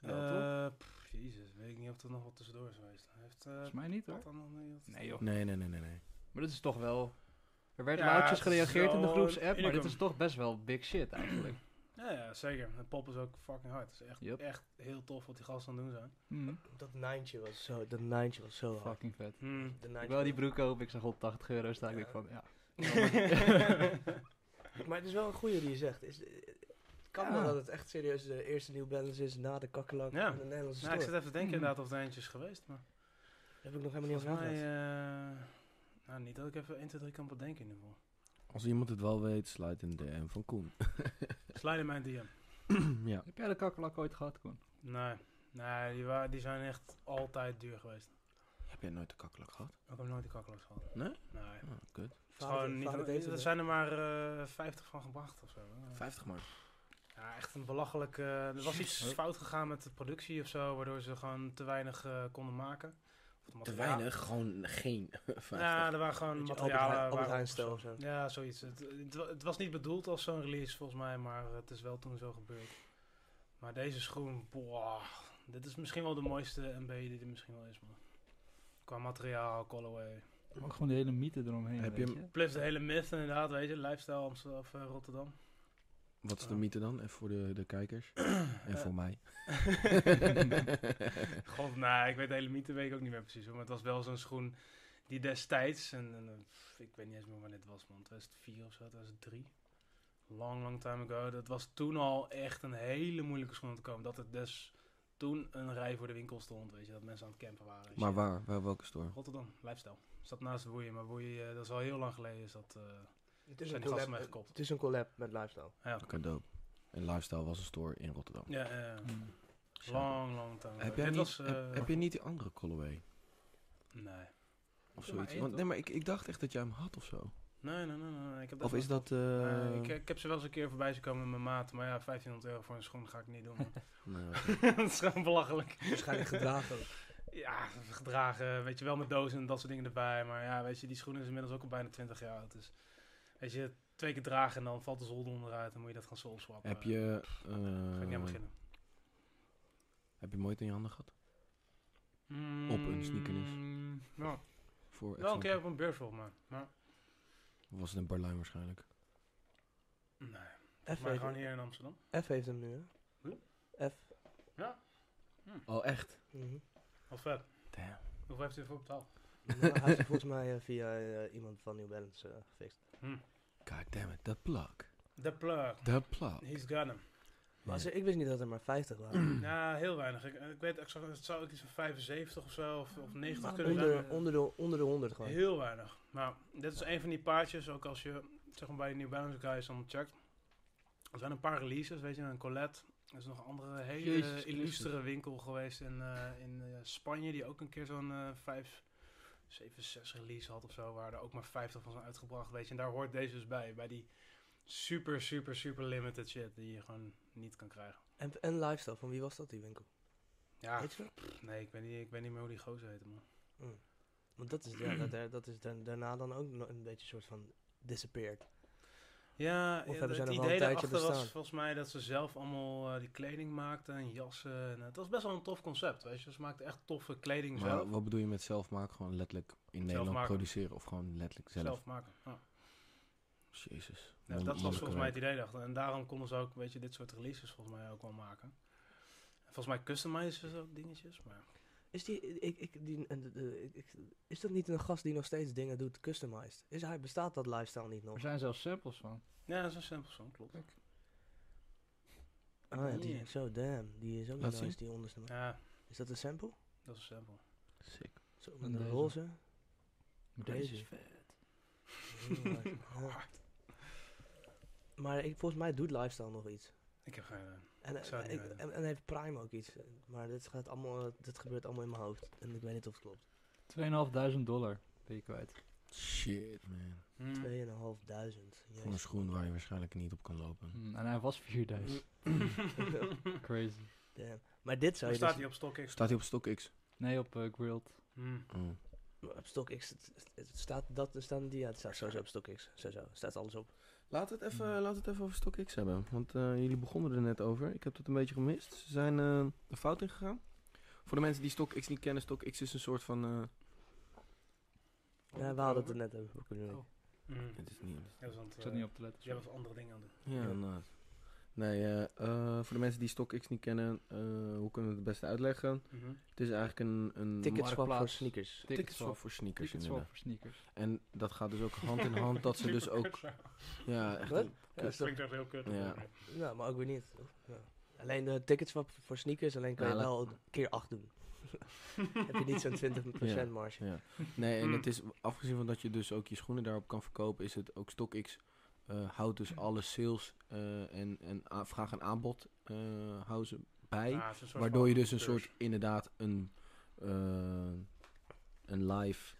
[SPEAKER 1] Wel, toch?
[SPEAKER 3] Eh, pff, Jezus, weet ik niet of dat nog wat tussendoor is geweest. Heeft eh,
[SPEAKER 1] Volgens mij niet hoor.
[SPEAKER 3] dat dan nog niet?
[SPEAKER 1] Nee joh.
[SPEAKER 4] Nee, nee, nee, nee. nee.
[SPEAKER 1] Maar dat is toch wel... Er werd
[SPEAKER 3] Ja,
[SPEAKER 1] loutjes
[SPEAKER 3] het is
[SPEAKER 1] gereageerd in de
[SPEAKER 3] wel
[SPEAKER 1] groepsapp, maar dit
[SPEAKER 3] unicorn.
[SPEAKER 1] is toch best wel big shit eigenlijk.
[SPEAKER 3] Ja, ja, zeker. En pop is ook fucking hard. Het is echt,
[SPEAKER 1] Yep.
[SPEAKER 3] echt heel tof wat die gasten aan het doen zijn.
[SPEAKER 1] Hmm,
[SPEAKER 2] Dat nijntje was zo, dat nijntje was zo hard.
[SPEAKER 1] Fucking vet.
[SPEAKER 2] De
[SPEAKER 1] Ik
[SPEAKER 2] nijntje
[SPEAKER 1] wil die broek kopen, ik zag op 80 euro staan. Ik denk
[SPEAKER 2] Ja.
[SPEAKER 1] van, ja.
[SPEAKER 2] Maar het is wel een goeie die je zegt. Is, het kan
[SPEAKER 1] Ja.
[SPEAKER 2] wel dat het echt serieus de eerste New Balance is na de kakkelak
[SPEAKER 3] Ja.
[SPEAKER 2] en de Nederlandse
[SPEAKER 3] nou, ik
[SPEAKER 2] store.
[SPEAKER 3] zit even te denken
[SPEAKER 1] Hmm.
[SPEAKER 3] inderdaad of het eentje is geweest, maar
[SPEAKER 2] heb ik nog helemaal niet
[SPEAKER 3] volgens
[SPEAKER 2] over nagedacht.
[SPEAKER 3] mij... eh, nou, niet dat ik even 1, 2, 3 kan bedenken in ieder geval.
[SPEAKER 4] Als iemand het wel weet, sluit een DM van Koen.
[SPEAKER 3] Slide in mijn DM.
[SPEAKER 4] ja.
[SPEAKER 1] Heb jij de kakkelak ooit gehad, Koen?
[SPEAKER 3] Nee, nee die, wa- die zijn echt altijd duur geweest.
[SPEAKER 4] Heb jij nooit de kakkelak gehad?
[SPEAKER 3] Ik heb nooit die kakkeloos gehad.
[SPEAKER 4] Nee?
[SPEAKER 3] Nee.
[SPEAKER 1] Ah,
[SPEAKER 4] Oh, kut.
[SPEAKER 3] Het is gewoon niet,
[SPEAKER 2] Vader deed
[SPEAKER 3] er
[SPEAKER 2] het,
[SPEAKER 3] zijn er maar eh 50 van gebracht of zo. hè.
[SPEAKER 4] 50 man.
[SPEAKER 3] Ja, echt een belachelijk. eh, er was iets
[SPEAKER 4] Jezus.
[SPEAKER 3] fout gegaan met de productie of zo, waardoor ze gewoon te weinig eh, konden maken. Of het
[SPEAKER 4] Te
[SPEAKER 3] materiaal-
[SPEAKER 4] weinig, gewoon geen 50.
[SPEAKER 3] Ja, er waren gewoon
[SPEAKER 2] Beetje
[SPEAKER 3] eh, materialen.
[SPEAKER 2] Albert Heijn- Albert
[SPEAKER 3] waren
[SPEAKER 2] Heijn-stijl
[SPEAKER 3] opgezocht.
[SPEAKER 2] of
[SPEAKER 3] Ja, zoiets. Het, het, wa- het was niet bedoeld als zo'n release volgens mij, maar het is wel toen zo gebeurd. Maar deze schoen, boah, dit is misschien wel de mooiste MB die er misschien wel is, man. Qua materiaal, colorway.
[SPEAKER 1] Maar ook gewoon de hele mythe eromheen.
[SPEAKER 4] Heb
[SPEAKER 1] weet
[SPEAKER 4] je hem-
[SPEAKER 3] Plus de hele myth inderdaad, weet je, lifestyle Amsterdam of eh, Rotterdam.
[SPEAKER 4] Wat is de mythe dan? Even voor de, de kijkers. en voor mij.
[SPEAKER 3] God, nou, ik weet de hele mythe weet ik ook niet meer precies hoor. Maar het was wel zo'n schoen die destijds, en, en, eh, pff, ik weet niet eens meer wanneer het was man, 2004 of zo, 2003. Long, long time ago. Dat was toen al echt een hele moeilijke schoen om te komen. Dat het dus toen een rij voor de winkel stond, weet je, dat mensen aan het campen waren. en
[SPEAKER 4] maar
[SPEAKER 3] shit.
[SPEAKER 4] waar? Waar welke store?
[SPEAKER 3] Rotterdam, lifestyle. Zat naast Woeien, maar Woeien, eh, dat is al heel lang geleden, is dat, eh,
[SPEAKER 2] Het is,
[SPEAKER 3] zijn
[SPEAKER 2] een
[SPEAKER 3] die gasten mee
[SPEAKER 2] collab,
[SPEAKER 3] gekoppeld.
[SPEAKER 2] het is een collab met Lifestyle.
[SPEAKER 3] Ja,
[SPEAKER 4] Oké, dope. En Lifestyle was een store in Rotterdam.
[SPEAKER 3] ja, ja, ja.
[SPEAKER 1] Hmm.
[SPEAKER 3] Long, long time ago.
[SPEAKER 4] Heb jij,
[SPEAKER 3] Dit
[SPEAKER 4] niet,
[SPEAKER 3] was,
[SPEAKER 4] heb,
[SPEAKER 3] eh,
[SPEAKER 4] heb je niet die andere colorway?
[SPEAKER 3] Nee.
[SPEAKER 4] Of
[SPEAKER 1] Ja, maar
[SPEAKER 4] zoiets?
[SPEAKER 1] één
[SPEAKER 4] Want,
[SPEAKER 1] toch?
[SPEAKER 4] nee, maar ik, ik dacht echt dat jij hem had of zo.
[SPEAKER 3] Nee, nee, nee, nee. nee, Ik heb
[SPEAKER 4] Of
[SPEAKER 3] nooit
[SPEAKER 4] is dat... eh,
[SPEAKER 3] Nee, ik, ik heb ze wel eens een keer voorbij zien komen met mijn maat. Maar ja, 1500 euro voor een schoen ga ik niet doen. man.
[SPEAKER 4] nee, oké.
[SPEAKER 3] dat is gewoon belachelijk.
[SPEAKER 2] Waarschijnlijk gedragen ook.
[SPEAKER 3] Ja, gedragen, weet je wel, met dozen en dat soort dingen erbij. Maar ja, weet je, die schoen is inmiddels ook al bijna 20 jaar oud. Dus weet je, twee keer dragen en dan valt de zolder onderuit. Dan moet je dat gaan soul swappen.
[SPEAKER 4] heb je...
[SPEAKER 3] Ga ik niet aan
[SPEAKER 4] eh,
[SPEAKER 3] beginnen.
[SPEAKER 4] heb je hem ooit in je handen gehad? op een sneakernis.
[SPEAKER 3] Mm, ja.
[SPEAKER 4] Voor
[SPEAKER 3] Wel een keer
[SPEAKER 4] example?
[SPEAKER 3] op een beurs volgens mij. Maar
[SPEAKER 4] Was het in Berlijn waarschijnlijk?
[SPEAKER 2] F,
[SPEAKER 3] nee, maar
[SPEAKER 2] heeft,
[SPEAKER 3] gewoon hier in Amsterdam.
[SPEAKER 2] F heeft hem nu, hè? F.
[SPEAKER 4] Oh, echt?
[SPEAKER 2] Mhm.
[SPEAKER 3] Wat vet.
[SPEAKER 4] Damn.
[SPEAKER 3] Hoeveel heeft u ervoor betaald?
[SPEAKER 2] Nou, hij heeft het volgens mij eh, via eh, iemand van New Balance eh, gefixt.
[SPEAKER 4] God damn it. De plak.
[SPEAKER 3] Hm. De plug.
[SPEAKER 4] De plak.
[SPEAKER 3] He's got him.
[SPEAKER 2] Maar ze- ik wist niet dat er maar 50 waren.
[SPEAKER 1] Ehm.
[SPEAKER 3] Nou, heel weinig. Ik, ik weet exact, het zou ook iets van 75 of zo, of, of 90
[SPEAKER 1] Maar
[SPEAKER 3] kunnen zijn.
[SPEAKER 2] onder, onder, de, onder de 100 gewoon.
[SPEAKER 3] Heel weinig. Nou, dit is een van die paardjes, ook als je zeg maar, bij de New Balance guys allemaal checkt. Er zijn een paar releases, weet je, een Colette. Er is nog een andere hele
[SPEAKER 1] Jezus Christus.
[SPEAKER 3] illustere winkel geweest in, eh, in eh, Spanje, die ook een keer zo'n eh 5, 7, 6 release had of zo, waar er ook maar 50 van zijn uitgebracht, weet je. En daar hoort deze dus bij, bij die super, super, super limited shit die je gewoon niet kan krijgen.
[SPEAKER 2] En, en Lifestyle, van wie was dat die winkel?
[SPEAKER 3] Ja,
[SPEAKER 2] Weet je wel?
[SPEAKER 3] pff, nee, ik weet, niet, ik weet niet meer hoe die gozer heette, man.
[SPEAKER 2] Want dat is, ja, dat, daar- dat is dan- daarna dan ook no- een beetje een soort van disappeared.
[SPEAKER 3] Ja,
[SPEAKER 2] Of
[SPEAKER 3] ja,
[SPEAKER 2] hebben zij
[SPEAKER 3] het
[SPEAKER 2] nog wel een
[SPEAKER 3] idee
[SPEAKER 2] tijdje
[SPEAKER 3] daarachter was
[SPEAKER 2] bestaan?
[SPEAKER 3] volgens mij dat ze zelf allemaal eh, die kleding maakten en jassen. En, eh, het was best wel een tof concept, weet je. Ze maakten echt toffe kleding zelf.
[SPEAKER 4] Maar wat bedoel je met zelf maken? Gewoon letterlijk in Nederland
[SPEAKER 3] maken.
[SPEAKER 4] produceren of gewoon letterlijk zelf?
[SPEAKER 3] Zelf maken. ja.
[SPEAKER 4] Jezus.
[SPEAKER 3] Ja, dat was volgens mij het idee dacht. En daarom konden ze ook, weet je, dit soort releases volgens mij ook wel maken. Volgens mij customizen ze ook dingetjes, maar...
[SPEAKER 2] Is, die, ik, ik, die, eh, de- de- ik- ik- is dat niet een gast die nog steeds dingen doet customized? Is hij, bestaat dat lifestyle niet nog?
[SPEAKER 1] Er zijn zelfs samples van.
[SPEAKER 3] Ja, dat is een simpel zo, klopt. Oh,
[SPEAKER 2] Ah, ja, die,
[SPEAKER 3] Nee.
[SPEAKER 2] zo, damn. Die is ook
[SPEAKER 4] Laat
[SPEAKER 2] niet
[SPEAKER 4] zien.
[SPEAKER 2] nice, die onderste man.
[SPEAKER 3] Ja,
[SPEAKER 2] Is dat een sample?
[SPEAKER 3] dat is een simpel.
[SPEAKER 4] Sick.
[SPEAKER 2] Zo,
[SPEAKER 1] En
[SPEAKER 2] met een
[SPEAKER 1] deze.
[SPEAKER 2] roze.
[SPEAKER 1] Maar
[SPEAKER 2] Crazy.
[SPEAKER 1] deze is vet.
[SPEAKER 2] Heel hard. Ja. Oh Maar ik, volgens mij doet lifestyle nog iets.
[SPEAKER 3] Ik heb geen idee.
[SPEAKER 2] En,
[SPEAKER 3] Ik zou het
[SPEAKER 2] eh,
[SPEAKER 3] niet
[SPEAKER 2] ik-
[SPEAKER 3] weten.
[SPEAKER 2] en, en heeft Prime ook iets. Maar dit, gaat allemaal, eh, dit gebeurt allemaal in mijn hoofd. En ik weet niet of het klopt.
[SPEAKER 1] 2.500 dollar ben je kwijt.
[SPEAKER 4] Shit, man.
[SPEAKER 3] Mm. Hmm.
[SPEAKER 2] 2500.
[SPEAKER 4] Voor een
[SPEAKER 2] Jezus.
[SPEAKER 4] schoen waar je waarschijnlijk niet op kan
[SPEAKER 3] Hm.
[SPEAKER 4] lopen.
[SPEAKER 1] Mm, en hij was 4000. Crazy.
[SPEAKER 2] Damn. Maar dit zou
[SPEAKER 3] Hoe
[SPEAKER 2] je
[SPEAKER 3] staat
[SPEAKER 2] dus...
[SPEAKER 3] hij op StockX?
[SPEAKER 4] Staat hij op StockX?
[SPEAKER 1] Nee, op eh, Grilled.
[SPEAKER 3] Hmm.
[SPEAKER 4] Oh.
[SPEAKER 2] Op StockX, het, het- het staat, dat, er staan die, ja, het staat sowieso op StockX. Sowieso, het staat alles op.
[SPEAKER 4] Laat het even,
[SPEAKER 1] Hmm.
[SPEAKER 4] laat het even over StockX hebben. Want eh, jullie begonnen er net over. Ik heb het een beetje gemist. Ze zijn eh de fout ingegaan. Voor de mensen die StockX niet kennen, StockX is een soort van... eh,
[SPEAKER 2] Ja, we hadden het er net over. Kunnen we
[SPEAKER 1] Oh.
[SPEAKER 2] niet.
[SPEAKER 3] Hmm.
[SPEAKER 4] het is niet...
[SPEAKER 3] Ja, dat is want,
[SPEAKER 1] Ik zat
[SPEAKER 3] eh,
[SPEAKER 1] niet op te letten.
[SPEAKER 3] Jij
[SPEAKER 1] sorry.
[SPEAKER 3] was andere dingen aan het doen.
[SPEAKER 4] Ja,
[SPEAKER 2] Ja.
[SPEAKER 4] inderdaad. Nee, eh, eh, voor de mensen die StockX niet kennen, eh, hoe kunnen we het het beste uitleggen? Het is eigenlijk een... een
[SPEAKER 2] Ticket swap voor
[SPEAKER 1] Marktplaats.
[SPEAKER 2] sneakers.
[SPEAKER 4] Ticketswap
[SPEAKER 1] Ticketswap.
[SPEAKER 4] voor sneakers,
[SPEAKER 1] Ticketswap
[SPEAKER 4] inderdaad.
[SPEAKER 1] voor sneakers.
[SPEAKER 4] En dat gaat dus ook hand in hand dat ze dus ook... Ja, echt
[SPEAKER 2] Wat?
[SPEAKER 4] een-
[SPEAKER 2] Ja, is
[SPEAKER 3] Dat
[SPEAKER 2] dat-
[SPEAKER 3] klinkt echt heel kut.
[SPEAKER 4] Ja.
[SPEAKER 2] ja, maar ook weer niet. Ja. Alleen de tickets voor, voor sneakers, alleen kan
[SPEAKER 4] Ja,
[SPEAKER 2] je
[SPEAKER 4] laat-
[SPEAKER 2] wel een keer 8 doen. Heb je niet zo'n 20% marge.
[SPEAKER 4] Ja. Nee,
[SPEAKER 2] Mm.
[SPEAKER 4] en
[SPEAKER 3] Hmm.
[SPEAKER 4] het is, afgezien van dat je dus ook je schoenen daarop kan verkopen, is het ook StockX eh, houdt dus alle sales eh, en, en a- vraag en aanbod eh houden ze bij.
[SPEAKER 3] Ah,
[SPEAKER 4] waardoor je dus een soort, inderdaad, een, eh, een live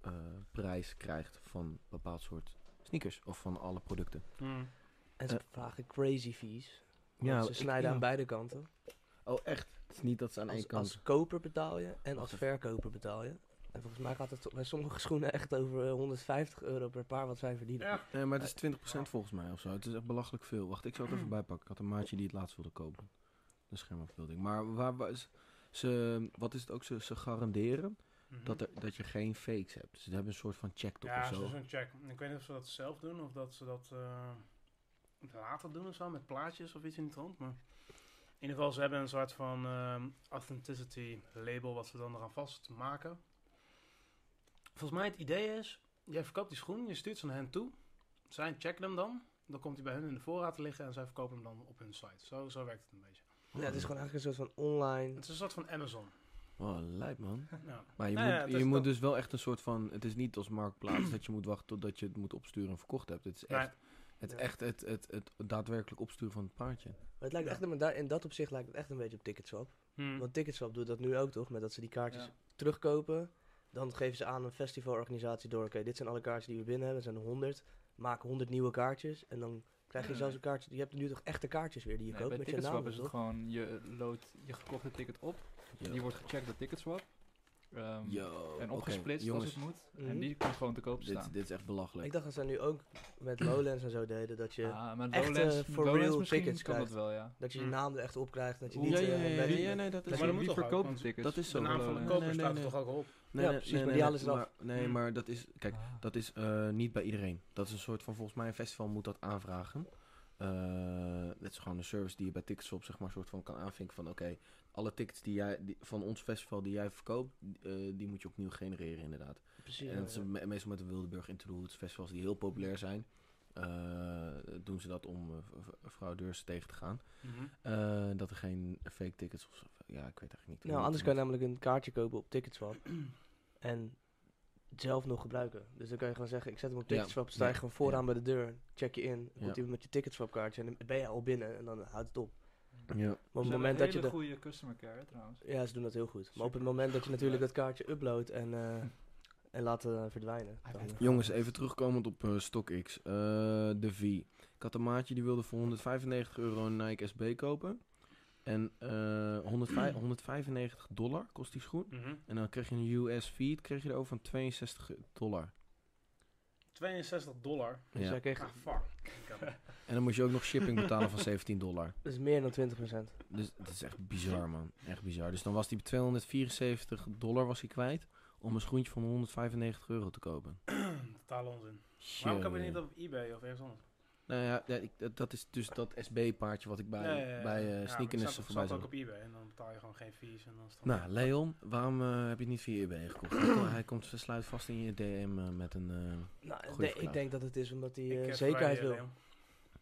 [SPEAKER 4] eh, prijs krijgt van een bepaald soort sneakers of van alle producten.
[SPEAKER 3] Mm.
[SPEAKER 2] En ze
[SPEAKER 4] Eh.
[SPEAKER 2] vragen crazy fees. Ja, ze
[SPEAKER 4] ik-
[SPEAKER 2] snijden
[SPEAKER 4] ja.
[SPEAKER 2] aan beide kanten.
[SPEAKER 4] Oh, echt? Het is niet dat ze aan één
[SPEAKER 2] Als,
[SPEAKER 4] kant...
[SPEAKER 2] als koper betaal je en
[SPEAKER 4] Wacht
[SPEAKER 2] als
[SPEAKER 4] even.
[SPEAKER 2] verkoper betaal je. En volgens mij gaat het bij sommige schoenen echt over eh, 150 euro per paar wat zij verdienen.
[SPEAKER 3] Ja.
[SPEAKER 4] Nee, maar het is 20% volgens mij of zo. Het is echt belachelijk veel. Wacht, ik zal het even bijpakken. Ik had een maatje die het laatst wilde kopen. De schermafbeelding. Maar waar, waar is- ze, wat is het ook? Ze, ze garanderen dat, er, dat je geen fakes hebt. Ze hebben een soort van checktop
[SPEAKER 3] Ja,
[SPEAKER 4] of
[SPEAKER 3] dat
[SPEAKER 4] zo.
[SPEAKER 3] is een check. Ik weet niet of ze dat zelf doen of dat ze dat eh, later doen of zo, met plaatjes of iets in het rond. Maar in ieder geval, ze hebben een soort van ehm, authenticity label wat ze dan eraan vastmaken. Volgens mij het idee is, jij verkoopt die schoen, je stuurt ze naar hen toe. Zij checken hem dan, dan komt hij bij hun in de voorraad te liggen en zij verkopen hem dan op hun site. Zo, zo werkt het een beetje.
[SPEAKER 2] Ja, het is gewoon eigenlijk een soort van online.
[SPEAKER 3] Het is een soort van Amazon.
[SPEAKER 4] Oh, lijp man.
[SPEAKER 3] Ja.
[SPEAKER 4] Maar je
[SPEAKER 3] Nou ja,
[SPEAKER 4] moet,
[SPEAKER 3] het
[SPEAKER 4] je
[SPEAKER 3] is
[SPEAKER 4] moet
[SPEAKER 3] dat-
[SPEAKER 4] dus wel echt een soort van... Het is niet als marktplaats dat je moet wachten totdat je het moet opsturen en verkocht hebt. Het is
[SPEAKER 3] Nee.
[SPEAKER 4] echt, het,
[SPEAKER 2] Ja.
[SPEAKER 4] echt het, het, het daadwerkelijk opsturen van het paardje.
[SPEAKER 2] Maar het lijkt
[SPEAKER 3] Ja.
[SPEAKER 2] echt, een- daar, in dat opzicht lijkt het echt een beetje op Ticketswap.
[SPEAKER 3] Hmm.
[SPEAKER 2] Want Ticketswap doet dat nu ook toch, met dat ze die kaartjes terugkopen. Dan geven ze aan een festivalorganisatie door, oké, dit zijn alle kaartjes die we binnen hebben, er zijn er 100. Maak 100 nieuwe kaartjes en dan krijg je
[SPEAKER 1] Ja.
[SPEAKER 2] zelfs een kaartje. Je hebt nu toch echte kaartjes weer die je
[SPEAKER 1] Nee,
[SPEAKER 2] koopt
[SPEAKER 1] bij
[SPEAKER 2] met je
[SPEAKER 1] Ticketswap
[SPEAKER 2] naam,
[SPEAKER 1] is het
[SPEAKER 2] toch?
[SPEAKER 1] gewoon, je loodt je gekochte ticket op.
[SPEAKER 4] Yo.
[SPEAKER 1] Die wordt gecheckt door Ticketswap. Ehm,
[SPEAKER 4] Yo.
[SPEAKER 1] en
[SPEAKER 4] Oké,
[SPEAKER 1] opgesplitst
[SPEAKER 4] jongens,
[SPEAKER 1] als het moet.
[SPEAKER 2] Mhm.
[SPEAKER 1] En die komt gewoon te koop staan.
[SPEAKER 4] dit, dit is echt belachelijk.
[SPEAKER 2] Ik dacht dat ze nu ook met Lowlands en zo deden, dat je,
[SPEAKER 1] Ah, maar
[SPEAKER 2] echte
[SPEAKER 1] Lowlands,
[SPEAKER 2] eh, for
[SPEAKER 1] Lowlands
[SPEAKER 2] real
[SPEAKER 1] misschien
[SPEAKER 2] tickets
[SPEAKER 1] kan dat
[SPEAKER 2] krijgt.
[SPEAKER 1] wel, ja. Dus
[SPEAKER 2] dat je je
[SPEAKER 3] Mm.
[SPEAKER 2] naam er echt op krijgt. Dat je
[SPEAKER 4] Oeh,
[SPEAKER 2] niet...
[SPEAKER 4] ja,
[SPEAKER 2] eh,
[SPEAKER 4] ja, ja,
[SPEAKER 2] een
[SPEAKER 4] ja,
[SPEAKER 2] beetje-
[SPEAKER 4] ja, nee, dat is
[SPEAKER 2] dat
[SPEAKER 3] Maar
[SPEAKER 2] je-
[SPEAKER 3] dat moet
[SPEAKER 1] Wie
[SPEAKER 3] toch ook,
[SPEAKER 1] verkoopt de
[SPEAKER 3] want
[SPEAKER 1] tickets?
[SPEAKER 4] dat is eh,
[SPEAKER 3] De
[SPEAKER 4] zo
[SPEAKER 3] naam van de
[SPEAKER 1] belangrijke.
[SPEAKER 3] koper
[SPEAKER 4] belangrijker. Nee,
[SPEAKER 3] staat
[SPEAKER 4] nee,
[SPEAKER 3] er toch ook op.
[SPEAKER 4] Nee,
[SPEAKER 2] Ja,
[SPEAKER 4] nee,
[SPEAKER 2] precies,
[SPEAKER 4] nee,
[SPEAKER 2] maar
[SPEAKER 4] nee,
[SPEAKER 2] die halen ze Hmm.
[SPEAKER 4] maar-
[SPEAKER 2] eraf.
[SPEAKER 4] Nee,
[SPEAKER 3] Mm.
[SPEAKER 4] maar dat is... Kijk,
[SPEAKER 1] Ah.
[SPEAKER 4] dat is eh, niet bij iedereen. Dat is een soort van... Volgens mij een festival moet dat aanvragen. Eh dat is gewoon een service die je bij Ticketswap zeg maar soort van kan aanvinken van... Oké, alle tickets die jij, die- van ons festival die jij verkoopt, eh, die moet je opnieuw genereren inderdaad.
[SPEAKER 2] Precies.
[SPEAKER 4] En
[SPEAKER 2] ja,
[SPEAKER 4] dat is
[SPEAKER 2] ja.
[SPEAKER 4] me- meestal met de Wildeburg Interroots, festivals die heel populair zijn. eh, doen ze dat om eh, v- v- fraudeurs tegen te gaan.
[SPEAKER 3] Mhm.
[SPEAKER 4] Eh, dat er geen fake tickets of zo... Ja, ik weet eigenlijk niet. hoe
[SPEAKER 2] Nou,
[SPEAKER 4] het
[SPEAKER 2] anders kan
[SPEAKER 4] moet.
[SPEAKER 2] je namelijk een kaartje kopen op Ticketswap. en het zelf nog gebruiken. Dus dan kan je gewoon zeggen, ik zet hem op
[SPEAKER 4] Ja.
[SPEAKER 2] Ticketswap, sta je
[SPEAKER 4] Ja.
[SPEAKER 2] gewoon vooraan bij de deur, check je in, dan
[SPEAKER 4] Ja.
[SPEAKER 2] komt iemand met je Ticketswap kaartje en dan ben je al binnen en dan houdt het op.
[SPEAKER 4] Ja.
[SPEAKER 2] Maar op het moment dat je
[SPEAKER 1] de
[SPEAKER 2] dat...
[SPEAKER 1] goede customer care trouwens.
[SPEAKER 2] Ja, ze doen dat heel goed. Maar op het
[SPEAKER 1] Super.
[SPEAKER 2] moment dat je natuurlijk dat
[SPEAKER 1] Gebruikt.
[SPEAKER 2] kaartje uploadt en, eh, en laat eh, verdwijnen.
[SPEAKER 1] Hij
[SPEAKER 2] dan,
[SPEAKER 1] weet
[SPEAKER 2] eh,
[SPEAKER 4] Jongens, even terugkomend op eh, StockX. Eh, de V. Ik had een maatje die wilde voor 195 euro een Nike SB kopen. En eh, 105 195 dollar kost die schoen.
[SPEAKER 3] Mhm.
[SPEAKER 4] En dan kreeg je een US feed, kreeg je erover van 62 dollar.
[SPEAKER 3] 62 dollar.
[SPEAKER 2] Dus
[SPEAKER 4] Ja.
[SPEAKER 2] hij kreeg...
[SPEAKER 3] Ah, fuck.
[SPEAKER 4] En dan moest je ook nog shipping betalen van 17 dollar.
[SPEAKER 2] Dat is meer dan 20%.
[SPEAKER 4] Dus dat is echt bizar, man. Echt bizar. Dus dan was die 274 dollar was hij kwijt om een schoentje van 195 euro te kopen.
[SPEAKER 3] dat Totaal onzin. Waarom kan je niet op eBay of ergens anders?
[SPEAKER 4] Nou ja, ja, ik- dat- dat is dus dat SB-paardje wat ik bij,
[SPEAKER 3] Ja, ja, ja, ja.
[SPEAKER 4] bij eh,
[SPEAKER 3] Ja, maar
[SPEAKER 4] sneakernissen
[SPEAKER 3] staat-
[SPEAKER 4] voorbij
[SPEAKER 3] staat ook
[SPEAKER 4] zag.
[SPEAKER 3] op eBay en dan betaal je gewoon geen fees. En dan is het
[SPEAKER 4] Nou, Leon, waarom eh, heb je het niet via eBay gekocht? Hij komt- Hij komt eh, sluit vast in je DM eh, met een... eh,
[SPEAKER 2] Nou,
[SPEAKER 4] Goeie
[SPEAKER 2] nee, ik
[SPEAKER 4] verklaring.
[SPEAKER 2] denk dat het is omdat hij
[SPEAKER 3] Ik
[SPEAKER 2] eh,
[SPEAKER 3] heb
[SPEAKER 2] zekerheid
[SPEAKER 3] Friday,
[SPEAKER 2] wil.
[SPEAKER 3] Leon.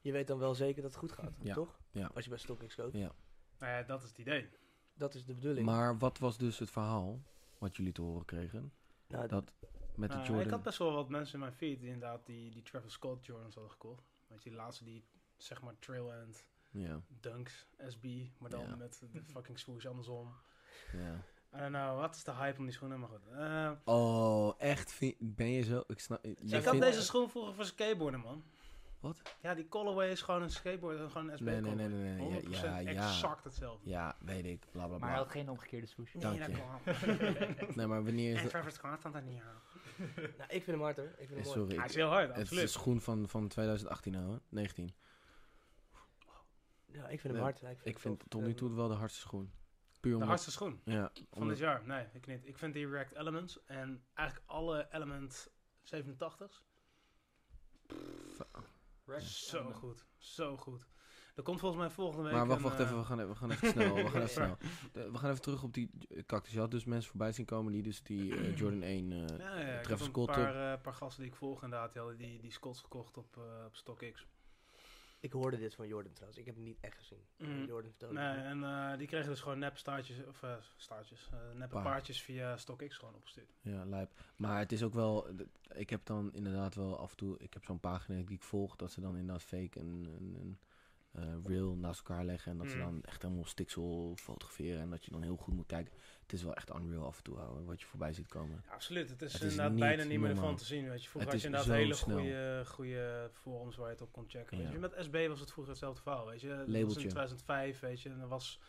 [SPEAKER 2] Je weet dan wel zeker dat het goed gaat,
[SPEAKER 4] Ja,
[SPEAKER 2] toch?
[SPEAKER 4] ja.
[SPEAKER 2] Als je bij StockX koopt.
[SPEAKER 3] Nou ja, dat is het idee.
[SPEAKER 2] Dat is de bedoeling.
[SPEAKER 4] maar wat was dus het verhaal wat jullie te horen kregen?
[SPEAKER 2] nou,
[SPEAKER 4] Dat Met
[SPEAKER 3] Nou,
[SPEAKER 4] de Jordan.
[SPEAKER 3] Ik had best wel wat mensen in mijn feed inderdaad die, die Travis Scott Jordans hadden gekocht. Weet je, die laatste die, zeg maar, trail end,
[SPEAKER 4] Ja,
[SPEAKER 3] dunks, SB, maar dan
[SPEAKER 4] Ja.
[SPEAKER 3] met de fucking swoosh andersom.
[SPEAKER 4] ja.
[SPEAKER 3] I don't know, wat is de hype om die schoenen, maar goed. Eh,
[SPEAKER 4] Oh, echt? vind- ben je zo... Ik snap... jij
[SPEAKER 3] ik had
[SPEAKER 4] vindt-
[SPEAKER 3] deze schoen vroeger voor skateboarden, man.
[SPEAKER 4] Wat?
[SPEAKER 3] Ja, die colorway is gewoon een skateboard, en gewoon een SB
[SPEAKER 4] Nee, nee, nee,
[SPEAKER 3] colorway.
[SPEAKER 4] nee. nee,
[SPEAKER 3] 100%
[SPEAKER 4] Ja, ja, ja.
[SPEAKER 3] exact hetzelfde.
[SPEAKER 4] Ja, weet ik. Bla, bla,
[SPEAKER 5] Maar hij
[SPEAKER 4] bla.
[SPEAKER 5] had geen omgekeerde swoosh.
[SPEAKER 4] Dank
[SPEAKER 3] nee,
[SPEAKER 4] je.
[SPEAKER 3] dat klopt.
[SPEAKER 4] Nee, maar wanneer is
[SPEAKER 3] en
[SPEAKER 4] dat...
[SPEAKER 3] Travis Scott staat daar niet aan.
[SPEAKER 2] nou, ik vind hem hard hoor. Ik vind
[SPEAKER 4] Eh,
[SPEAKER 2] hem mooi.
[SPEAKER 4] sorry,
[SPEAKER 3] Hij
[SPEAKER 4] ik-
[SPEAKER 3] is heel hard,
[SPEAKER 4] het is de
[SPEAKER 3] absoluut.
[SPEAKER 4] schoen van, van 2018 nou, hè? 19.
[SPEAKER 2] Ja, ik vind ehm, hem
[SPEAKER 4] Nee,
[SPEAKER 2] hard. Ja,
[SPEAKER 4] Ik
[SPEAKER 2] hem
[SPEAKER 4] vind
[SPEAKER 2] tof.
[SPEAKER 4] tot nu toe
[SPEAKER 2] En-
[SPEAKER 4] wel de hardste schoen. Puur
[SPEAKER 3] ehm, De
[SPEAKER 4] omdat...
[SPEAKER 3] hardste schoen.
[SPEAKER 4] Ja,
[SPEAKER 3] Van
[SPEAKER 4] omdat-
[SPEAKER 3] dit jaar? Nee, ik niet. Ik vind die React Elements en eigenlijk alle Element 87's zo Oh, goed. Zo goed. Er komt volgens mij volgende week
[SPEAKER 4] Maar wacht,
[SPEAKER 3] een,
[SPEAKER 4] wacht
[SPEAKER 3] eh,
[SPEAKER 4] even, we gaan even, we gaan even snel. We gaan even, snel. De- we gaan even terug op die eh, cactus. Je had dus mensen voorbij zien komen die dus die eh, Jordan 1... eh,
[SPEAKER 3] ja, ja, ik
[SPEAKER 4] Travis
[SPEAKER 3] heb een
[SPEAKER 4] Scott,
[SPEAKER 3] paar, eh, paar gasten die ik volg inderdaad, die hadden die, die Scots gekocht op, eh op StockX.
[SPEAKER 2] Ik hoorde dit van Jordan trouwens. Ik heb hem niet echt gezien.
[SPEAKER 3] Mm.
[SPEAKER 2] Jordan vertelde
[SPEAKER 3] Nee,
[SPEAKER 2] het me.
[SPEAKER 3] en eh, die kregen dus gewoon nep staartjes, of eh staartjes, eh neppe
[SPEAKER 4] Paar.
[SPEAKER 3] paardjes via StockX gewoon opgestuurd.
[SPEAKER 4] Ja, lijp. Maar het is ook wel... eh, d- Ik heb dan inderdaad wel af en toe... Ik heb zo'n pagina die ik volg... dat ze dan inderdaad fake en, en, en eh, real naast elkaar leggen... en dat ze
[SPEAKER 3] Mm.
[SPEAKER 4] dan echt helemaal stiksel fotograferen... en dat je dan heel goed moet kijken. Het is wel echt unreal af en toe, houden wat je voorbij ziet komen.
[SPEAKER 3] Ja, absoluut, het is
[SPEAKER 4] Het is
[SPEAKER 3] inderdaad
[SPEAKER 4] niet
[SPEAKER 3] bijna niet meer
[SPEAKER 4] normaal.
[SPEAKER 3] ervan te zien, weet je. Vroeger
[SPEAKER 4] Het
[SPEAKER 3] had je
[SPEAKER 4] is
[SPEAKER 3] inderdaad hele
[SPEAKER 4] zo snel.
[SPEAKER 3] goede, goede forums waar je het op kon checken. Weet je.
[SPEAKER 4] Ja.
[SPEAKER 3] Met SB was het vroeger hetzelfde verhaal, weet je. Dat was in
[SPEAKER 4] Labeltje.
[SPEAKER 3] 2005, weet je. En er was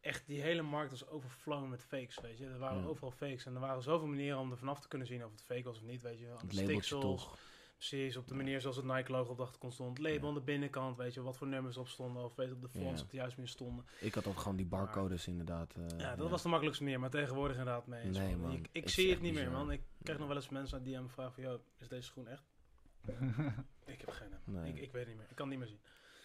[SPEAKER 3] echt, die hele markt was overflown met fakes, weet je. Er waren
[SPEAKER 4] Ja.
[SPEAKER 3] overal fakes en er waren zoveel manieren om er vanaf te kunnen zien of het fake was of niet, weet je. Aan
[SPEAKER 4] Het
[SPEAKER 3] de
[SPEAKER 4] labeltje
[SPEAKER 3] stiksels,
[SPEAKER 4] toch.
[SPEAKER 3] Precies, op de manier zoals het Nike-logo op de achterkant stond. Het label
[SPEAKER 4] Ja.
[SPEAKER 3] aan de binnenkant, weet je, wat voor nummers op stonden. Of weet je, op de fonts
[SPEAKER 4] Ja.
[SPEAKER 3] op de juiste manier stonden.
[SPEAKER 4] Ik had ook gewoon die
[SPEAKER 3] Maar-
[SPEAKER 4] barcodes inderdaad. eh,
[SPEAKER 3] ja, dat was de makkelijkste manier. Maar tegenwoordig inderdaad mee eens.
[SPEAKER 4] Nee,
[SPEAKER 3] man.
[SPEAKER 4] man,
[SPEAKER 3] Ik, ik
[SPEAKER 4] het
[SPEAKER 3] zie
[SPEAKER 4] is
[SPEAKER 3] het
[SPEAKER 4] echt
[SPEAKER 3] niet meer,
[SPEAKER 4] bizar.
[SPEAKER 3] man. Ik krijg
[SPEAKER 4] Ja.
[SPEAKER 3] nog wel eens mensen die aan me vragen van... Yo, is deze schoen echt? Ik heb geen idee.
[SPEAKER 4] Nee.
[SPEAKER 3] Ik, ik weet het niet meer. Ik kan het niet meer zien.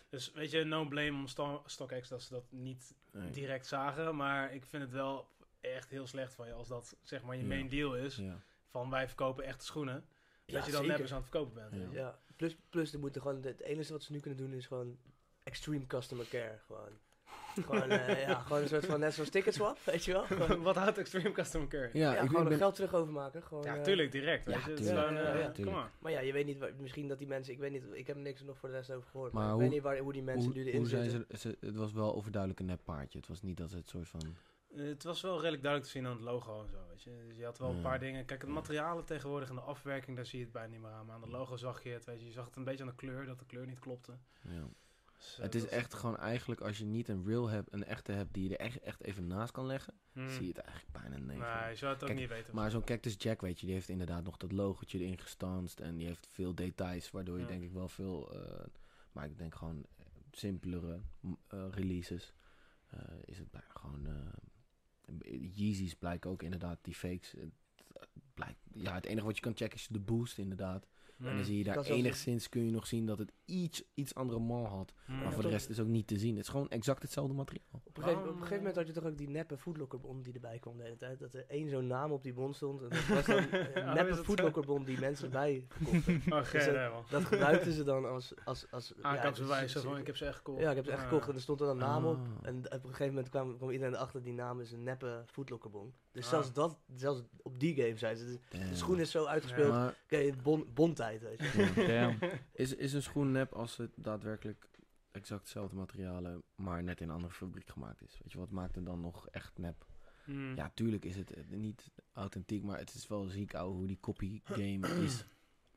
[SPEAKER 3] Dus weet je, no blame om Sta- StockX dat ze dat niet
[SPEAKER 4] Nee.
[SPEAKER 3] direct zagen. Maar ik vind het wel echt heel slecht van je als dat zeg maar je
[SPEAKER 4] Ja.
[SPEAKER 3] main deal is.
[SPEAKER 4] Ja.
[SPEAKER 3] Van wij verkopen echte schoenen.
[SPEAKER 2] Ja,
[SPEAKER 3] dat je dan
[SPEAKER 2] zeker.
[SPEAKER 3] neppers aan het verkopen bent.
[SPEAKER 4] Ja.
[SPEAKER 2] Ja, plus, plus er moeten gewoon, het enige wat ze nu kunnen doen is gewoon extreme customer care. Gewoon, gewoon, eh, ja, gewoon een soort van net zoals ticket swap, weet je wel. Gewoon,
[SPEAKER 3] Wat houdt Extreme Customer Care?
[SPEAKER 4] Ja,
[SPEAKER 2] ja,
[SPEAKER 4] ik,
[SPEAKER 2] gewoon
[SPEAKER 4] ik
[SPEAKER 2] er
[SPEAKER 4] ben...
[SPEAKER 2] geld terug overmaken. Gewoon,
[SPEAKER 3] Ja,
[SPEAKER 2] eh,
[SPEAKER 3] tuurlijk, direct.
[SPEAKER 4] Ja,
[SPEAKER 3] weet je. Het is
[SPEAKER 4] tuurlijk.
[SPEAKER 3] gewoon, eh,
[SPEAKER 2] Ja, ja,
[SPEAKER 3] come
[SPEAKER 4] tuurlijk.
[SPEAKER 3] on.
[SPEAKER 2] Maar ja, je weet niet, waar- misschien dat die mensen, ik weet niet, ik heb niks nog voor de rest over gehoord. Maar,
[SPEAKER 4] Maar
[SPEAKER 2] ik weet
[SPEAKER 4] hoe-
[SPEAKER 2] niet waar, hoe die mensen nu
[SPEAKER 4] Hoe,
[SPEAKER 2] erin
[SPEAKER 4] hoe zijn
[SPEAKER 2] zitten.
[SPEAKER 4] ze, ze- Het was wel overduidelijk een nep paardje. Het was niet dat het soort van...
[SPEAKER 3] Eh, Het was wel redelijk duidelijk te zien aan het logo en zo, weet je. Dus je had wel een
[SPEAKER 4] Ja.
[SPEAKER 3] paar dingen. Kijk, het
[SPEAKER 4] Ja.
[SPEAKER 3] materialen tegenwoordig en de afwerking, daar zie je het bijna niet meer aan. Maar aan de logo zag je het, weet je. Je zag het een beetje aan de kleur, dat de kleur niet klopte.
[SPEAKER 4] Ja.
[SPEAKER 3] Dus, eh,
[SPEAKER 4] Het is
[SPEAKER 3] dat-
[SPEAKER 4] echt gewoon eigenlijk als je niet een real hebt, een echte hebt die je er echt, echt even naast kan leggen,
[SPEAKER 3] Hmm.
[SPEAKER 4] zie je het eigenlijk bijna niet.
[SPEAKER 3] Nee, je zou het ook
[SPEAKER 4] Kijk,
[SPEAKER 3] niet weten.
[SPEAKER 4] Maar zo'n Cactus Jack, weet je, die heeft inderdaad nog dat logotje erin gestanst en die heeft veel details, waardoor je
[SPEAKER 3] Ja.
[SPEAKER 4] denk ik wel veel, eh, maar ik denk gewoon eh, simpelere m- eh, releases, eh, is het bijna gewoon, eh, Yeezys blijken ook inderdaad, die fakes, het, blijkt, ja, het enige wat je kan checken is de boost inderdaad.
[SPEAKER 3] Hmm.
[SPEAKER 4] En
[SPEAKER 3] Mm.
[SPEAKER 4] dan zie je daar
[SPEAKER 2] Dat is wel zo.
[SPEAKER 4] enigszins, kun je nog zien dat het iets, iets andere mal had.
[SPEAKER 3] Mm.
[SPEAKER 4] Maar
[SPEAKER 3] Hmm.
[SPEAKER 2] Ja,
[SPEAKER 4] voor de
[SPEAKER 2] toch?
[SPEAKER 4] rest is ook niet te zien. Het is gewoon exact hetzelfde materiaal.
[SPEAKER 2] Op een, gegeven, op
[SPEAKER 3] Waarom,
[SPEAKER 2] een gegeven moment had je toch ook die neppe foodlokkerbon die erbij kwam de hele tijd. Dat er één zo'n naam op die bon stond. En dat was dan een
[SPEAKER 3] Oh, is
[SPEAKER 2] neppe
[SPEAKER 3] dat-
[SPEAKER 2] foodlokkerbon die mensen erbij verkochten.
[SPEAKER 3] Oh, geen
[SPEAKER 2] Dus dat-
[SPEAKER 3] idee, man.
[SPEAKER 2] Dat gebruikten ze dan als... als, als
[SPEAKER 3] Ah, Aankoopsbewijs,
[SPEAKER 4] dus-
[SPEAKER 2] ja,
[SPEAKER 3] zo van, ik heb ze echt gekocht.
[SPEAKER 2] Ja, ik heb ze echt gekocht en er stond dan een naam op.
[SPEAKER 4] Ah.
[SPEAKER 2] En op een gegeven moment kwam, kwam iedereen erachter, die naam is een neppe foodlokkerbon. Dus
[SPEAKER 3] Ah.
[SPEAKER 2] zelfs dat, zelfs op die game zijn ze. Dus
[SPEAKER 4] Damn.
[SPEAKER 2] de schoen is zo uitgespeeld.
[SPEAKER 4] Maar
[SPEAKER 2] Oké, bon, bontijd, weet je.
[SPEAKER 1] Damn.
[SPEAKER 4] is, is een schoen nep als het daadwerkelijk exact hetzelfde materialen, maar net in een andere fabriek gemaakt is? Weet je, wat maakt het dan nog echt nep?
[SPEAKER 3] Hmm.
[SPEAKER 4] Ja, tuurlijk is het eh, niet authentiek, maar het is wel ziek ouwe hoe die copy game is.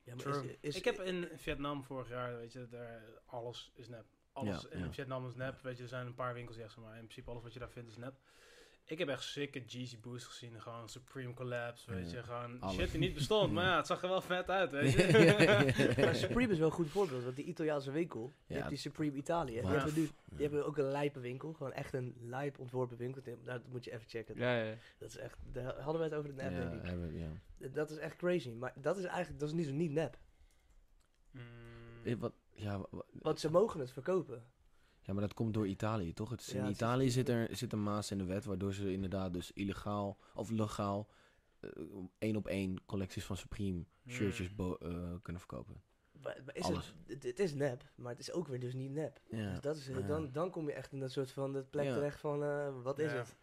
[SPEAKER 2] Ja, maar is,
[SPEAKER 3] True.
[SPEAKER 2] is,
[SPEAKER 3] ik heb in Vietnam vorig jaar, weet je, daar, alles is nep. Alles
[SPEAKER 4] Ja,
[SPEAKER 3] in
[SPEAKER 4] ja.
[SPEAKER 3] Vietnam is nep. Weet je, er zijn een paar winkels die echt, zeg maar in principe alles wat je daar vindt is nep. Ik heb echt sikke Jeezy Boost gezien. Gewoon Supreme Collapse, weet
[SPEAKER 4] Ja.
[SPEAKER 3] je. Gewoon
[SPEAKER 4] Alles.
[SPEAKER 3] shit die niet bestond. maar ja, het zag er wel vet uit, weet
[SPEAKER 4] Ja, ja,
[SPEAKER 3] je.
[SPEAKER 4] ja.
[SPEAKER 2] Maar Supreme is wel een goed voorbeeld, want die Italiaanse winkel, je
[SPEAKER 4] Ja.
[SPEAKER 2] hebt die Supreme Italië. Die,
[SPEAKER 4] Wauw.
[SPEAKER 2] hebben nu, die
[SPEAKER 4] Ja.
[SPEAKER 2] hebben ook een lijpe winkel, gewoon echt een lijp ontworpen winkel. Die- Nou, dat moet je even checken.
[SPEAKER 1] Ja, ja.
[SPEAKER 2] Dat is echt, daar hadden we het over in de app,
[SPEAKER 4] Ja,
[SPEAKER 2] denk ik.
[SPEAKER 4] hebben- ja.
[SPEAKER 2] Dat is echt crazy, maar dat is eigenlijk, dat is niet zo niet nep. Hmm.
[SPEAKER 3] Mm.
[SPEAKER 4] Eh, wat- ja, wa- wa-
[SPEAKER 2] Want ze mogen het verkopen.
[SPEAKER 4] ja, maar dat komt door Italië, toch? Het is,
[SPEAKER 2] Ja,
[SPEAKER 4] in
[SPEAKER 2] het is-
[SPEAKER 4] Italië zit, er, zit een maas in de wet, waardoor ze inderdaad dus illegaal of legaal eh, één op één collecties van Supreme
[SPEAKER 2] Hmm.
[SPEAKER 4] shirtjes
[SPEAKER 3] Mm.
[SPEAKER 4] bo- eh, kunnen verkopen.
[SPEAKER 2] Maar, maar is
[SPEAKER 4] Alles.
[SPEAKER 2] Het, het- het is nep, maar het is ook weer dus niet nep.
[SPEAKER 4] Ja.
[SPEAKER 2] Dus dat is,
[SPEAKER 4] Ja.
[SPEAKER 2] dan, dan kom je echt in dat soort van dat plek
[SPEAKER 4] Ja.
[SPEAKER 2] terecht van, eh, wat is
[SPEAKER 3] Ja.
[SPEAKER 2] het?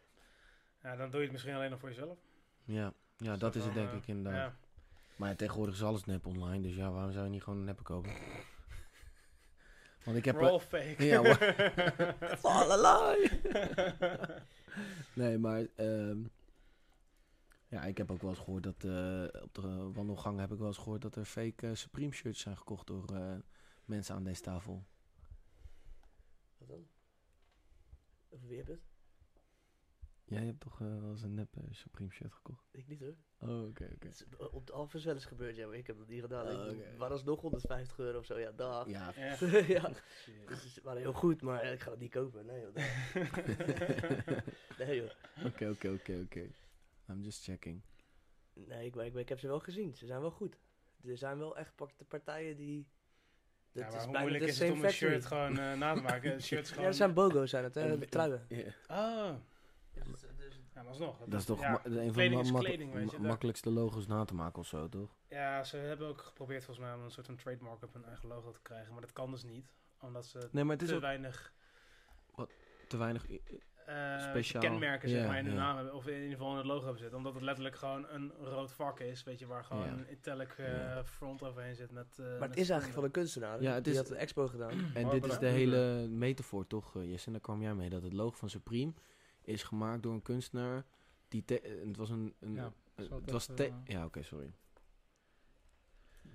[SPEAKER 3] Ja, dan doe je het misschien alleen nog voor jezelf.
[SPEAKER 4] Ja, ja
[SPEAKER 3] Dus
[SPEAKER 4] dat is het
[SPEAKER 3] dan,
[SPEAKER 4] denk
[SPEAKER 3] eh,
[SPEAKER 4] ik inderdaad.
[SPEAKER 3] Ja.
[SPEAKER 4] Maar ja, tegenwoordig is alles nep online, dus ja, waarom zou je niet gewoon een neppe kopen? Want ik heb...
[SPEAKER 3] We're all fake.
[SPEAKER 4] Ja,
[SPEAKER 2] Falalai!
[SPEAKER 4] Nee, maar... ehm, ja, ik heb ook wel eens gehoord dat... eh, op de wandelgang heb ik wel eens gehoord dat er fake eh, Supreme shirts zijn gekocht door eh, mensen aan deze tafel.
[SPEAKER 2] Wat dan? Over wie heb je het?
[SPEAKER 4] Jij hebt toch eh, wel eens een nep eh, Supreme shirt gekocht?
[SPEAKER 2] Ik niet hoor.
[SPEAKER 4] Oh, oké, oké.
[SPEAKER 2] Het is eh, op de Alphas wel eens gebeurd, ja, maar ik heb dat niet gedaan.
[SPEAKER 4] Oh,
[SPEAKER 2] ik,
[SPEAKER 4] oké.
[SPEAKER 2] Waar is nog 150 euro of zo? Ja, dag. Ja.
[SPEAKER 4] Ja,
[SPEAKER 3] Ja.
[SPEAKER 2] Dus het is wel heel goed, maar ik ga het niet kopen. Nee joh, dag. nee, joh.
[SPEAKER 4] oké, oké, oké, oké. I'm just checking.
[SPEAKER 2] nee ik, maar ik, maar ik heb ze wel gezien. Ze zijn wel goed. Er zijn wel echt pak- partijen die...
[SPEAKER 3] Ja, maar hoe
[SPEAKER 2] bijna
[SPEAKER 3] moeilijk
[SPEAKER 2] de
[SPEAKER 3] is het
[SPEAKER 2] same
[SPEAKER 3] om een
[SPEAKER 2] factory.
[SPEAKER 3] shirt gewoon eh, na te maken? Een shirt is
[SPEAKER 2] Ja,
[SPEAKER 3] gewoon...
[SPEAKER 2] dat zijn bogo's zijn het, hè?
[SPEAKER 4] En- en-
[SPEAKER 2] truien.
[SPEAKER 4] Ja.
[SPEAKER 3] Oh,
[SPEAKER 2] Dus, dus,
[SPEAKER 4] eh,
[SPEAKER 3] ja, maar alsnog.
[SPEAKER 4] Dat is toch
[SPEAKER 3] ja.
[SPEAKER 4] ma- een van de
[SPEAKER 3] Kleding is
[SPEAKER 4] mak-
[SPEAKER 3] kleding, weet je,
[SPEAKER 4] ma-
[SPEAKER 3] dat-
[SPEAKER 4] makkelijkste logos na te maken of zo, toch?
[SPEAKER 3] Ja, ze hebben ook geprobeerd volgens mij om een soort van trademark op hun eigen logo te krijgen. Maar dat kan dus niet. Omdat ze
[SPEAKER 4] Nee, maar het is
[SPEAKER 3] te
[SPEAKER 4] ook
[SPEAKER 3] weinig
[SPEAKER 4] te weinig...
[SPEAKER 3] eh,
[SPEAKER 4] Speciaal.
[SPEAKER 3] kenmerken zeg
[SPEAKER 4] Ja,
[SPEAKER 3] maar, in hun
[SPEAKER 4] ja.
[SPEAKER 3] naam hebben. Of in ieder geval in het logo hebben zitten. Omdat het letterlijk gewoon een rood vak is. Weet je, waar gewoon
[SPEAKER 4] Ja.
[SPEAKER 3] een italic eh,
[SPEAKER 4] Ja.
[SPEAKER 3] front overheen zit. Met, eh,
[SPEAKER 2] maar
[SPEAKER 3] met
[SPEAKER 2] het is eigenlijk van
[SPEAKER 3] stonden.
[SPEAKER 2] een kunstenaar.
[SPEAKER 4] Ja, het
[SPEAKER 2] Die
[SPEAKER 4] is-
[SPEAKER 2] had een expo gedaan.
[SPEAKER 4] En dit
[SPEAKER 3] Barbara
[SPEAKER 4] is de
[SPEAKER 3] Uber.
[SPEAKER 4] hele metafoor, toch, eh, Jesse? En daar kwam jij mee. Dat het logo van Supreme is gemaakt door een kunstenaar die... te- eh, het was een... een
[SPEAKER 1] Ja,
[SPEAKER 4] eh,
[SPEAKER 1] zal
[SPEAKER 4] het
[SPEAKER 1] dat,
[SPEAKER 4] was te-
[SPEAKER 1] eh,
[SPEAKER 4] ja, oké, sorry.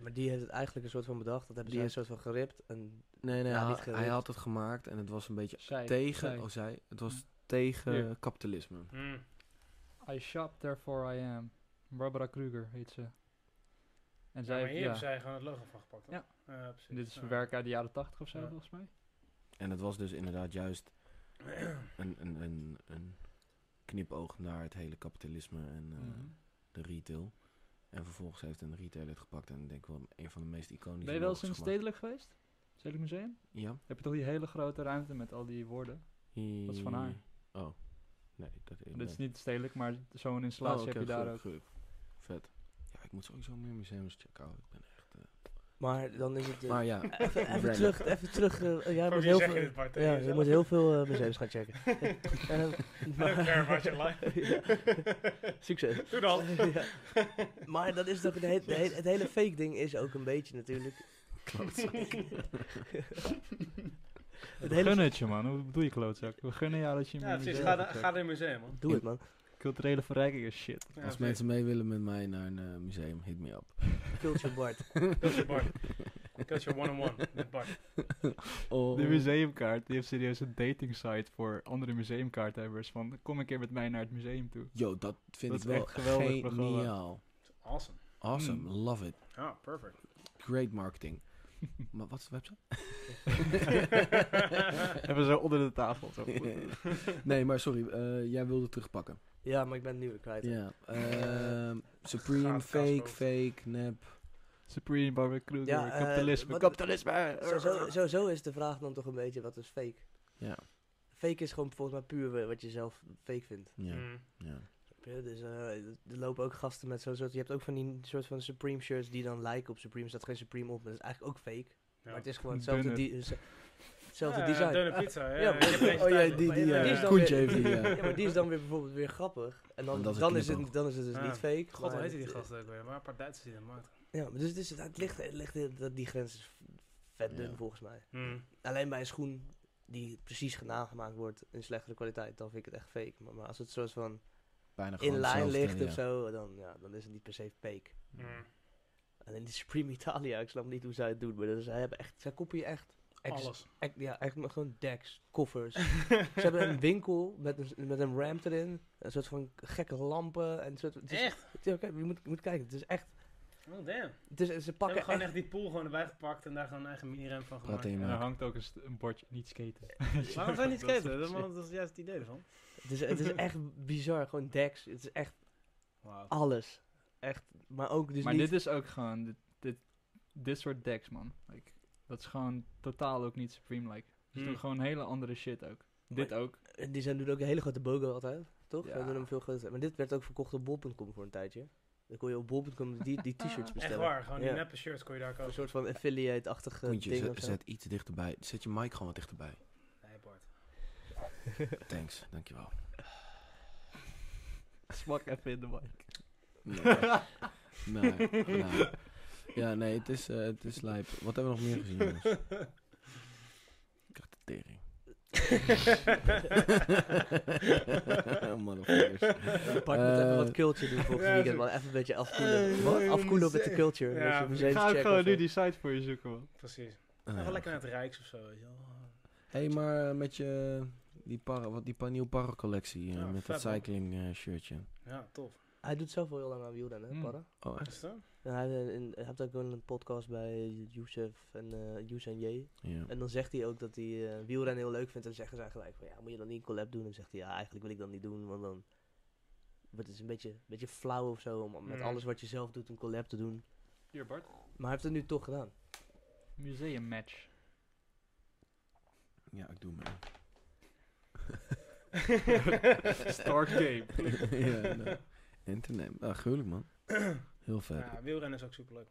[SPEAKER 2] Maar die heeft het eigenlijk een soort van bedacht. Dat hebben
[SPEAKER 4] Die
[SPEAKER 2] zij een soort van geript. En
[SPEAKER 4] Nee, nee,
[SPEAKER 2] Ja, niet
[SPEAKER 4] hij, had- hij
[SPEAKER 2] gericht.
[SPEAKER 4] had het gemaakt en het was een beetje
[SPEAKER 1] Zij,
[SPEAKER 4] tegen...
[SPEAKER 1] zij.
[SPEAKER 4] Oh, zij. Het was
[SPEAKER 1] Hm.
[SPEAKER 4] tegen
[SPEAKER 1] Hier.
[SPEAKER 4] kapitalisme.
[SPEAKER 3] Hmm.
[SPEAKER 1] I shop, therefore I am. Barbara Kruger heet ze. En
[SPEAKER 3] Ja,
[SPEAKER 1] zij
[SPEAKER 3] maar
[SPEAKER 1] heeft,
[SPEAKER 3] hier
[SPEAKER 1] ja,
[SPEAKER 3] hebben zij gewoon het logo van gepakt. hoor.
[SPEAKER 1] Ja.
[SPEAKER 3] precies.
[SPEAKER 1] dit is
[SPEAKER 3] Ja.
[SPEAKER 1] een werk uit de jaren 80 of zo,
[SPEAKER 3] Ja.
[SPEAKER 1] volgens mij.
[SPEAKER 4] En het was dus inderdaad juist een, een, een, een knipoog naar het hele kapitalisme en eh,
[SPEAKER 1] Mhm.
[SPEAKER 4] de retail. En vervolgens heeft een retailer het gepakt en denk ik wel een van de meest iconische
[SPEAKER 1] Ben je wel eens in
[SPEAKER 4] logos
[SPEAKER 1] het stedelijk geweest? Stedelijk museum?
[SPEAKER 4] gemaakt. Ja.
[SPEAKER 1] Heb je toch die hele grote ruimte met al die woorden? Dat is van haar.
[SPEAKER 4] Oh. Nee, dat is...
[SPEAKER 1] Dit is niet stedelijk, maar zo'n
[SPEAKER 4] Oh,
[SPEAKER 1] installatie heb je daar ook.
[SPEAKER 4] Vet. Ja, ik moet sowieso meer museums checken. ouwe. Ik ben echt... eh,
[SPEAKER 2] Maar dan is het... eh,
[SPEAKER 4] Maar ja,
[SPEAKER 2] Even, even
[SPEAKER 4] Brandon.
[SPEAKER 2] terug, even terug. eh, jij
[SPEAKER 3] Voor
[SPEAKER 2] moet
[SPEAKER 3] wie
[SPEAKER 2] heel
[SPEAKER 3] zeg je
[SPEAKER 2] veel,
[SPEAKER 3] dit, Bart?
[SPEAKER 2] ja, je
[SPEAKER 3] Jezelf?
[SPEAKER 2] moet heel veel eh, museums gaan checken. Eh,
[SPEAKER 3] I don't care
[SPEAKER 2] maar,
[SPEAKER 3] about your life.
[SPEAKER 2] succes.
[SPEAKER 3] Doe dan.
[SPEAKER 2] Ja. Maar dat is toch de he- de he- het hele fake ding is ook een beetje natuurlijk.
[SPEAKER 1] We
[SPEAKER 2] Het hele-
[SPEAKER 1] gunnen het je, man. Hoe bedoel je, klootzak? We gunnen jou dat je in
[SPEAKER 3] Ja,
[SPEAKER 1] een
[SPEAKER 3] precies.
[SPEAKER 1] museum gaat
[SPEAKER 3] Ga, naar- ga
[SPEAKER 1] werken.
[SPEAKER 3] naar een museum, man.
[SPEAKER 2] Doe het man.
[SPEAKER 1] Culturele verrijking is shit.
[SPEAKER 3] Ja,
[SPEAKER 4] als
[SPEAKER 3] precies.
[SPEAKER 4] mensen mee willen met mij naar een eh, museum, hit me up.
[SPEAKER 2] Culture Bart.
[SPEAKER 3] Culture Bart. Culture one-on-one met Bart.
[SPEAKER 4] Oh.
[SPEAKER 1] De museumkaart, die heeft serieus een dating site voor andere museumkaarthebbers. Van, kom een keer met mij naar het museum toe.
[SPEAKER 4] Yo, dat vind
[SPEAKER 1] Dat
[SPEAKER 4] ik
[SPEAKER 1] is
[SPEAKER 4] wel
[SPEAKER 1] echt geweldig programma.
[SPEAKER 4] geniaal.
[SPEAKER 3] Awesome.
[SPEAKER 4] Awesome,
[SPEAKER 1] Mm.
[SPEAKER 4] love it.
[SPEAKER 3] Ja, perfect.
[SPEAKER 4] Great marketing. maar wat is de website?
[SPEAKER 1] Hebben ze onder de tafel. Zo.
[SPEAKER 4] nee, maar sorry, eh, jij wilde terugpakken.
[SPEAKER 2] Ja, maar ik ben het nu weer kwijt.
[SPEAKER 4] Ja. ehm, Supreme,
[SPEAKER 3] Gaat
[SPEAKER 4] fake,
[SPEAKER 3] kaasboot.
[SPEAKER 4] fake, nep.
[SPEAKER 1] Supreme Barbara Kruger,
[SPEAKER 2] Ja, eh,
[SPEAKER 1] kapitalisme,
[SPEAKER 2] wat-
[SPEAKER 1] kapitalisme.
[SPEAKER 2] Zo- zo- Sowieso is de vraag dan toch een beetje wat is fake.
[SPEAKER 4] Ja.
[SPEAKER 2] Fake is gewoon volgens mij puur eh, wat je zelf fake vindt.
[SPEAKER 4] Ja,
[SPEAKER 1] Hmm.
[SPEAKER 3] Mm.
[SPEAKER 4] ja.
[SPEAKER 2] Snap je? Dus eh, er lopen ook gasten met zo'n soort. Je hebt ook van die soort van Supreme shirts die dan lijken op Supreme. Er staat geen Supreme op, maar dat is eigenlijk ook fake.
[SPEAKER 3] Ja.
[SPEAKER 2] Maar het is gewoon hetzelfde,
[SPEAKER 1] Dunner.
[SPEAKER 2] di- eh, ze- hetzelfde
[SPEAKER 3] Ja,
[SPEAKER 2] design.
[SPEAKER 3] Dunne pizza, ja.
[SPEAKER 2] Ja,
[SPEAKER 3] Ik
[SPEAKER 2] maar-
[SPEAKER 3] heb deze
[SPEAKER 4] Oh ja,
[SPEAKER 3] tijd.
[SPEAKER 4] die,
[SPEAKER 2] Maar ja,
[SPEAKER 4] die,
[SPEAKER 2] maar
[SPEAKER 4] eh,
[SPEAKER 2] die is dan
[SPEAKER 4] Koentje
[SPEAKER 2] weer-
[SPEAKER 4] heeft die, ja.
[SPEAKER 2] Ja, maar die is dan weer bijvoorbeeld weer grappig. En dan,
[SPEAKER 4] En dat is een
[SPEAKER 2] dan, is,
[SPEAKER 4] knipoog.
[SPEAKER 2] het, dan is het dus
[SPEAKER 3] Ja.
[SPEAKER 2] niet fake.
[SPEAKER 3] God, hoe
[SPEAKER 2] maar
[SPEAKER 3] heette die
[SPEAKER 2] het-
[SPEAKER 3] gast ook weer? Maar een paar Duitsers die dat maakten.
[SPEAKER 2] Ja, maar dus het, is, het ligt, het ligt dat die grens is vet dun
[SPEAKER 4] Ja.
[SPEAKER 2] volgens mij.
[SPEAKER 3] Mm.
[SPEAKER 2] Alleen bij een schoen die precies nagemaakt wordt in slechtere kwaliteit, dan vind ik het echt fake. Maar, maar als het soort van
[SPEAKER 4] Bijna gewoon
[SPEAKER 2] in lijn
[SPEAKER 4] hetzelfde,
[SPEAKER 2] ligt
[SPEAKER 4] ja.
[SPEAKER 2] of zo, dan, ja, dan is het niet per se fake.
[SPEAKER 3] Mm.
[SPEAKER 2] Alleen die Supreme Italia, ik snap niet hoe zij het doen, maar dat is- zij hebben echt, zij kopiëren echt Ex-
[SPEAKER 3] alles.
[SPEAKER 2] Echt- ja, echt maar gewoon decks, koffers. Ze hebben een winkel met een, met een ramp erin. Een soort van gekke lampen. En een soort, het is,
[SPEAKER 3] Echt?
[SPEAKER 2] het is- oké, je, moet, je moet kijken, het is echt...
[SPEAKER 3] Oh, damn.
[SPEAKER 2] Het is, ze
[SPEAKER 3] Ze hebben
[SPEAKER 2] pakken
[SPEAKER 3] gewoon
[SPEAKER 2] echt...
[SPEAKER 3] echt die pool gewoon erbij gepakt en daar gewoon een eigen mini-rem van
[SPEAKER 4] Praat
[SPEAKER 3] gemaakt.
[SPEAKER 4] in,
[SPEAKER 1] En
[SPEAKER 4] man.
[SPEAKER 1] er hangt ook een, st- een bordje niet skaten.
[SPEAKER 3] Eh, Waarom zijn die
[SPEAKER 1] Dat is
[SPEAKER 3] skaten? Dat,
[SPEAKER 1] echt
[SPEAKER 3] dat, is juist het idee ervan.
[SPEAKER 2] Het is, het is echt bizar, gewoon decks. Het is echt
[SPEAKER 3] Wauw.
[SPEAKER 2] alles. Echt, maar ook dus
[SPEAKER 1] maar
[SPEAKER 2] niet...
[SPEAKER 1] dit is ook gewoon, dit, dit, dit soort decks, man. Like, dat is gewoon totaal ook niet Supreme-like. Ze
[SPEAKER 3] Hmm.
[SPEAKER 1] doen gewoon hele andere shit ook. Dit ook.
[SPEAKER 2] En die zijn, doen ook een hele grote bogo altijd, toch? Ze
[SPEAKER 1] Ja.
[SPEAKER 2] doen hem veel groter. Maar dit werd ook verkocht op bol.com voor een tijdje. Dan kon je op bol.com die, die t-shirts
[SPEAKER 3] Echt
[SPEAKER 2] bestellen.
[SPEAKER 3] waar, gewoon die
[SPEAKER 2] Ja.
[SPEAKER 3] neppe shirts kon je daar
[SPEAKER 2] Een
[SPEAKER 3] kopen.
[SPEAKER 2] soort van affiliate-achtig eh,
[SPEAKER 4] Koentje,
[SPEAKER 2] ding
[SPEAKER 4] zet,
[SPEAKER 2] of zo.
[SPEAKER 4] zet iets dichterbij. Zet je mic gewoon wat dichterbij.
[SPEAKER 3] Nee, Bart.
[SPEAKER 4] Thanks, dankjewel.
[SPEAKER 1] Zwak even in de mic.
[SPEAKER 4] Nee, echt. nee, nee. Ja, nee, het is, eh, het is lijp. Wat hebben we nog meer gezien, jongens? Ik krijg de tering. Motherfuckers.
[SPEAKER 2] Bart moet even
[SPEAKER 4] Eh,
[SPEAKER 2] wat culture doen volgend
[SPEAKER 3] ja,
[SPEAKER 2] weekend,
[SPEAKER 3] zo-
[SPEAKER 2] man. Even een beetje
[SPEAKER 3] Eh,
[SPEAKER 2] afkoelen. Wat?
[SPEAKER 3] ik
[SPEAKER 2] afkoelen met
[SPEAKER 3] moet
[SPEAKER 2] de
[SPEAKER 3] zeggen.
[SPEAKER 2] culture.
[SPEAKER 3] Ja,
[SPEAKER 2] weet je,
[SPEAKER 3] precies.
[SPEAKER 2] om
[SPEAKER 1] Ik
[SPEAKER 3] Ik
[SPEAKER 2] zeven
[SPEAKER 1] ga ook
[SPEAKER 2] checken
[SPEAKER 1] gewoon
[SPEAKER 2] of zo.
[SPEAKER 1] nu die site voor je zoeken, man.
[SPEAKER 3] Precies.
[SPEAKER 4] Ah,
[SPEAKER 3] Even
[SPEAKER 4] ja.
[SPEAKER 3] lekker naar het Rijks of zo, weet je wel.
[SPEAKER 4] Hé, maar eh, met je die para, wat die pa- nieuwe para-collectie eh,
[SPEAKER 3] Ja,
[SPEAKER 4] met dat eh,
[SPEAKER 3] vet, man.
[SPEAKER 4] cycling-shirtje.
[SPEAKER 3] Ja, tof.
[SPEAKER 2] Hij doet zelf wel heel lang aan wielrennen, hè,
[SPEAKER 1] Hmm.
[SPEAKER 2] Parra?
[SPEAKER 4] oh, echt?
[SPEAKER 3] Is dat?
[SPEAKER 2] En hij, eh, in- hij heeft ook wel een podcast bij Youssef en eh Yous en J.
[SPEAKER 4] Ja.
[SPEAKER 2] En dan zegt hij ook dat hij eh, wielrennen heel leuk vindt. En zeggen ze eigenlijk gelijk van, ja, moet je dan niet een collab doen? En dan zegt hij, ja, eigenlijk wil ik dat niet doen, want dan... wordt Het is een beetje, een beetje flauw of zo om met
[SPEAKER 3] Hmm.
[SPEAKER 2] alles wat je zelf doet een collab te doen.
[SPEAKER 1] Hier, Bart.
[SPEAKER 2] Maar hij heeft het nu toch gedaan.
[SPEAKER 1] Museum match.
[SPEAKER 4] ja, ik doe mee.
[SPEAKER 1] Start game.
[SPEAKER 4] ja, nee. Internet. Ah, gruwelijk, man. Heel vet.
[SPEAKER 3] Ja, wielrennen is ook superleuk.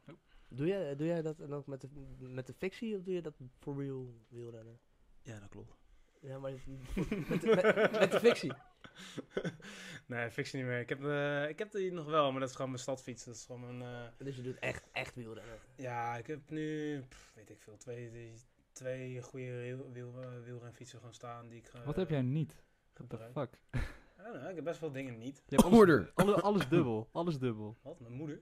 [SPEAKER 2] Doe jij, doe jij dat dan ook met de, met de fictie of doe je dat for real wielrennen?
[SPEAKER 3] Ja, dat klopt.
[SPEAKER 2] Ja, maar het- met, de- met, met de fictie.
[SPEAKER 3] Nee, fictie niet meer. Ik heb, eh, ik heb die nog wel, maar dat is gewoon mijn stadfiets. Dat is gewoon een... eh,
[SPEAKER 2] Dus je doet echt, echt wielrennen.
[SPEAKER 3] ja, ik heb nu, pff, weet ik veel, twee, die- twee goede wiel, wiel, eh, wielrenfietsen gewoon staan die ik eh,
[SPEAKER 1] Wat heb jij niet? What the
[SPEAKER 3] gebruik.
[SPEAKER 1] fuck?
[SPEAKER 3] I don't know, ik heb best wel dingen niet.
[SPEAKER 1] Je hebt alles-
[SPEAKER 4] Order.
[SPEAKER 1] Alle, alles dubbel. Alles dubbel.
[SPEAKER 3] Wat, mijn moeder?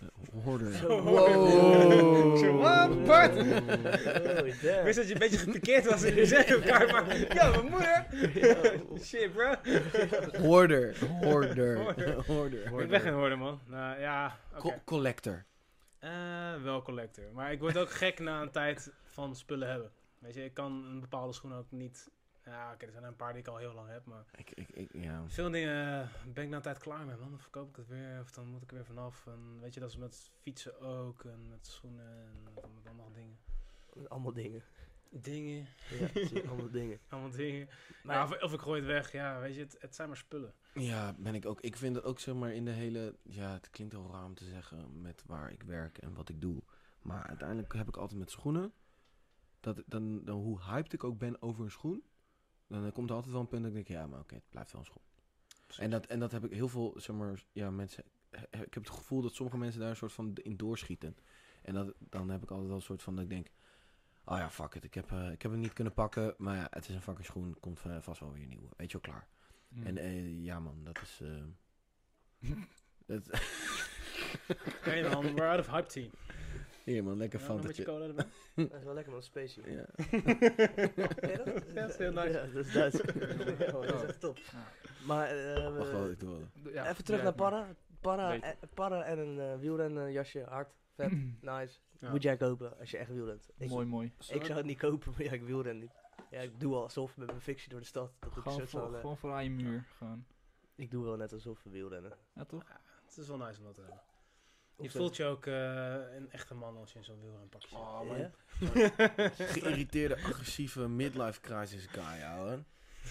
[SPEAKER 4] Eh, Hoorder.
[SPEAKER 2] Zo,
[SPEAKER 1] Wow.
[SPEAKER 3] Ik zeg, wat, Bart?
[SPEAKER 2] Oh, damn.
[SPEAKER 3] Ik wist dat je een beetje getekeerd was in je zeggen elkaar, maar... Ja, mijn moeder! Shit, bro.
[SPEAKER 4] Hoorder. Hoorder.
[SPEAKER 3] Hoorder.
[SPEAKER 4] Hoorder.
[SPEAKER 3] Ik ben geen hoorder, man. Nou, ja, oké.
[SPEAKER 4] Co- collector.
[SPEAKER 3] Eh, wel collector. Maar ik word ook gek na een tijd van spullen hebben. Weet je, ik kan een bepaalde schoen ook niet... Ja, oké, er zijn er een paar die ik al heel lang heb, maar...
[SPEAKER 4] Ik, ik, ik, ja.
[SPEAKER 3] Veel dingen eh, ben ik na een tijd klaar mee, man. Dan verkoop ik het weer, of dan moet ik er weer vanaf. En weet je, dat is met fietsen ook, en met schoenen, en met allemaal dingen.
[SPEAKER 2] Allemaal dingen.
[SPEAKER 3] Dingen,
[SPEAKER 2] Ja, het zijn allemaal dingen.
[SPEAKER 3] allemaal dingen.
[SPEAKER 2] Maar-
[SPEAKER 3] Ja, of, of ik gooi het weg, ja, weet je, het, het zijn maar spullen.
[SPEAKER 4] Ja, ben ik ook. Ik vind het ook zeg maar in de hele. Ja, het klinkt heel raar om te zeggen met waar ik werk en wat ik doe. Maar uiteindelijk heb ik altijd met schoenen. Dat, dan, dan hoe hyped ik ook ben over een schoen. Dan eh, komt er altijd wel een punt dat ik denk, ja, maar oké, het blijft wel een schoen. En dat, en dat heb ik heel veel, zeg maar, ja, mensen. he- Ik heb het gevoel dat sommige mensen daar een soort van in doorschieten. En dat, dan heb ik altijd wel een soort van dat ik denk. Oh ja, fuck it. Ik heb, eh, ik heb hem niet kunnen pakken. Maar ja, het is een fucking schoen. Komt eh, vast wel weer een nieuwe. Weet je wel, klaar.
[SPEAKER 3] Hmm.
[SPEAKER 4] En eh, ja, man, dat is. eh, dat,
[SPEAKER 3] Oké man, we're out of hype team.
[SPEAKER 4] hier, man, lekker
[SPEAKER 3] Ja, nog een beetje
[SPEAKER 4] fantasie.
[SPEAKER 3] cola erbij.
[SPEAKER 2] Dat is wel lekker man, spacey.
[SPEAKER 4] Ja.
[SPEAKER 2] Ken je dat?
[SPEAKER 3] Ja, dat is heel nice.
[SPEAKER 2] Ja, dat is Duits. Ja, man, dat is echt top.
[SPEAKER 1] Ja.
[SPEAKER 2] Maar eh,
[SPEAKER 4] Wacht wel,
[SPEAKER 2] we-
[SPEAKER 4] ik doe wel.
[SPEAKER 1] Ja,
[SPEAKER 2] even terug
[SPEAKER 1] jij
[SPEAKER 2] naar
[SPEAKER 1] hebt me-
[SPEAKER 2] Parra. Parra,
[SPEAKER 1] Weet je.
[SPEAKER 2] eh, Parra en een eh, wielrenjasje. Hard, vet, nice.
[SPEAKER 3] Ja.
[SPEAKER 2] Moet jij kopen als je echt wielrent. Ik,
[SPEAKER 1] Mooi, mooi.
[SPEAKER 2] ik zou het niet kopen, maar ja, ik wielren niet. Ja, ik doe alsof met mijn fictie door de stad. Dat ik, een
[SPEAKER 1] Gewoon
[SPEAKER 2] soort
[SPEAKER 1] voor,
[SPEAKER 2] van, eh,
[SPEAKER 1] gewoon voor aan je muur. Gewoon.
[SPEAKER 2] ik doe wel net alsof we wielrennen.
[SPEAKER 1] Ja, toch?
[SPEAKER 3] Het is wel nice om dat te hebben.
[SPEAKER 2] Of
[SPEAKER 3] Je
[SPEAKER 2] zo.
[SPEAKER 3] voelt je ook eh, een echte man als je in zo'n wielrenpak zit.
[SPEAKER 4] Oh,
[SPEAKER 2] Ja?
[SPEAKER 4] man. Geïrriteerde, agressieve midlife crisis guy, ouwe.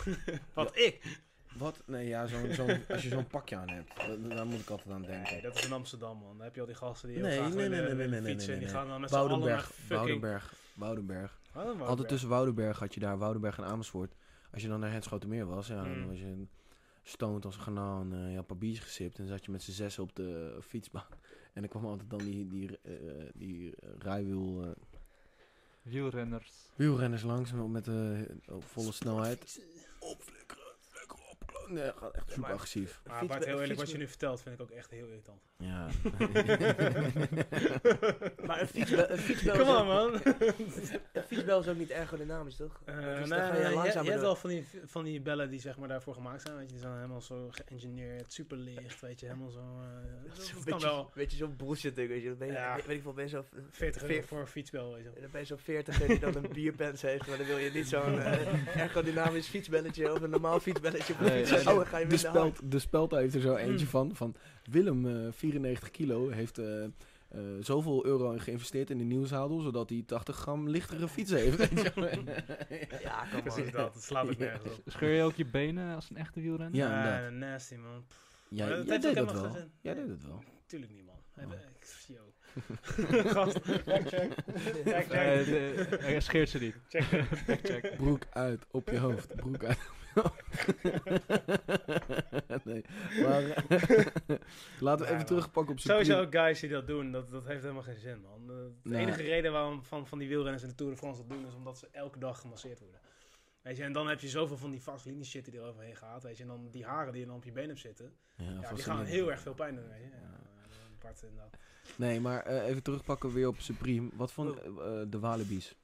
[SPEAKER 3] Wat ik?
[SPEAKER 4] Wat? Nee, ja, zo'n zo'n als je zo'n pakje aan hebt, da- da- daar moet ik altijd aan
[SPEAKER 3] Nee,
[SPEAKER 4] denken.
[SPEAKER 3] dat is in Amsterdam, man. Dan heb je al die gasten die heel
[SPEAKER 4] Nee,
[SPEAKER 3] graag
[SPEAKER 4] nee,
[SPEAKER 3] willen,
[SPEAKER 4] nee, nee,
[SPEAKER 3] willen
[SPEAKER 4] nee, nee,
[SPEAKER 3] fietsen. en
[SPEAKER 4] nee,
[SPEAKER 3] die
[SPEAKER 4] nee.
[SPEAKER 3] gaan dan met z'n allen naar
[SPEAKER 4] Woudenberg,
[SPEAKER 3] fucking...
[SPEAKER 4] Woudenberg, Woudenberg.
[SPEAKER 3] Woudenberg.
[SPEAKER 4] Altijd tussen Woudenberg had je daar, Woudenberg en Amersfoort. Als je dan naar het meer was, ja, dan
[SPEAKER 3] Mm.
[SPEAKER 4] was je stoned als een granaal en je had een paar biertjes gesipt. En dan zat je met z'n zes op de fietsbaan. En dan kwam altijd dan die, die, eh, die eh, rijwiel, eh,
[SPEAKER 1] Wielrenners.
[SPEAKER 4] wielrenners langs met eh, op volle snelheid. Opflikkeren, lekker opkleuren. Nee, gaat echt super
[SPEAKER 3] maar-
[SPEAKER 4] agressief.
[SPEAKER 3] Maar
[SPEAKER 2] Fiets-
[SPEAKER 3] Bart, heel eerlijk, wat je
[SPEAKER 2] fiets-
[SPEAKER 3] nu vertelt vind ik ook echt heel irritant.
[SPEAKER 4] Ja.
[SPEAKER 2] Maar een fietsbel, een fietsbel, is,
[SPEAKER 3] Kom
[SPEAKER 2] ook,
[SPEAKER 3] on, man.
[SPEAKER 2] een fietsbel is ook niet ergodynamisch, toch?
[SPEAKER 3] Eh,
[SPEAKER 2] Dus dan
[SPEAKER 3] nee,
[SPEAKER 2] ga
[SPEAKER 3] nee,
[SPEAKER 2] je
[SPEAKER 3] je, je
[SPEAKER 2] langzamer
[SPEAKER 3] hebt
[SPEAKER 2] door.
[SPEAKER 3] wel van die, van die bellen die zeg maar daarvoor gemaakt zijn. Weet je, die zijn helemaal zo geëngineerd, super licht, weet je, helemaal zo. eh,
[SPEAKER 2] Dat
[SPEAKER 3] dat
[SPEAKER 2] is een
[SPEAKER 3] kan
[SPEAKER 2] beetje,
[SPEAKER 3] wel.
[SPEAKER 2] beetje zo'n bullshit ding, weet je. Dan ben je,
[SPEAKER 3] Ja.
[SPEAKER 2] weet ik veel, ben je zo'n...
[SPEAKER 3] 40 euro
[SPEAKER 2] veer-
[SPEAKER 3] voor een fietsbel, weet je.
[SPEAKER 2] En dan ben je zo'n 40 die dan een bierpens heeft, maar dan wil je niet zo'n eh, ergodynamisch fietsbelletje of een normaal fietsbelletje op de
[SPEAKER 4] Nee,
[SPEAKER 2] fiets.
[SPEAKER 4] nee,
[SPEAKER 2] Oh,
[SPEAKER 4] nee.
[SPEAKER 2] dan ga je
[SPEAKER 4] de,
[SPEAKER 2] minder hard.
[SPEAKER 4] speld, de speld heeft
[SPEAKER 3] Mm.
[SPEAKER 4] er zo eentje van. Van Willem, eh, 94 kilo, heeft eh, eh, zoveel euro in geïnvesteerd in de nieuwshandel, zodat hij 80 gram lichtere fiets heeft. Weet je wel.
[SPEAKER 2] Ja, kom
[SPEAKER 3] Precies
[SPEAKER 2] maar.
[SPEAKER 3] dat, het slaat ook nergens op. Eh,
[SPEAKER 1] Scheur je ook je benen als een echte wielrenner?
[SPEAKER 4] Ja,
[SPEAKER 3] Nee,
[SPEAKER 4] inderdaad.
[SPEAKER 3] nasty man. Pff,
[SPEAKER 4] Jij,
[SPEAKER 3] Maar dat
[SPEAKER 4] jij
[SPEAKER 3] heeft
[SPEAKER 4] deed
[SPEAKER 3] ook
[SPEAKER 4] dat
[SPEAKER 3] helemaal geen
[SPEAKER 4] wel.
[SPEAKER 3] zin.
[SPEAKER 4] Jij deed dat wel.
[SPEAKER 3] tuurlijk niet, man. Hij
[SPEAKER 4] Oh.
[SPEAKER 3] be- ik- Yo. Gast, fact check. Fact check.
[SPEAKER 1] Eh, de- hij scheert ze niet.
[SPEAKER 3] Check, check.
[SPEAKER 1] Fact check.
[SPEAKER 4] Broek uit op je hoofd. Broek uit op je hoofd. nee. Maar eh, laten we
[SPEAKER 3] Nee,
[SPEAKER 4] even
[SPEAKER 3] man.
[SPEAKER 4] terugpakken op zijn
[SPEAKER 3] Sowieso guys die dat doen, dat, dat heeft helemaal geen zin, man. De, de
[SPEAKER 4] Nee.
[SPEAKER 3] enige reden waarom van, van die wielrenners in de Tour de France dat doen, is omdat ze elke dag gemasseerd worden. Weet je, en dan heb je zoveel van die vaseline shit die er overheen gaat, weet je. En dan die haren die er dan op je been op zitten, ja, die gaan heel erg veel pijn doen, weet je. Ja. Apart inderdaad.
[SPEAKER 4] Nee, maar eh, even terugpakken weer op Supreme. Wat
[SPEAKER 3] Oh.
[SPEAKER 4] van de Walibi's?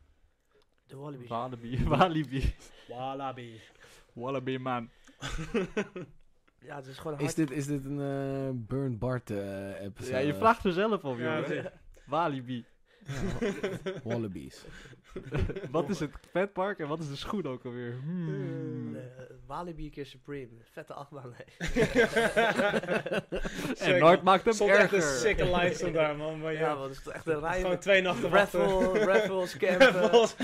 [SPEAKER 2] De wallaby.
[SPEAKER 1] Walibi. Walibi.
[SPEAKER 3] Wallaby.
[SPEAKER 1] Wallaby man.
[SPEAKER 2] Ja, het is gewoon hard.
[SPEAKER 4] Is dit, is dit een eh Burn Bart eh episode?
[SPEAKER 1] Ja, je vraagt er zelf op,
[SPEAKER 3] Ja,
[SPEAKER 1] jongen.
[SPEAKER 3] precies.
[SPEAKER 1] Walibi.
[SPEAKER 4] Ja, Wallabies.
[SPEAKER 1] Wat is het vetpark en wat is de schoen ook alweer? Hmm.
[SPEAKER 2] Mm.
[SPEAKER 4] Mm.
[SPEAKER 2] Eh, Walibi keer Supreme. Vette achtbaan. nee.
[SPEAKER 1] En
[SPEAKER 3] Zeker.
[SPEAKER 1] Noord maakt hem
[SPEAKER 3] Stond echt een
[SPEAKER 1] erger.
[SPEAKER 3] sicke lijst stond daar, man.
[SPEAKER 4] Oh,
[SPEAKER 3] Maar
[SPEAKER 2] Ja,
[SPEAKER 3] ja,
[SPEAKER 2] want het is echt een rij.
[SPEAKER 3] gewoon
[SPEAKER 2] met
[SPEAKER 3] twee nachten wachten.
[SPEAKER 2] Raffle, raffles, campen.
[SPEAKER 3] Raffles.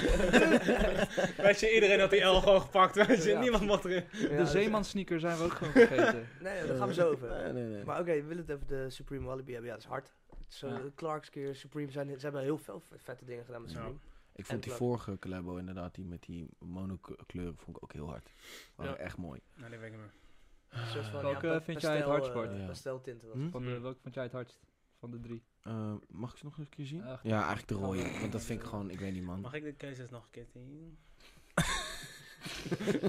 [SPEAKER 3] weet je, iedereen had die L gewoon gepakt, weet je.
[SPEAKER 2] Ja.
[SPEAKER 3] Niemand mocht erin.
[SPEAKER 1] De zeeman sneaker zijn we ook gewoon vergeten.
[SPEAKER 2] Nee, daar gaan we zo over.
[SPEAKER 4] Nee, nee, nee.
[SPEAKER 2] Maar oké, we willen het even de Supreme Wallaby hebben. Ja, dat is hard. Zo,
[SPEAKER 1] Ja.
[SPEAKER 2] de Clarks keer Supreme zijn, ze hebben heel veel v- vette dingen gedaan met
[SPEAKER 3] Ja.
[SPEAKER 2] Supreme.
[SPEAKER 4] ik vond die vorige collabo inderdaad, die met die monokleuren, vond ik ook heel hard. Waren
[SPEAKER 1] Ja.
[SPEAKER 4] echt mooi.
[SPEAKER 3] Nee, dat weet Nou, ik niet meer.
[SPEAKER 2] Een soort van,
[SPEAKER 1] Welke
[SPEAKER 2] pa-
[SPEAKER 1] vind jij het
[SPEAKER 2] pastel,
[SPEAKER 1] hardst, Bart?
[SPEAKER 2] eh,
[SPEAKER 4] Ja.
[SPEAKER 2] Pasteltinten. was
[SPEAKER 4] Hm?
[SPEAKER 1] Van de, welke vond jij het hardst? Van de drie.
[SPEAKER 4] Eh, mag ik ze nog eens een keer zien?
[SPEAKER 1] Ach,
[SPEAKER 4] ja, eigenlijk de rode.
[SPEAKER 1] gaan we-
[SPEAKER 4] Want dat vind ik gewoon, ik weet niet man.
[SPEAKER 3] Mag ik de keuzes nog een keer zien?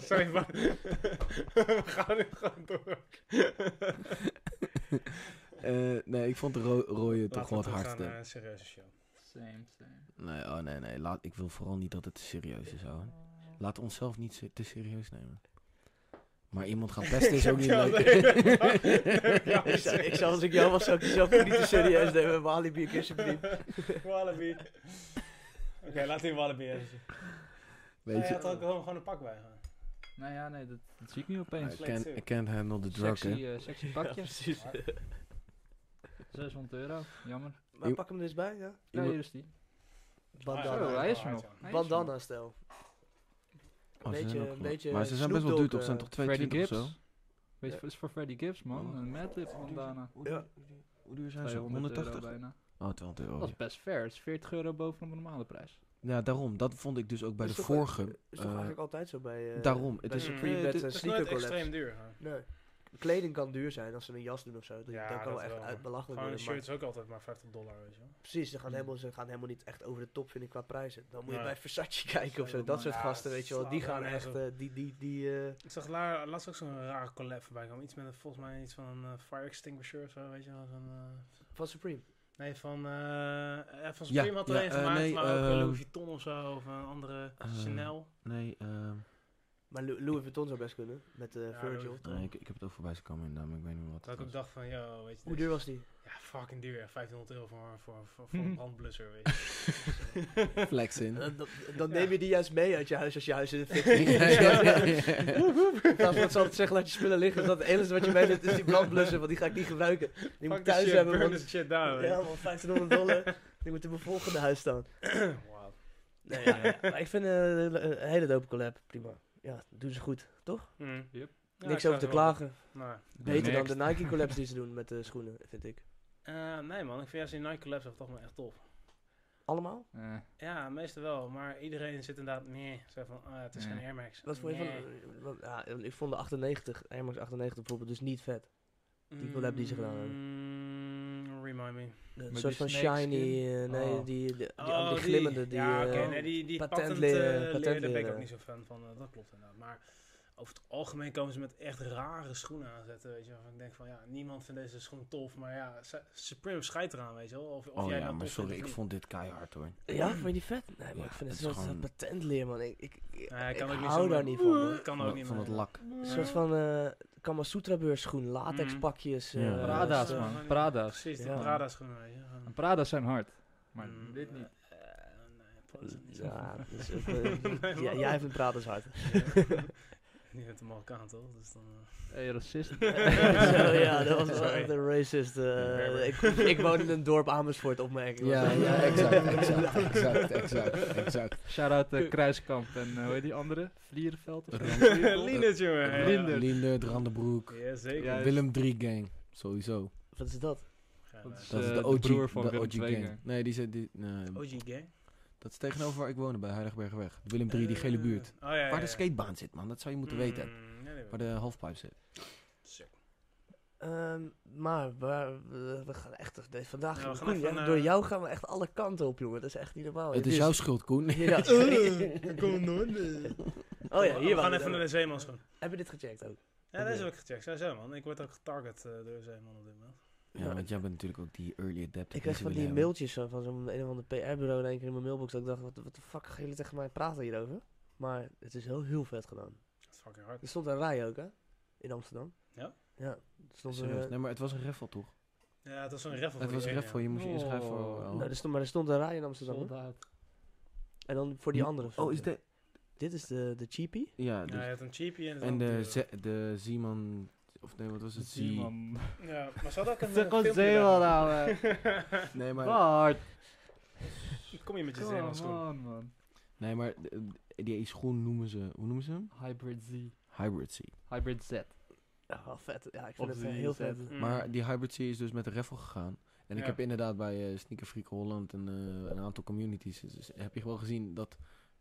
[SPEAKER 3] Sorry, maar we gaan nu gewoon door.
[SPEAKER 4] Eh, nee, ik vond de ro- rode toch
[SPEAKER 3] Laten
[SPEAKER 4] wel
[SPEAKER 3] we eh, teruggaan
[SPEAKER 4] het hardste.
[SPEAKER 3] naar een serieuze show.
[SPEAKER 1] Same, same.
[SPEAKER 4] Nee, oh nee, nee. Laat, ik wil vooral niet dat het te serieus is, ouwe. Laat onszelf niet se- te serieus nemen. Maar iemand gaan pesten is ook niet
[SPEAKER 3] Ja,
[SPEAKER 4] leuk.
[SPEAKER 2] het? ik, zou, ik zou, als ik jou was, zou ik jezelf ook niet te serieus nemen. Walibi keer Supreme.
[SPEAKER 3] Wallaby. Oké, laat die Wallaby even zien.
[SPEAKER 4] Weet
[SPEAKER 3] je
[SPEAKER 4] je?
[SPEAKER 3] had ook gewoon, gewoon een pak bij. gewoon.
[SPEAKER 1] Nou ja, nee, dat, dat zie ik nu opeens.
[SPEAKER 4] I can't, I can't handle the drug,
[SPEAKER 1] Sexy,
[SPEAKER 4] hè.
[SPEAKER 1] eh, sexy pakje. 600 euro, jammer.
[SPEAKER 2] Maar pak hem er eens bij, ja.
[SPEAKER 1] Ja,
[SPEAKER 4] Iemand-
[SPEAKER 1] hier is die.
[SPEAKER 2] Bandana.
[SPEAKER 1] Zo, hij is er nog. Hij is er nog.
[SPEAKER 2] Bandana stel. Een
[SPEAKER 4] Oh, ze zijn
[SPEAKER 2] beetje,
[SPEAKER 4] ook
[SPEAKER 2] een
[SPEAKER 4] wel-
[SPEAKER 2] beetje
[SPEAKER 4] maar ze zijn best wel
[SPEAKER 2] Snoop
[SPEAKER 4] duur,
[SPEAKER 2] Dogg,
[SPEAKER 4] toch? Ze zijn
[SPEAKER 2] eh,
[SPEAKER 4] toch
[SPEAKER 1] Freddy
[SPEAKER 4] 22 of
[SPEAKER 1] Gibbs.
[SPEAKER 4] zo?
[SPEAKER 1] Weet je, is voor Freddy Gibbs, man.
[SPEAKER 4] Oh.
[SPEAKER 1] Een madlib bandana.
[SPEAKER 2] Ja.
[SPEAKER 4] Hoe duur zijn ze?
[SPEAKER 1] 200 euro
[SPEAKER 4] 180?
[SPEAKER 1] bijna.
[SPEAKER 4] Oh, 200
[SPEAKER 1] Dat is
[SPEAKER 4] euro.
[SPEAKER 1] best fair. Het is 40 euro bovenop de normale prijs.
[SPEAKER 4] Ja, daarom. Dat vond ik dus ook bij
[SPEAKER 2] Is
[SPEAKER 4] de
[SPEAKER 2] toch-
[SPEAKER 4] vorige.
[SPEAKER 2] Is toch
[SPEAKER 4] eh,
[SPEAKER 2] eigenlijk altijd zo bij... eh,
[SPEAKER 4] daarom, het
[SPEAKER 2] bij
[SPEAKER 4] is-
[SPEAKER 2] Supreme
[SPEAKER 4] Mm.
[SPEAKER 2] met
[SPEAKER 4] Het
[SPEAKER 2] eh,
[SPEAKER 3] Het
[SPEAKER 4] is
[SPEAKER 3] is nooit
[SPEAKER 2] sneaker collabs.
[SPEAKER 3] extreem duur. hè.
[SPEAKER 2] Nee. Kleding kan duur zijn als ze een jas doen of zo. Dat,
[SPEAKER 3] Ja,
[SPEAKER 2] dat kan
[SPEAKER 3] dat
[SPEAKER 2] wel echt
[SPEAKER 3] wel.
[SPEAKER 2] uit belachelijk
[SPEAKER 3] Gewoon een
[SPEAKER 2] worden. maar-
[SPEAKER 3] shirt is ook altijd maar 50 dollar, weet je wel.
[SPEAKER 2] precies, ze gaan, helemaal, ze gaan helemaal niet echt over de top vinden qua prijzen. Dan moet je
[SPEAKER 3] Nee.
[SPEAKER 2] bij Versace kijken of zo.
[SPEAKER 1] Zo,
[SPEAKER 2] Dat soort
[SPEAKER 3] ja,
[SPEAKER 2] gasten, weet je wel. Die
[SPEAKER 3] slaat wel
[SPEAKER 2] gaan echt...
[SPEAKER 3] nergens
[SPEAKER 2] eh, die, die, die, eh,
[SPEAKER 3] Ik zag la- laatst ook zo'n rare collab voorbij komen. Iets met een- volgens mij iets van een eh, fire extinguisher of zo, weet je wel. Zo'n, eh,
[SPEAKER 2] van Supreme.
[SPEAKER 3] nee, van, eh eh, van Supreme had er
[SPEAKER 4] ja,
[SPEAKER 3] een
[SPEAKER 4] eh,
[SPEAKER 3] gemaakt,
[SPEAKER 4] nee,
[SPEAKER 3] maar ook
[SPEAKER 4] eh,
[SPEAKER 3] een Louis Vuitton of zo, of een andere
[SPEAKER 4] eh,
[SPEAKER 3] Chanel.
[SPEAKER 4] Nee, ehm,
[SPEAKER 2] Maar Lou- Louis Vuitton zou best kunnen. Met eh,
[SPEAKER 3] Ja,
[SPEAKER 2] Virgil.
[SPEAKER 3] Louis
[SPEAKER 4] nee, ik, ik heb het ook voorbij zien komen inderdaad, maar ik weet niet meer wat
[SPEAKER 3] Dat
[SPEAKER 4] het
[SPEAKER 3] ik ook
[SPEAKER 4] was.
[SPEAKER 3] dacht van, yo, weet je.
[SPEAKER 2] Hoe
[SPEAKER 3] dit
[SPEAKER 2] duur
[SPEAKER 3] is-
[SPEAKER 2] was die?
[SPEAKER 3] Ja, fucking duur. hè. 1500 euro voor, voor, voor, voor een
[SPEAKER 1] Mhm.
[SPEAKER 3] brandblusser, weet je.
[SPEAKER 4] Flex in.
[SPEAKER 2] Eh, dan dan
[SPEAKER 3] Ja.
[SPEAKER 2] neem je die juist mee uit je huis als je huis in de fik
[SPEAKER 4] Ja, ja,
[SPEAKER 2] ligt.
[SPEAKER 4] ja.
[SPEAKER 2] In plaats van dat ze altijd zeggen, laat je spullen liggen. Dus dat het enige wat je mee hebt is die brandblusser, want die ga ik niet gebruiken. Die moet
[SPEAKER 3] Fuck
[SPEAKER 2] ik
[SPEAKER 3] the
[SPEAKER 2] thuis
[SPEAKER 3] shit,
[SPEAKER 2] hebben,
[SPEAKER 3] burn
[SPEAKER 2] want
[SPEAKER 3] this shit down, weet
[SPEAKER 2] Ja,
[SPEAKER 3] je.
[SPEAKER 2] man, 1500 dollar. Die moet in mijn volgende huis staan.
[SPEAKER 3] Wauw.
[SPEAKER 2] Nee, ja, ja. Maar ik vind eh, een hele dope collab. Prima. Ja, doen ze goed.
[SPEAKER 3] Mm.
[SPEAKER 1] Yep.
[SPEAKER 3] Ja, ik
[SPEAKER 2] Niks
[SPEAKER 3] zou
[SPEAKER 2] over te
[SPEAKER 3] het wel-
[SPEAKER 2] klagen.
[SPEAKER 3] Nou,
[SPEAKER 2] Beter
[SPEAKER 1] Next.
[SPEAKER 2] dan de Nike collabs die ze doen met de schoenen, vind ik.
[SPEAKER 3] eh, nee, man. Ik vind juist die Nike collabs toch wel echt tof.
[SPEAKER 2] Allemaal?
[SPEAKER 1] Eh,
[SPEAKER 3] Ja, meestal wel. Maar iedereen zit inderdaad, nee. Zo van, ah, het is
[SPEAKER 1] Nee.
[SPEAKER 3] geen Air Max.
[SPEAKER 2] Wat voor je
[SPEAKER 3] Nee.
[SPEAKER 2] van... wat- ja, ik vond de 98, Air Max 98 bijvoorbeeld, dus niet vet. die collab die ze gedaan hebben?
[SPEAKER 3] Mm, Remind me.
[SPEAKER 2] Een
[SPEAKER 1] die
[SPEAKER 2] soort van
[SPEAKER 1] snakeskin?
[SPEAKER 2] shiny, eh, nee,
[SPEAKER 1] Oh.
[SPEAKER 2] die, die, die,
[SPEAKER 3] Oh,
[SPEAKER 2] andere glimmende. Die,
[SPEAKER 3] ja, oké.
[SPEAKER 2] eh,
[SPEAKER 3] nee, die, die
[SPEAKER 2] patent
[SPEAKER 3] patent, eh,
[SPEAKER 2] leren-
[SPEAKER 3] leren,
[SPEAKER 2] patent
[SPEAKER 3] daar ben ik
[SPEAKER 2] leren.
[SPEAKER 3] ook niet zo fan van. eh, dat klopt inderdaad. Maar over het algemeen komen ze met echt rare schoenen aanzetten, weet je. Waarvan ik denk van, ja, niemand vindt deze schoen tof, maar ja, Su- Supreme scheidt eraan, weet je wel. Of, of
[SPEAKER 5] Oh
[SPEAKER 3] jij
[SPEAKER 5] ja,
[SPEAKER 3] nou
[SPEAKER 5] maar
[SPEAKER 3] tof
[SPEAKER 5] sorry, ik
[SPEAKER 3] vindt of
[SPEAKER 5] vond dit keihard hoor.
[SPEAKER 2] Ja, vind je die vet? Nee, maar
[SPEAKER 5] Ja,
[SPEAKER 2] ik vind
[SPEAKER 5] dat is
[SPEAKER 2] het een soort
[SPEAKER 5] gewoon-
[SPEAKER 2] van patentleer, man. Ik, ik,
[SPEAKER 3] Ja, ik
[SPEAKER 2] ik
[SPEAKER 3] kan ook niet
[SPEAKER 2] hou
[SPEAKER 3] zomaar-
[SPEAKER 2] daar niet van. man.
[SPEAKER 3] niet. Kan
[SPEAKER 5] Van,
[SPEAKER 3] ook
[SPEAKER 5] dat-
[SPEAKER 3] niet
[SPEAKER 5] van het
[SPEAKER 3] meer.
[SPEAKER 5] lak.
[SPEAKER 2] Een soort van eh Kamasutra beurschoen, latex
[SPEAKER 3] Mm.
[SPEAKER 2] pakjes. eh,
[SPEAKER 5] Ja.
[SPEAKER 2] eh,
[SPEAKER 1] Prada's,
[SPEAKER 2] zo.
[SPEAKER 3] Ja,
[SPEAKER 1] man.
[SPEAKER 3] maar-
[SPEAKER 1] Prada's.
[SPEAKER 3] Precies, die
[SPEAKER 2] Ja.
[SPEAKER 3] Prada schoenen, weet je.
[SPEAKER 1] En
[SPEAKER 3] Gewoon-
[SPEAKER 1] Prada's zijn hard. Maar
[SPEAKER 3] Mm,
[SPEAKER 1] dit niet.
[SPEAKER 3] eh, nee, Prada's zijn niet zo
[SPEAKER 2] Ja,
[SPEAKER 3] goed.
[SPEAKER 2] dat is ook, eh,
[SPEAKER 3] Nee,
[SPEAKER 2] ja,
[SPEAKER 3] man.
[SPEAKER 2] jij vindt Prada's hard.
[SPEAKER 3] Die heeft hem al kaant, toch? Dus dan... eh.
[SPEAKER 1] Hey, racist.
[SPEAKER 2] Zo, ja, dat was wel
[SPEAKER 3] Sorry.
[SPEAKER 2] echt een racist. eh,
[SPEAKER 3] Berber.
[SPEAKER 2] ik, ik woon in een dorp Amersfoort, opmerking.
[SPEAKER 4] Ja,
[SPEAKER 2] was dat.
[SPEAKER 4] ja, exact, exact, exact, exact, exact.
[SPEAKER 1] Shout-out eh, Kruiskamp en eh, hoe heet die andere? Vlierenveld of zo?
[SPEAKER 3] Lienert, jongen. ja.
[SPEAKER 1] Lienert.
[SPEAKER 4] Lindert, Randenbroek,
[SPEAKER 3] Ja, zeker.
[SPEAKER 1] Ja, Juist.
[SPEAKER 4] Willem 3 gang, sowieso.
[SPEAKER 2] Wat is dat?
[SPEAKER 3] Ja,
[SPEAKER 1] Dat is,
[SPEAKER 3] nou,
[SPEAKER 4] Dat is
[SPEAKER 1] eh,
[SPEAKER 4] de
[SPEAKER 1] de
[SPEAKER 4] OG,
[SPEAKER 1] broer van
[SPEAKER 4] de
[SPEAKER 1] Willem
[SPEAKER 4] OG
[SPEAKER 1] II
[SPEAKER 4] gang.
[SPEAKER 1] gang.
[SPEAKER 4] Nee, die zit, die, nee,
[SPEAKER 3] OG gang.
[SPEAKER 4] dat is tegenover waar ik woonde, bij Heiligbergenweg. Willem 3, die gele
[SPEAKER 3] Eh,
[SPEAKER 4] buurt.
[SPEAKER 3] Oh, ja, ja,
[SPEAKER 4] Waar de
[SPEAKER 3] ja.
[SPEAKER 4] skatebaan zit, man, dat zou je moeten
[SPEAKER 3] Mm,
[SPEAKER 4] weten.
[SPEAKER 3] ja, die
[SPEAKER 4] Waar
[SPEAKER 3] weet
[SPEAKER 4] de halfpijp zit.
[SPEAKER 3] ik. Sick.
[SPEAKER 2] Oh Ehm, maar waar- we, we gaan echt nee, vandaag
[SPEAKER 3] Ja, we gaan
[SPEAKER 2] Koen,
[SPEAKER 3] even,
[SPEAKER 2] ja,
[SPEAKER 3] eh,
[SPEAKER 2] door jou gaan we echt alle kanten op, jongen. Dat is echt niet normaal.
[SPEAKER 4] Oh,
[SPEAKER 2] Dus
[SPEAKER 4] Het
[SPEAKER 2] Dit
[SPEAKER 4] is jouw schuld, Koen.
[SPEAKER 2] Ja, Oh ja, hier
[SPEAKER 3] We gaan
[SPEAKER 2] waren
[SPEAKER 3] even naar de Zeemans gewoon.
[SPEAKER 2] Heb je dit gecheckt ook?
[SPEAKER 3] Ja, dat is ook gecheckt. Zo, zo, man. Ik word ook getarget eh, door Zeeman op dit moment.
[SPEAKER 4] Ja, want jij bent natuurlijk ook die early adapter.
[SPEAKER 2] Ik kreeg van die mailtjes zo van zo'n een of ander PR-bureau in één keer in mijn mailbox. Dat ik dacht, wat, wat de fuck gaan jullie tegen mij praten hierover? Maar het is heel, heel vet gedaan.
[SPEAKER 3] Dat is fucking hard.
[SPEAKER 2] Er
[SPEAKER 4] Dus-
[SPEAKER 2] stond een rij ook, hè? In Amsterdam.
[SPEAKER 3] Ja?
[SPEAKER 2] Ja. Er stond een,
[SPEAKER 4] Serieus, nee, maar het was een raffle toch?
[SPEAKER 3] Ja, het was een raffle.
[SPEAKER 4] Het
[SPEAKER 3] voor
[SPEAKER 4] was een
[SPEAKER 3] iedereen,
[SPEAKER 4] raffle, je moest je inschrijven voor...
[SPEAKER 1] Oh.
[SPEAKER 4] oh.
[SPEAKER 2] nou, er stond, maar er stond een rij in Amsterdam. hè? En dan voor die andere.
[SPEAKER 4] Oh, is
[SPEAKER 2] dit?
[SPEAKER 4] de...
[SPEAKER 2] Dit is de, de cheapie.
[SPEAKER 4] Ja,
[SPEAKER 3] Ja,
[SPEAKER 4] dus-
[SPEAKER 3] Ja, je had een cheapie en... het
[SPEAKER 4] en de,
[SPEAKER 3] andere.
[SPEAKER 4] Z- de Zeeman... Of nee, wat was het?
[SPEAKER 1] Zie,
[SPEAKER 4] eh, Zeeman.
[SPEAKER 1] man.
[SPEAKER 3] Ja, maar ze hadden ook een eh,
[SPEAKER 1] Zeg gewoon
[SPEAKER 3] filmpje
[SPEAKER 1] Zeeman,
[SPEAKER 3] erbij.
[SPEAKER 1] ouwe.
[SPEAKER 4] Nee, maar...
[SPEAKER 1] Bart.
[SPEAKER 3] Kom je met je
[SPEAKER 1] Come
[SPEAKER 3] Zeemans schoen.
[SPEAKER 1] on, man.
[SPEAKER 4] Nee, maar de- die schoen noemen ze... Hoe noemen ze hem?
[SPEAKER 1] Hybrid Z.
[SPEAKER 4] Hybrid Sea.
[SPEAKER 1] Hybrid Z.
[SPEAKER 2] Ja, wel Oh, vet. Ja, ik
[SPEAKER 1] Op
[SPEAKER 2] vind het
[SPEAKER 1] de
[SPEAKER 2] eh, heel vet.
[SPEAKER 1] zeezet.
[SPEAKER 3] Mm.
[SPEAKER 4] Maar die Hybrid Sea is dus met de raffle gegaan. En ik
[SPEAKER 3] Ja.
[SPEAKER 4] heb inderdaad bij eh, Sneaker Freak Holland en eh, een aantal communities... dus heb je wel gezien dat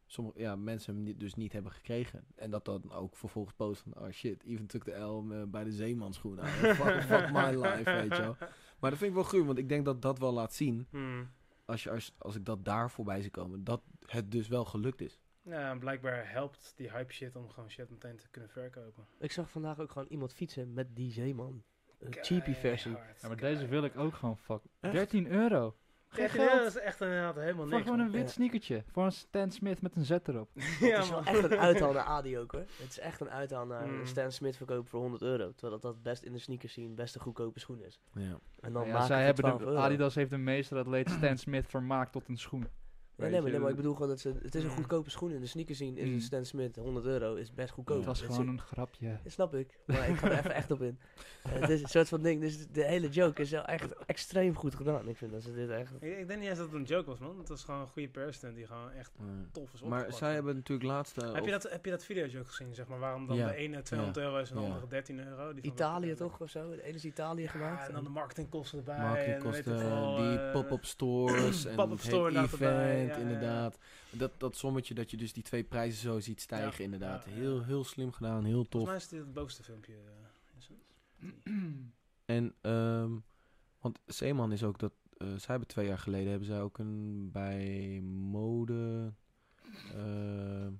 [SPEAKER 4] sommige ja, mensen hem niet, dus niet hebben gekregen. En dat dan ook vervolgens post van... Oh shit, even took de L eh, bij de Zeeman schoen aan. fuck, fuck my life, weet je wel. Maar dat vind ik wel goed, want ik denk dat dat wel laat zien...
[SPEAKER 3] Hmm.
[SPEAKER 4] als, je, als, als ik dat daar voorbij zie komen, dat het dus wel gelukt is.
[SPEAKER 3] Ja, en blijkbaar helpt die hype shit om gewoon shit meteen te kunnen verkopen.
[SPEAKER 2] Ik zag vandaag ook gewoon iemand fietsen met die zeeman. Een cheapie versie.
[SPEAKER 1] Ja, maar deze wil ik ook gewoon fuck.
[SPEAKER 2] Echt?
[SPEAKER 1] 13 euro. Geen
[SPEAKER 3] Geen geld. Dat
[SPEAKER 1] geld.
[SPEAKER 3] is echt inderdaad helemaal
[SPEAKER 1] Voor
[SPEAKER 3] niks.
[SPEAKER 1] gewoon een
[SPEAKER 3] man.
[SPEAKER 1] wit
[SPEAKER 2] Ja.
[SPEAKER 1] sneakertje. Voor een Stan Smith met een Z erop.
[SPEAKER 2] het
[SPEAKER 3] Ja,
[SPEAKER 2] is wel
[SPEAKER 3] man.
[SPEAKER 2] echt een uithaal naar Adi ook hoor. Het is echt een uithaal naar
[SPEAKER 3] Mm.
[SPEAKER 2] een Stan Smith verkopen voor 100 euro. Terwijl dat, dat best in de sneakers zien best een goedkope schoen is.
[SPEAKER 4] Ja.
[SPEAKER 2] En dan
[SPEAKER 1] Ja,
[SPEAKER 2] maken
[SPEAKER 1] zij
[SPEAKER 2] ze
[SPEAKER 1] hebben
[SPEAKER 2] 12
[SPEAKER 1] de,
[SPEAKER 2] euro.
[SPEAKER 1] Adidas heeft de meesteratleet Stan Smith vermaakt tot een schoen.
[SPEAKER 2] Nee,
[SPEAKER 1] Weet
[SPEAKER 2] nee, maar,
[SPEAKER 1] je,
[SPEAKER 2] nee, maar
[SPEAKER 1] dat-
[SPEAKER 2] ik bedoel gewoon dat ze, het is een
[SPEAKER 3] Mm.
[SPEAKER 2] goedkope schoen in de sneakers zien. Is
[SPEAKER 1] Mm.
[SPEAKER 2] een Stan Smith 100 euro is best goedkoop.
[SPEAKER 1] Het was
[SPEAKER 2] Dat
[SPEAKER 1] gewoon
[SPEAKER 2] is-
[SPEAKER 1] een grapje.
[SPEAKER 2] dat snap ik, maar ik ga er even echt op in. het is een soort van ding, dus de hele joke is wel echt extreem goed gedaan. Ik vind dat ze dit echt...
[SPEAKER 3] Ik, ik denk niet eens dat het een joke was, man. Het was gewoon een goede persstunt die gewoon echt tof is
[SPEAKER 4] Maar
[SPEAKER 3] opgepakt,
[SPEAKER 4] zij
[SPEAKER 3] man.
[SPEAKER 4] hebben natuurlijk laatst... eh,
[SPEAKER 3] Heb je,
[SPEAKER 4] op-
[SPEAKER 3] dat, heb je dat videootje ook gezien, zeg maar? Waarom dan
[SPEAKER 4] Ja.
[SPEAKER 3] de ene 200 euro is en de
[SPEAKER 4] Ja.
[SPEAKER 3] andere 13 euro? Die van-
[SPEAKER 2] Italië toch of zo? De ene is Italië
[SPEAKER 3] Ja,
[SPEAKER 2] gemaakt.
[SPEAKER 3] en dan de marketingkosten erbij. en weet
[SPEAKER 4] Marketingkosten,
[SPEAKER 3] ik veel,
[SPEAKER 4] die
[SPEAKER 3] eh,
[SPEAKER 4] pop-up stores en
[SPEAKER 3] pop-up
[SPEAKER 4] het
[SPEAKER 3] store
[SPEAKER 4] hele
[SPEAKER 3] inderdaad erbij,
[SPEAKER 4] event,
[SPEAKER 3] ja, ja, ja.
[SPEAKER 4] inderdaad. Dat, dat sommetje dat je dus die twee prijzen zo ziet stijgen,
[SPEAKER 3] Ja,
[SPEAKER 4] inderdaad.
[SPEAKER 3] ja, ja.
[SPEAKER 4] Heel, heel slim gedaan, heel
[SPEAKER 3] Volgens
[SPEAKER 4] tof.
[SPEAKER 3] mij is dit het bovenste filmpje. eh, is het?
[SPEAKER 4] En, ehm, want Zeeman is ook dat... eh, zij hebben twee jaar geleden, hebben zij ook een bij mode... ehm,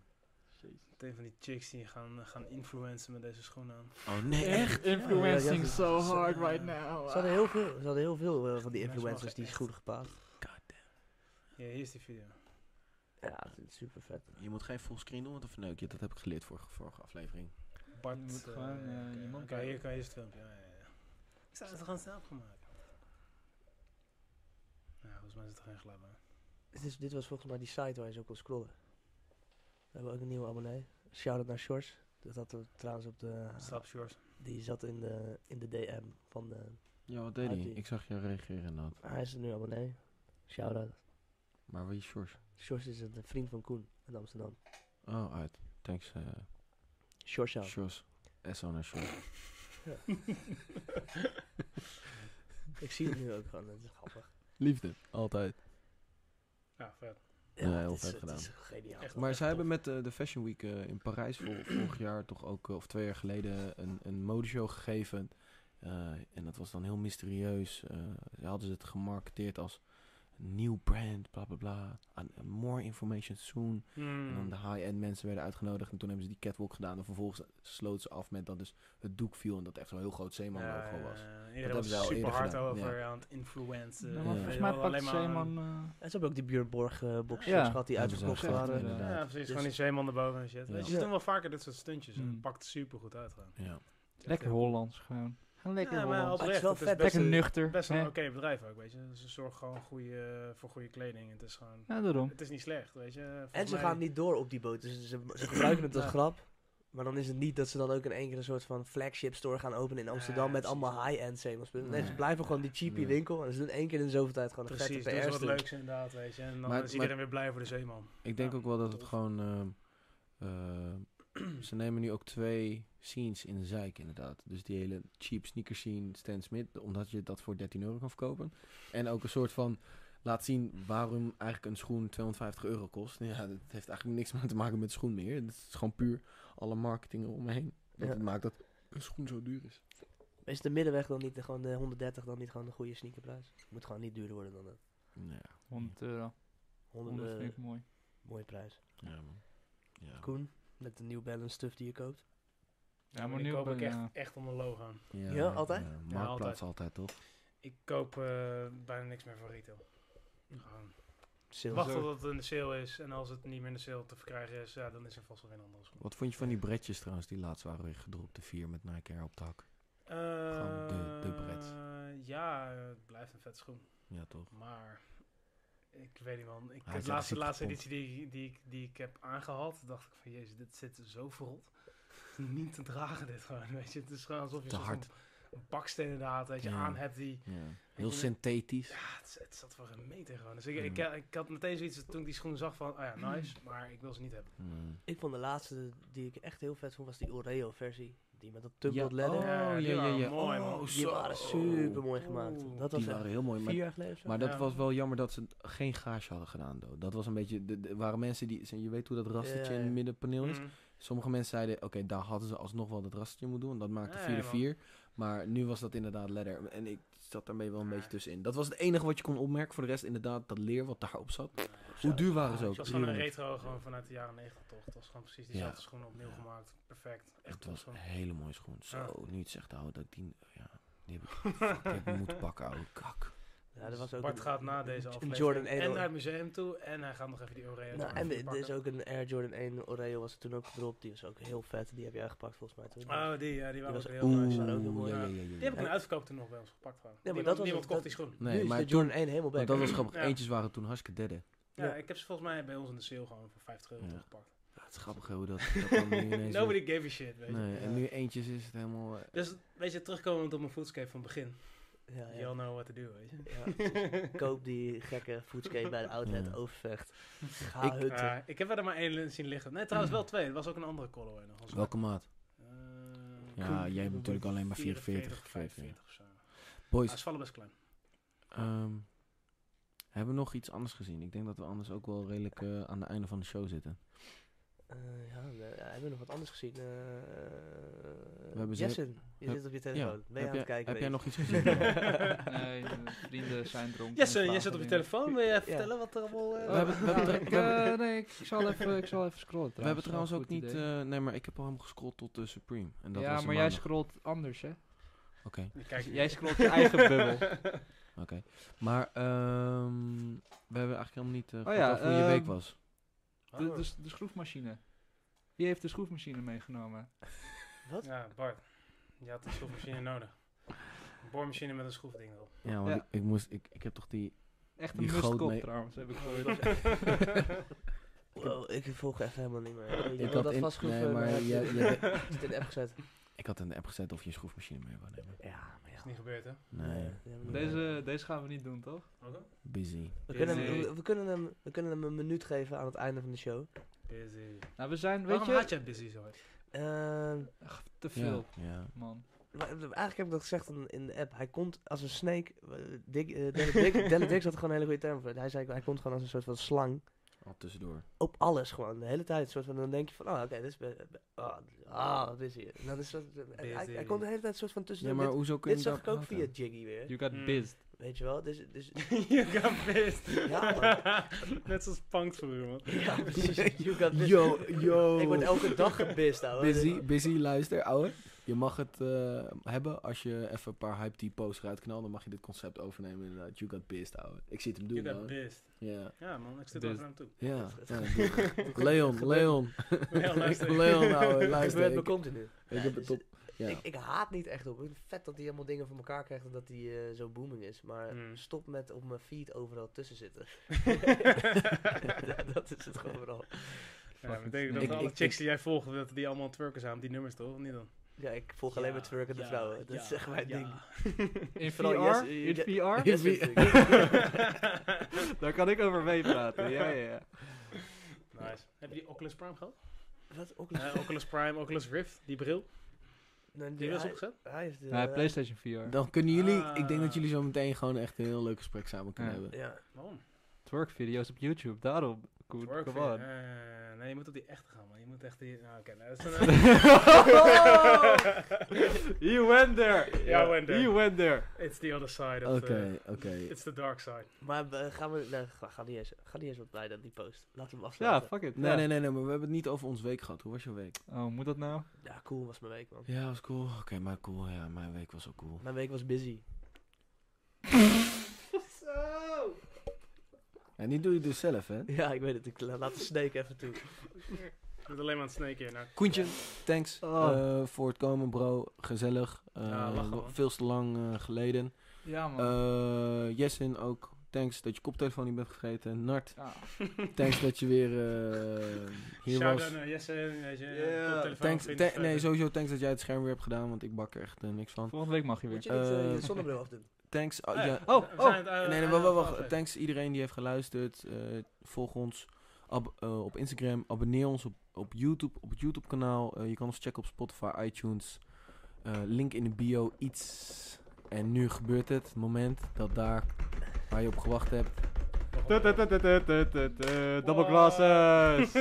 [SPEAKER 3] Meteen van die chicks die gaan, eh, gaan influencen met deze schoenen aan.
[SPEAKER 4] oh nee, echt?
[SPEAKER 2] influencing
[SPEAKER 1] Influencing
[SPEAKER 2] Ja, ja,
[SPEAKER 1] so
[SPEAKER 3] ja.
[SPEAKER 1] hard right now.
[SPEAKER 2] Ze
[SPEAKER 3] Ah.
[SPEAKER 2] hadden heel veel, ze hadden heel veel eh, van die
[SPEAKER 3] Mensen
[SPEAKER 2] influencers
[SPEAKER 3] mogen
[SPEAKER 2] die
[SPEAKER 3] echt-
[SPEAKER 2] schoenen gepaard.
[SPEAKER 3] Ja, hier is die video.
[SPEAKER 2] Ja, dat is super vet.
[SPEAKER 4] Je moet geen fullscreen doen, want dan verneuk je. Dat heb ik geleerd voor vorige aflevering.
[SPEAKER 3] Bart,
[SPEAKER 1] Je moet
[SPEAKER 3] eh,
[SPEAKER 1] gewoon, eh,
[SPEAKER 3] oké,
[SPEAKER 1] je mond
[SPEAKER 3] oké, hier
[SPEAKER 1] houden.
[SPEAKER 3] kan je het filmpje. Ja, ja, ja. Ik zou het gewoon zelf gaan maken. Ja, volgens mij is het geen geluid bij.
[SPEAKER 2] Dit, is, dit was volgens mij die site waar je zo kon scrollen. We hebben ook een nieuwe abonnee. Shout-out naar Shorts. Dat had we trouwens op de...
[SPEAKER 3] Stap shorts.
[SPEAKER 2] Die zat in de, in de DM van de...
[SPEAKER 4] Ja, wat deed hij?
[SPEAKER 2] Uit-
[SPEAKER 4] Ik zag jou reageren inderdaad.
[SPEAKER 2] Hij is nu abonnee. Shout-out.
[SPEAKER 4] Maar wie is Shores?
[SPEAKER 2] Shorts is een vriend van Koen in Amsterdam.
[SPEAKER 4] Oh, uit. Thanks, eh
[SPEAKER 2] Shorts out.
[SPEAKER 4] Shores. SO naar Shores.
[SPEAKER 2] Ik zie het nu ook gewoon. Dat is grappig.
[SPEAKER 4] Liefde. Altijd.
[SPEAKER 3] Ja, vet.
[SPEAKER 4] Ja, heel
[SPEAKER 2] het is-
[SPEAKER 4] vet
[SPEAKER 2] Het
[SPEAKER 4] gedaan.
[SPEAKER 2] is geniaal.
[SPEAKER 3] Echt.
[SPEAKER 4] Maar
[SPEAKER 3] tof.
[SPEAKER 4] zij hebben met eh, de Fashion Week eh, in Parijs vol- vorig jaar toch ook, eh, of twee jaar geleden, een, een modeshow gegeven. Eh, en dat was dan heel mysterieus. Eh, ze hadden ze het gemarketeerd als Nieuw brand, bla bla bla. And more information soon. En
[SPEAKER 3] Hmm.
[SPEAKER 4] dan de high-end mensen werden uitgenodigd. En toen hebben ze die catwalk gedaan. En vervolgens sloot ze af met dat dus het doek viel. En dat echt zo'n heel groot zeeman logo was.
[SPEAKER 3] Iedereen
[SPEAKER 4] hebben
[SPEAKER 3] was
[SPEAKER 4] ze wel
[SPEAKER 3] super
[SPEAKER 4] eerder
[SPEAKER 3] hard
[SPEAKER 4] gedaan,
[SPEAKER 3] over aan het influencen.
[SPEAKER 1] Ja,
[SPEAKER 4] maar
[SPEAKER 1] maar
[SPEAKER 3] Weet
[SPEAKER 4] volgens
[SPEAKER 1] volgens mij
[SPEAKER 3] je wel,
[SPEAKER 1] pakt
[SPEAKER 3] alleen maar-
[SPEAKER 1] Zeeman... eh,
[SPEAKER 2] En ze hebben ook die Björnborg eh boxers
[SPEAKER 1] Ja.
[SPEAKER 2] gehad die
[SPEAKER 4] Ja,
[SPEAKER 2] uitverkocht
[SPEAKER 4] dat is echt
[SPEAKER 2] waren.
[SPEAKER 1] inderdaad.
[SPEAKER 4] Ja,
[SPEAKER 3] Ja, precies. Gewoon die zeeman erboven en shit. Weet je,
[SPEAKER 2] Ja.
[SPEAKER 3] ze doen wel vaker dit soort stuntjes. En
[SPEAKER 1] Mm.
[SPEAKER 3] het pakt super goed uit gewoon.
[SPEAKER 4] Ja.
[SPEAKER 1] lekker Hollands gewoon. Gewoon lekker
[SPEAKER 3] Ja, maar
[SPEAKER 1] Hollands.
[SPEAKER 2] het
[SPEAKER 3] oprecht,
[SPEAKER 2] is wel
[SPEAKER 3] het is
[SPEAKER 2] vet.
[SPEAKER 3] best
[SPEAKER 1] Lekker
[SPEAKER 3] een-
[SPEAKER 1] nuchter.
[SPEAKER 3] Best wel
[SPEAKER 1] hè?
[SPEAKER 3] een oké bedrijf ook, weet je. Dus Ze zorgen gewoon goede, voor goede kleding. Het is gewoon...
[SPEAKER 1] Ja, daarom.
[SPEAKER 3] Het is niet slecht, weet je. Volgens
[SPEAKER 2] En ze
[SPEAKER 3] mij-
[SPEAKER 2] gaan niet door op die boot. Dus ze, ze gebruiken het als
[SPEAKER 3] Ja.
[SPEAKER 2] grap. Maar dan is het niet dat ze dan ook in één keer een soort van flagship store gaan openen in Amsterdam
[SPEAKER 3] Nee,
[SPEAKER 2] met
[SPEAKER 3] precies.
[SPEAKER 2] allemaal high-end zeemans. Nee, ze
[SPEAKER 4] Nee.
[SPEAKER 2] blijven gewoon die cheapy
[SPEAKER 4] Nee.
[SPEAKER 2] winkel. En ze doen één keer in de zoveel tijd gewoon een
[SPEAKER 3] Precies, dat
[SPEAKER 2] vette
[SPEAKER 3] is
[SPEAKER 2] PR
[SPEAKER 3] wat
[SPEAKER 2] stunt.
[SPEAKER 3] leuks inderdaad, weet je. En dan
[SPEAKER 4] Maar-
[SPEAKER 3] is iedereen weer blij voor de zeeman.
[SPEAKER 4] Ik denk
[SPEAKER 3] Ja,
[SPEAKER 4] ook wel dat het
[SPEAKER 3] tof.
[SPEAKER 4] gewoon... ehm, eh, ze nemen nu ook twee scenes in de zijk, inderdaad. Dus die hele cheap sneaker scene Stan Smith, omdat je dat voor 13 euro kan verkopen. En ook een soort van... Laat zien waarom eigenlijk een schoen 250 euro kost. Ja, dat heeft eigenlijk niks meer te maken met de schoen meer. Het is gewoon puur alle marketing eromheen. Dat
[SPEAKER 2] Ja.
[SPEAKER 4] het maakt dat een schoen zo duur is.
[SPEAKER 2] Is de middenweg dan niet de, gewoon de 130 dan niet gewoon de goede sneakerprijs? Moet gewoon niet duurder worden dan dat.
[SPEAKER 4] Ja,
[SPEAKER 1] 100 euro.
[SPEAKER 2] 100
[SPEAKER 1] 100
[SPEAKER 2] eh,
[SPEAKER 1] vind ik mooi.
[SPEAKER 2] mooie prijs.
[SPEAKER 4] ja man. Ja.
[SPEAKER 2] Koen, met de New Balance stuff die je koopt.
[SPEAKER 1] Ja, maar
[SPEAKER 3] ik
[SPEAKER 1] nu eh,
[SPEAKER 3] koop
[SPEAKER 1] ben
[SPEAKER 3] ook echt, echt onder logo.
[SPEAKER 2] Ja, altijd?
[SPEAKER 4] marktplaats altijd. toch?
[SPEAKER 3] Ik koop eh, bijna niks meer voor retail. Gewoon.
[SPEAKER 2] Sales.
[SPEAKER 3] Wacht
[SPEAKER 1] zo.
[SPEAKER 3] tot het in de sale is. En als het niet meer in de sale te verkrijgen is, ja, dan is er vast wel weer een andere schoen.
[SPEAKER 4] Wat vond je van die bretjes trouwens? Die laatst waren weer gedropt. De vier met Nike Air op de hak. Gewoon de- de Brits.
[SPEAKER 3] Eh, Ja, het blijft een vet schoen.
[SPEAKER 4] Ja, toch?
[SPEAKER 3] Maar ik weet niet man. Ik,
[SPEAKER 4] Hij
[SPEAKER 3] heb
[SPEAKER 4] is
[SPEAKER 3] de laatste,
[SPEAKER 4] echt
[SPEAKER 3] laatste
[SPEAKER 4] ziek
[SPEAKER 3] editie die, die, ik- die ik heb aangehad, dacht ik van jezus, dit zit zo verrot. Het is niet te dragen dit gewoon, weet je. Het is gewoon alsof je
[SPEAKER 4] Te
[SPEAKER 3] zo'n
[SPEAKER 4] hard.
[SPEAKER 3] een baksteen inderdaad, weet je,
[SPEAKER 4] Ja.
[SPEAKER 3] aan hebt die...
[SPEAKER 4] Ja. Heel
[SPEAKER 3] je-
[SPEAKER 4] synthetisch.
[SPEAKER 3] Ja, het, het zat voor een meter gewoon. Dus ik, ik,
[SPEAKER 4] Mm.
[SPEAKER 3] ik had meteen zoiets toen ik die schoenen zag van, oh ja, nice, maar ik wil ze niet hebben.
[SPEAKER 4] Mm.
[SPEAKER 2] Ik vond de laatste die ik echt heel vet vond was die Oreo versie. Die met dat tumbled leather.
[SPEAKER 4] Oh, ja,
[SPEAKER 3] die
[SPEAKER 4] ja,
[SPEAKER 3] waren
[SPEAKER 4] ja.
[SPEAKER 3] mooi, man.
[SPEAKER 4] Oh,
[SPEAKER 2] Die
[SPEAKER 4] zo.
[SPEAKER 2] waren super mooi gemaakt.
[SPEAKER 3] Oeh.
[SPEAKER 2] dat was
[SPEAKER 4] Die
[SPEAKER 2] echt
[SPEAKER 4] waren heel mooi.
[SPEAKER 2] vier
[SPEAKER 4] Maar,
[SPEAKER 2] jaar geleden of zo.
[SPEAKER 4] maar dat
[SPEAKER 3] Ja.
[SPEAKER 4] was wel jammer dat ze geen gaasje hadden gedaan. Though. Dat was een beetje... de- de- waren mensen die... ze- Je weet hoe dat rastertje
[SPEAKER 2] Ja,
[SPEAKER 4] in
[SPEAKER 2] ja.
[SPEAKER 4] het middenpaneel is.
[SPEAKER 3] Mm.
[SPEAKER 4] Sommige mensen zeiden... Oké, daar hadden ze alsnog wel dat rastertje moeten doen. Dat maakte
[SPEAKER 3] Nee,
[SPEAKER 4] 4
[SPEAKER 3] man.
[SPEAKER 4] 4. Maar nu was dat inderdaad leather. En ik zat daarmee wel een
[SPEAKER 3] Ja.
[SPEAKER 4] beetje tussenin. Dat was het enige wat je kon opmerken. Voor de rest inderdaad dat leer wat daarop zat.
[SPEAKER 3] Ja,
[SPEAKER 4] Hoe duur waren ze ook?
[SPEAKER 3] Het was gewoon een
[SPEAKER 4] 300.
[SPEAKER 3] retro gewoon vanuit de jaren 90 toch? Het was gewoon precies diezelfde schoenen opnieuw
[SPEAKER 4] Ja.
[SPEAKER 3] gemaakt. Perfect. Echt
[SPEAKER 4] Het
[SPEAKER 3] top
[SPEAKER 4] was
[SPEAKER 3] schoen.
[SPEAKER 4] een hele mooie schoen. Zo,
[SPEAKER 3] Ja.
[SPEAKER 4] nu je het zegt, ouwe, dat ik die... eh, Ja, die heb ik, fuck, die heb ik moeten pakken, ouwe, kak.
[SPEAKER 2] Ja, dat was ook
[SPEAKER 3] Bart
[SPEAKER 2] een-
[SPEAKER 3] gaat na deze
[SPEAKER 2] een
[SPEAKER 3] aflevering
[SPEAKER 2] Jordan
[SPEAKER 3] en
[SPEAKER 2] 1
[SPEAKER 3] naar
[SPEAKER 2] Oreo.
[SPEAKER 3] het museum toe en hij gaat nog even die Oreo
[SPEAKER 2] Nou, en
[SPEAKER 3] even
[SPEAKER 2] er is
[SPEAKER 3] pakken.
[SPEAKER 2] ook een Air Jordan 1 Oreo was er toen ook gedropt. Die was ook heel vet. Die heb jij gepakt volgens mij toen.
[SPEAKER 3] Oh, die, ja, die waren
[SPEAKER 2] was
[SPEAKER 3] ook heel
[SPEAKER 4] Oeh,
[SPEAKER 3] nice.
[SPEAKER 4] ja,
[SPEAKER 2] waren ook
[SPEAKER 3] Die
[SPEAKER 2] heel mooi.
[SPEAKER 4] ja, ja, ja, ja.
[SPEAKER 3] heb ik in de uitverkoop toen nog bij ons gepakt gewoon.
[SPEAKER 2] maar
[SPEAKER 3] niemand
[SPEAKER 2] dat was
[SPEAKER 3] niemand
[SPEAKER 2] het-
[SPEAKER 3] kocht die
[SPEAKER 2] dat-
[SPEAKER 3] schoen.
[SPEAKER 2] nu
[SPEAKER 4] Nee,
[SPEAKER 2] is
[SPEAKER 4] maar
[SPEAKER 2] de
[SPEAKER 4] toen,
[SPEAKER 2] Jordan 1 helemaal
[SPEAKER 4] want
[SPEAKER 2] back.
[SPEAKER 4] dat was grappig.
[SPEAKER 3] Ja.
[SPEAKER 4] Eentjes waren toen hartstikke derde.
[SPEAKER 3] Ja,
[SPEAKER 2] Ja.
[SPEAKER 3] ik heb ze volgens mij bij ons in de sale gewoon voor 50 euro
[SPEAKER 4] Ja.
[SPEAKER 3] teruggepakt.
[SPEAKER 4] Ja, het is grappig hè, hoe dat, dat dan nu ineens...
[SPEAKER 3] Nobody gave a shit, weet je.
[SPEAKER 4] Nee, en
[SPEAKER 2] Ja.
[SPEAKER 4] nu eentjes is het helemaal... eh,
[SPEAKER 3] Dus, weet je, terugkomend op mijn foodscape van het begin.
[SPEAKER 2] Ja,
[SPEAKER 3] You
[SPEAKER 2] ja.
[SPEAKER 3] all know what to do, weet je.
[SPEAKER 2] Ja, precies. Koop die gekke foodscape bij de outlet
[SPEAKER 4] Ja.
[SPEAKER 2] overvecht. Ga
[SPEAKER 4] Ik-
[SPEAKER 2] hutten.
[SPEAKER 3] Ah, ik heb er maar één zien liggen. Nee, trouwens wel twee. Er was ook een andere colorway nog. Als
[SPEAKER 4] Welke maat?
[SPEAKER 3] Eh,
[SPEAKER 4] Ja, jij hebt natuurlijk alleen maar 44,
[SPEAKER 3] 44,
[SPEAKER 4] 45.
[SPEAKER 3] 45 of zo. Ah,
[SPEAKER 4] Boys,
[SPEAKER 3] ze vallen best klein.
[SPEAKER 4] ehm, hebben we nog iets anders gezien? Ik denk dat we anders ook wel redelijk eh, aan het einde van de show zitten.
[SPEAKER 2] Eh, ja, we, ja, hebben we nog wat anders gezien? Eh,
[SPEAKER 4] hebben ze-
[SPEAKER 2] Jessen, je
[SPEAKER 4] heb-
[SPEAKER 2] zit op je
[SPEAKER 4] Ja,
[SPEAKER 2] telefoon. Ben je
[SPEAKER 4] heb
[SPEAKER 2] aan het
[SPEAKER 4] jij-
[SPEAKER 2] kijken?
[SPEAKER 4] heb jij
[SPEAKER 2] weet
[SPEAKER 4] nog iets gezien?
[SPEAKER 1] Nee, de vrienden zijn dronken.
[SPEAKER 3] Yes,
[SPEAKER 1] en
[SPEAKER 3] jij
[SPEAKER 1] vragen
[SPEAKER 3] zit op je
[SPEAKER 1] dingen.
[SPEAKER 3] telefoon. Wil je even
[SPEAKER 2] Ja.
[SPEAKER 3] vertellen wat er allemaal... eh,
[SPEAKER 4] We hebben- we hebben-
[SPEAKER 1] Nou, ik,
[SPEAKER 4] we hebben-
[SPEAKER 1] eh, nee, ik, ik zal even, ik zal even scrollen.
[SPEAKER 4] We hebben trouwens
[SPEAKER 1] Wel
[SPEAKER 4] ook
[SPEAKER 1] een
[SPEAKER 4] niet...
[SPEAKER 1] goed idee.
[SPEAKER 4] eh, nee, maar ik heb al helemaal gescrollt tot eh, Supreme. En dat
[SPEAKER 1] ja,
[SPEAKER 4] was
[SPEAKER 1] maar jij
[SPEAKER 4] maandag.
[SPEAKER 1] scrolt anders, hè?
[SPEAKER 4] Oké.
[SPEAKER 3] je? Kijk,
[SPEAKER 1] Jij scrolt je eigen bubbel.
[SPEAKER 4] Maar ehm, we hebben eigenlijk helemaal niet eh gehad
[SPEAKER 1] ja,
[SPEAKER 4] over hoe je week
[SPEAKER 1] ehm,
[SPEAKER 4] was.
[SPEAKER 1] De, de, s- de schroefmachine. Wie heeft de schroefmachine meegenomen?
[SPEAKER 2] Wat?
[SPEAKER 3] Oh, Ja, Bart. Je had een schroefmachine nodig. Een boormachine met een schroefding erop.
[SPEAKER 4] Ja, want
[SPEAKER 1] ja.
[SPEAKER 4] Ik, ik, moest, ik, ik heb toch die...
[SPEAKER 1] Echt een
[SPEAKER 4] Die goot
[SPEAKER 1] mustkop
[SPEAKER 4] mee-
[SPEAKER 1] trouwens, heb ik gehoord.
[SPEAKER 2] Wow, ik volg echt helemaal niet meer. Je
[SPEAKER 4] had
[SPEAKER 2] wil dat
[SPEAKER 4] in-
[SPEAKER 2] vast goed
[SPEAKER 4] nee,
[SPEAKER 2] eh,
[SPEAKER 4] maar
[SPEAKER 2] heb je-
[SPEAKER 4] jij- jij-
[SPEAKER 2] heb je het in de app gezet.
[SPEAKER 4] Ik had in de app gezet of je een schroefmachine mee wou nemen.
[SPEAKER 2] Ja, maar
[SPEAKER 3] is niet gebeurd, hè?
[SPEAKER 4] Nee,
[SPEAKER 1] Deze, deze gaan we niet doen, toch?
[SPEAKER 3] Oké.
[SPEAKER 4] busy.
[SPEAKER 2] We kunnen, hem,
[SPEAKER 1] Nee.
[SPEAKER 2] we- we, kunnen hem, we kunnen hem een minuut geven aan het einde van de show.
[SPEAKER 3] Busy.
[SPEAKER 1] Nou, we zijn, weet
[SPEAKER 3] Waarom had
[SPEAKER 1] je,
[SPEAKER 3] jij busy zo hard?
[SPEAKER 2] Ehm,
[SPEAKER 1] Ach, te
[SPEAKER 4] Ja,
[SPEAKER 1] veel,
[SPEAKER 4] Ja.
[SPEAKER 1] man.
[SPEAKER 2] wa- eh, eigenlijk heb ik dat gezegd in, in de app. Hij komt als een snake. eh, Dick, eh, Dennis Dick, Dennis Dix had er gewoon een hele goede term voor. Hij zei, hij komt gewoon als een soort van slang.
[SPEAKER 4] Al tussendoor.
[SPEAKER 2] op alles gewoon, de hele tijd. Soort van, dan denk je van, oh, oké, dit is... be- be- Ah, ah, wat is hier? En dan is het, en hij, hij
[SPEAKER 3] Busy.
[SPEAKER 2] komt de hele tijd soort van
[SPEAKER 4] Ja,
[SPEAKER 2] tussendoor.
[SPEAKER 4] maar
[SPEAKER 2] Dus dit
[SPEAKER 4] hoezo kun je
[SPEAKER 2] dit zag
[SPEAKER 4] dat
[SPEAKER 2] ik ook via
[SPEAKER 4] praten?
[SPEAKER 2] Jiggy weer.
[SPEAKER 1] You got
[SPEAKER 3] Mm.
[SPEAKER 1] bizzed.
[SPEAKER 2] Weet je wel? Dus, dus,
[SPEAKER 3] you got pissed.
[SPEAKER 2] Ja, man.
[SPEAKER 3] Net zoals Punks vroeger, man.
[SPEAKER 2] ja, precies. You got this.
[SPEAKER 4] Yo, yo.
[SPEAKER 2] Ik word elke dag gebist, ouwe.
[SPEAKER 4] Busy, busy, luister, ouwe. Je mag het eh, hebben als je even een paar hype typos eruit knalt. Dan mag je dit concept overnemen inderdaad. You got pissed, ouwe. Ik zie het hem
[SPEAKER 3] You
[SPEAKER 4] doen,
[SPEAKER 3] got
[SPEAKER 4] ouwe.
[SPEAKER 3] pissed.
[SPEAKER 4] Ja,
[SPEAKER 3] Ja, man, ik zit
[SPEAKER 1] Dus-
[SPEAKER 3] er naar hem toe.
[SPEAKER 4] ja.
[SPEAKER 2] Het-
[SPEAKER 4] ja,
[SPEAKER 2] het-
[SPEAKER 4] doe. Leon, Leon.
[SPEAKER 3] Ja, luister.
[SPEAKER 4] Leon, ouwe,
[SPEAKER 2] Het
[SPEAKER 4] nou, luister.
[SPEAKER 2] gebeurt me
[SPEAKER 4] Ik,
[SPEAKER 2] continu.
[SPEAKER 4] ik
[SPEAKER 2] Ja,
[SPEAKER 4] heb
[SPEAKER 2] dus
[SPEAKER 4] het op. Ja.
[SPEAKER 2] Ik, ik haat niet echt op. Ik vind het vet dat hij helemaal dingen voor elkaar krijgt en dat hij eh, zo booming is. Maar
[SPEAKER 3] Mm.
[SPEAKER 2] stop met op mijn feed overal tussen zitten. dat is het gewoon vooral.
[SPEAKER 3] Ja, dat betekent dat
[SPEAKER 4] Ik-
[SPEAKER 3] alle
[SPEAKER 4] ik-
[SPEAKER 3] chicks die jij volgt, dat die allemaal twerkers aan die nummers toch? Of niet dan?
[SPEAKER 2] Ja, ik volg alleen maar twerkende vrouwen. Dat is echt mijn ding.
[SPEAKER 1] In VR?
[SPEAKER 2] Vooral yes, eh,
[SPEAKER 1] in
[SPEAKER 2] ja.
[SPEAKER 1] VR?
[SPEAKER 2] Yes,
[SPEAKER 4] Wie-
[SPEAKER 2] yes, yes.
[SPEAKER 1] Daar kan ik over meepraten. Ja, ja, ja.
[SPEAKER 3] Nice. Heb je die Oculus Prime gehad?
[SPEAKER 2] Wat? Ook
[SPEAKER 3] Eh, Oculus Prime, Oculus Rift, die bril.
[SPEAKER 2] Nee,
[SPEAKER 3] Die
[SPEAKER 2] die-
[SPEAKER 3] bril is
[SPEAKER 2] hij-
[SPEAKER 3] opgezet?
[SPEAKER 2] hij eh, is de-
[SPEAKER 1] Ja, Nou, PlayStation VR.
[SPEAKER 4] Dan kunnen jullie, ik denk dat
[SPEAKER 3] Ah.
[SPEAKER 4] jullie zo meteen gewoon echt een heel leuk gesprek samen kunnen
[SPEAKER 1] Ja.
[SPEAKER 4] hebben.
[SPEAKER 2] Ja,
[SPEAKER 3] Waarom?
[SPEAKER 1] Twerk video's op YouTube, daarom. Koen,
[SPEAKER 3] Twerk
[SPEAKER 1] come
[SPEAKER 3] vind-
[SPEAKER 1] on.
[SPEAKER 3] eh, nee, je moet op die echte gaan, man. Je moet echt die... Nou, oké. nou, dat is een-
[SPEAKER 1] You went there!
[SPEAKER 3] Ja, I went there.
[SPEAKER 1] You went there!
[SPEAKER 3] It's the other side of...
[SPEAKER 4] Oké,
[SPEAKER 3] eh,
[SPEAKER 4] oké.
[SPEAKER 3] It's the dark side.
[SPEAKER 2] maar eh, gaan we... Nee, ga, ga niet eens, ga niet eens wat blij dat die post. Laten we hem
[SPEAKER 1] Ja,
[SPEAKER 2] afsluiten.
[SPEAKER 1] fuck it.
[SPEAKER 4] Nee,
[SPEAKER 1] ja.
[SPEAKER 4] nee, nee, nee, maar we hebben het niet over ons week gehad. Hoe was je week?
[SPEAKER 1] Oh, moet dat nou?
[SPEAKER 2] Ja, cool was mijn week, man.
[SPEAKER 4] Ja, was cool. Oké, maar cool. Ja, mijn week was ook cool.
[SPEAKER 2] Mijn week was busy.
[SPEAKER 4] En die doe je dus zelf, hè?
[SPEAKER 2] Ja, ik weet het. Ik la- laat de snake even toe.
[SPEAKER 3] Ik ben alleen maar aan het sneken hier. Nou,
[SPEAKER 4] Koentje, thanks
[SPEAKER 1] Oh.
[SPEAKER 4] eh, voor het komen, bro. Gezellig. Eh,
[SPEAKER 3] Ja, lachen,
[SPEAKER 4] wel-
[SPEAKER 3] man.
[SPEAKER 4] veel te lang eh, geleden.
[SPEAKER 1] Ja, man.
[SPEAKER 4] Eh Jessin ook. Thanks dat je koptelefoon niet bent vergeten. Nart,
[SPEAKER 1] Ah.
[SPEAKER 4] thanks dat je weer eh, hier
[SPEAKER 3] Shout
[SPEAKER 4] was.
[SPEAKER 3] out naar Jesse. Weet je,
[SPEAKER 1] Ja,
[SPEAKER 3] koptelefoon,
[SPEAKER 4] Thanks,
[SPEAKER 3] vriend,
[SPEAKER 4] thank- nee, oh,
[SPEAKER 3] verder.
[SPEAKER 4] sowieso thanks dat jij het scherm weer hebt gedaan, want ik bak er echt eh, niks van.
[SPEAKER 1] Volgende week mag je
[SPEAKER 2] Moet
[SPEAKER 1] weer.
[SPEAKER 2] je niet eh,
[SPEAKER 4] Eh,
[SPEAKER 2] je zonnebril afdoen?
[SPEAKER 4] Thanks. oh,
[SPEAKER 3] Eh,
[SPEAKER 4] ja,
[SPEAKER 3] we
[SPEAKER 1] Oh,
[SPEAKER 3] zijn
[SPEAKER 1] oh.
[SPEAKER 3] het, eh,
[SPEAKER 4] Nee, nee,
[SPEAKER 3] eh,
[SPEAKER 4] wacht, wacht, wacht.
[SPEAKER 3] aflevering.
[SPEAKER 4] Thanks iedereen die heeft geluisterd. Eh, volg ons ab- eh, op Instagram. Abonneer ons op, op YouTube, op het YouTube kanaal. Eh, je kan ons checken op Spotify, iTunes. Eh, link in de bio, iets. En nu gebeurt het, het moment dat daar waar je op gewacht hebt,
[SPEAKER 1] Double glasses!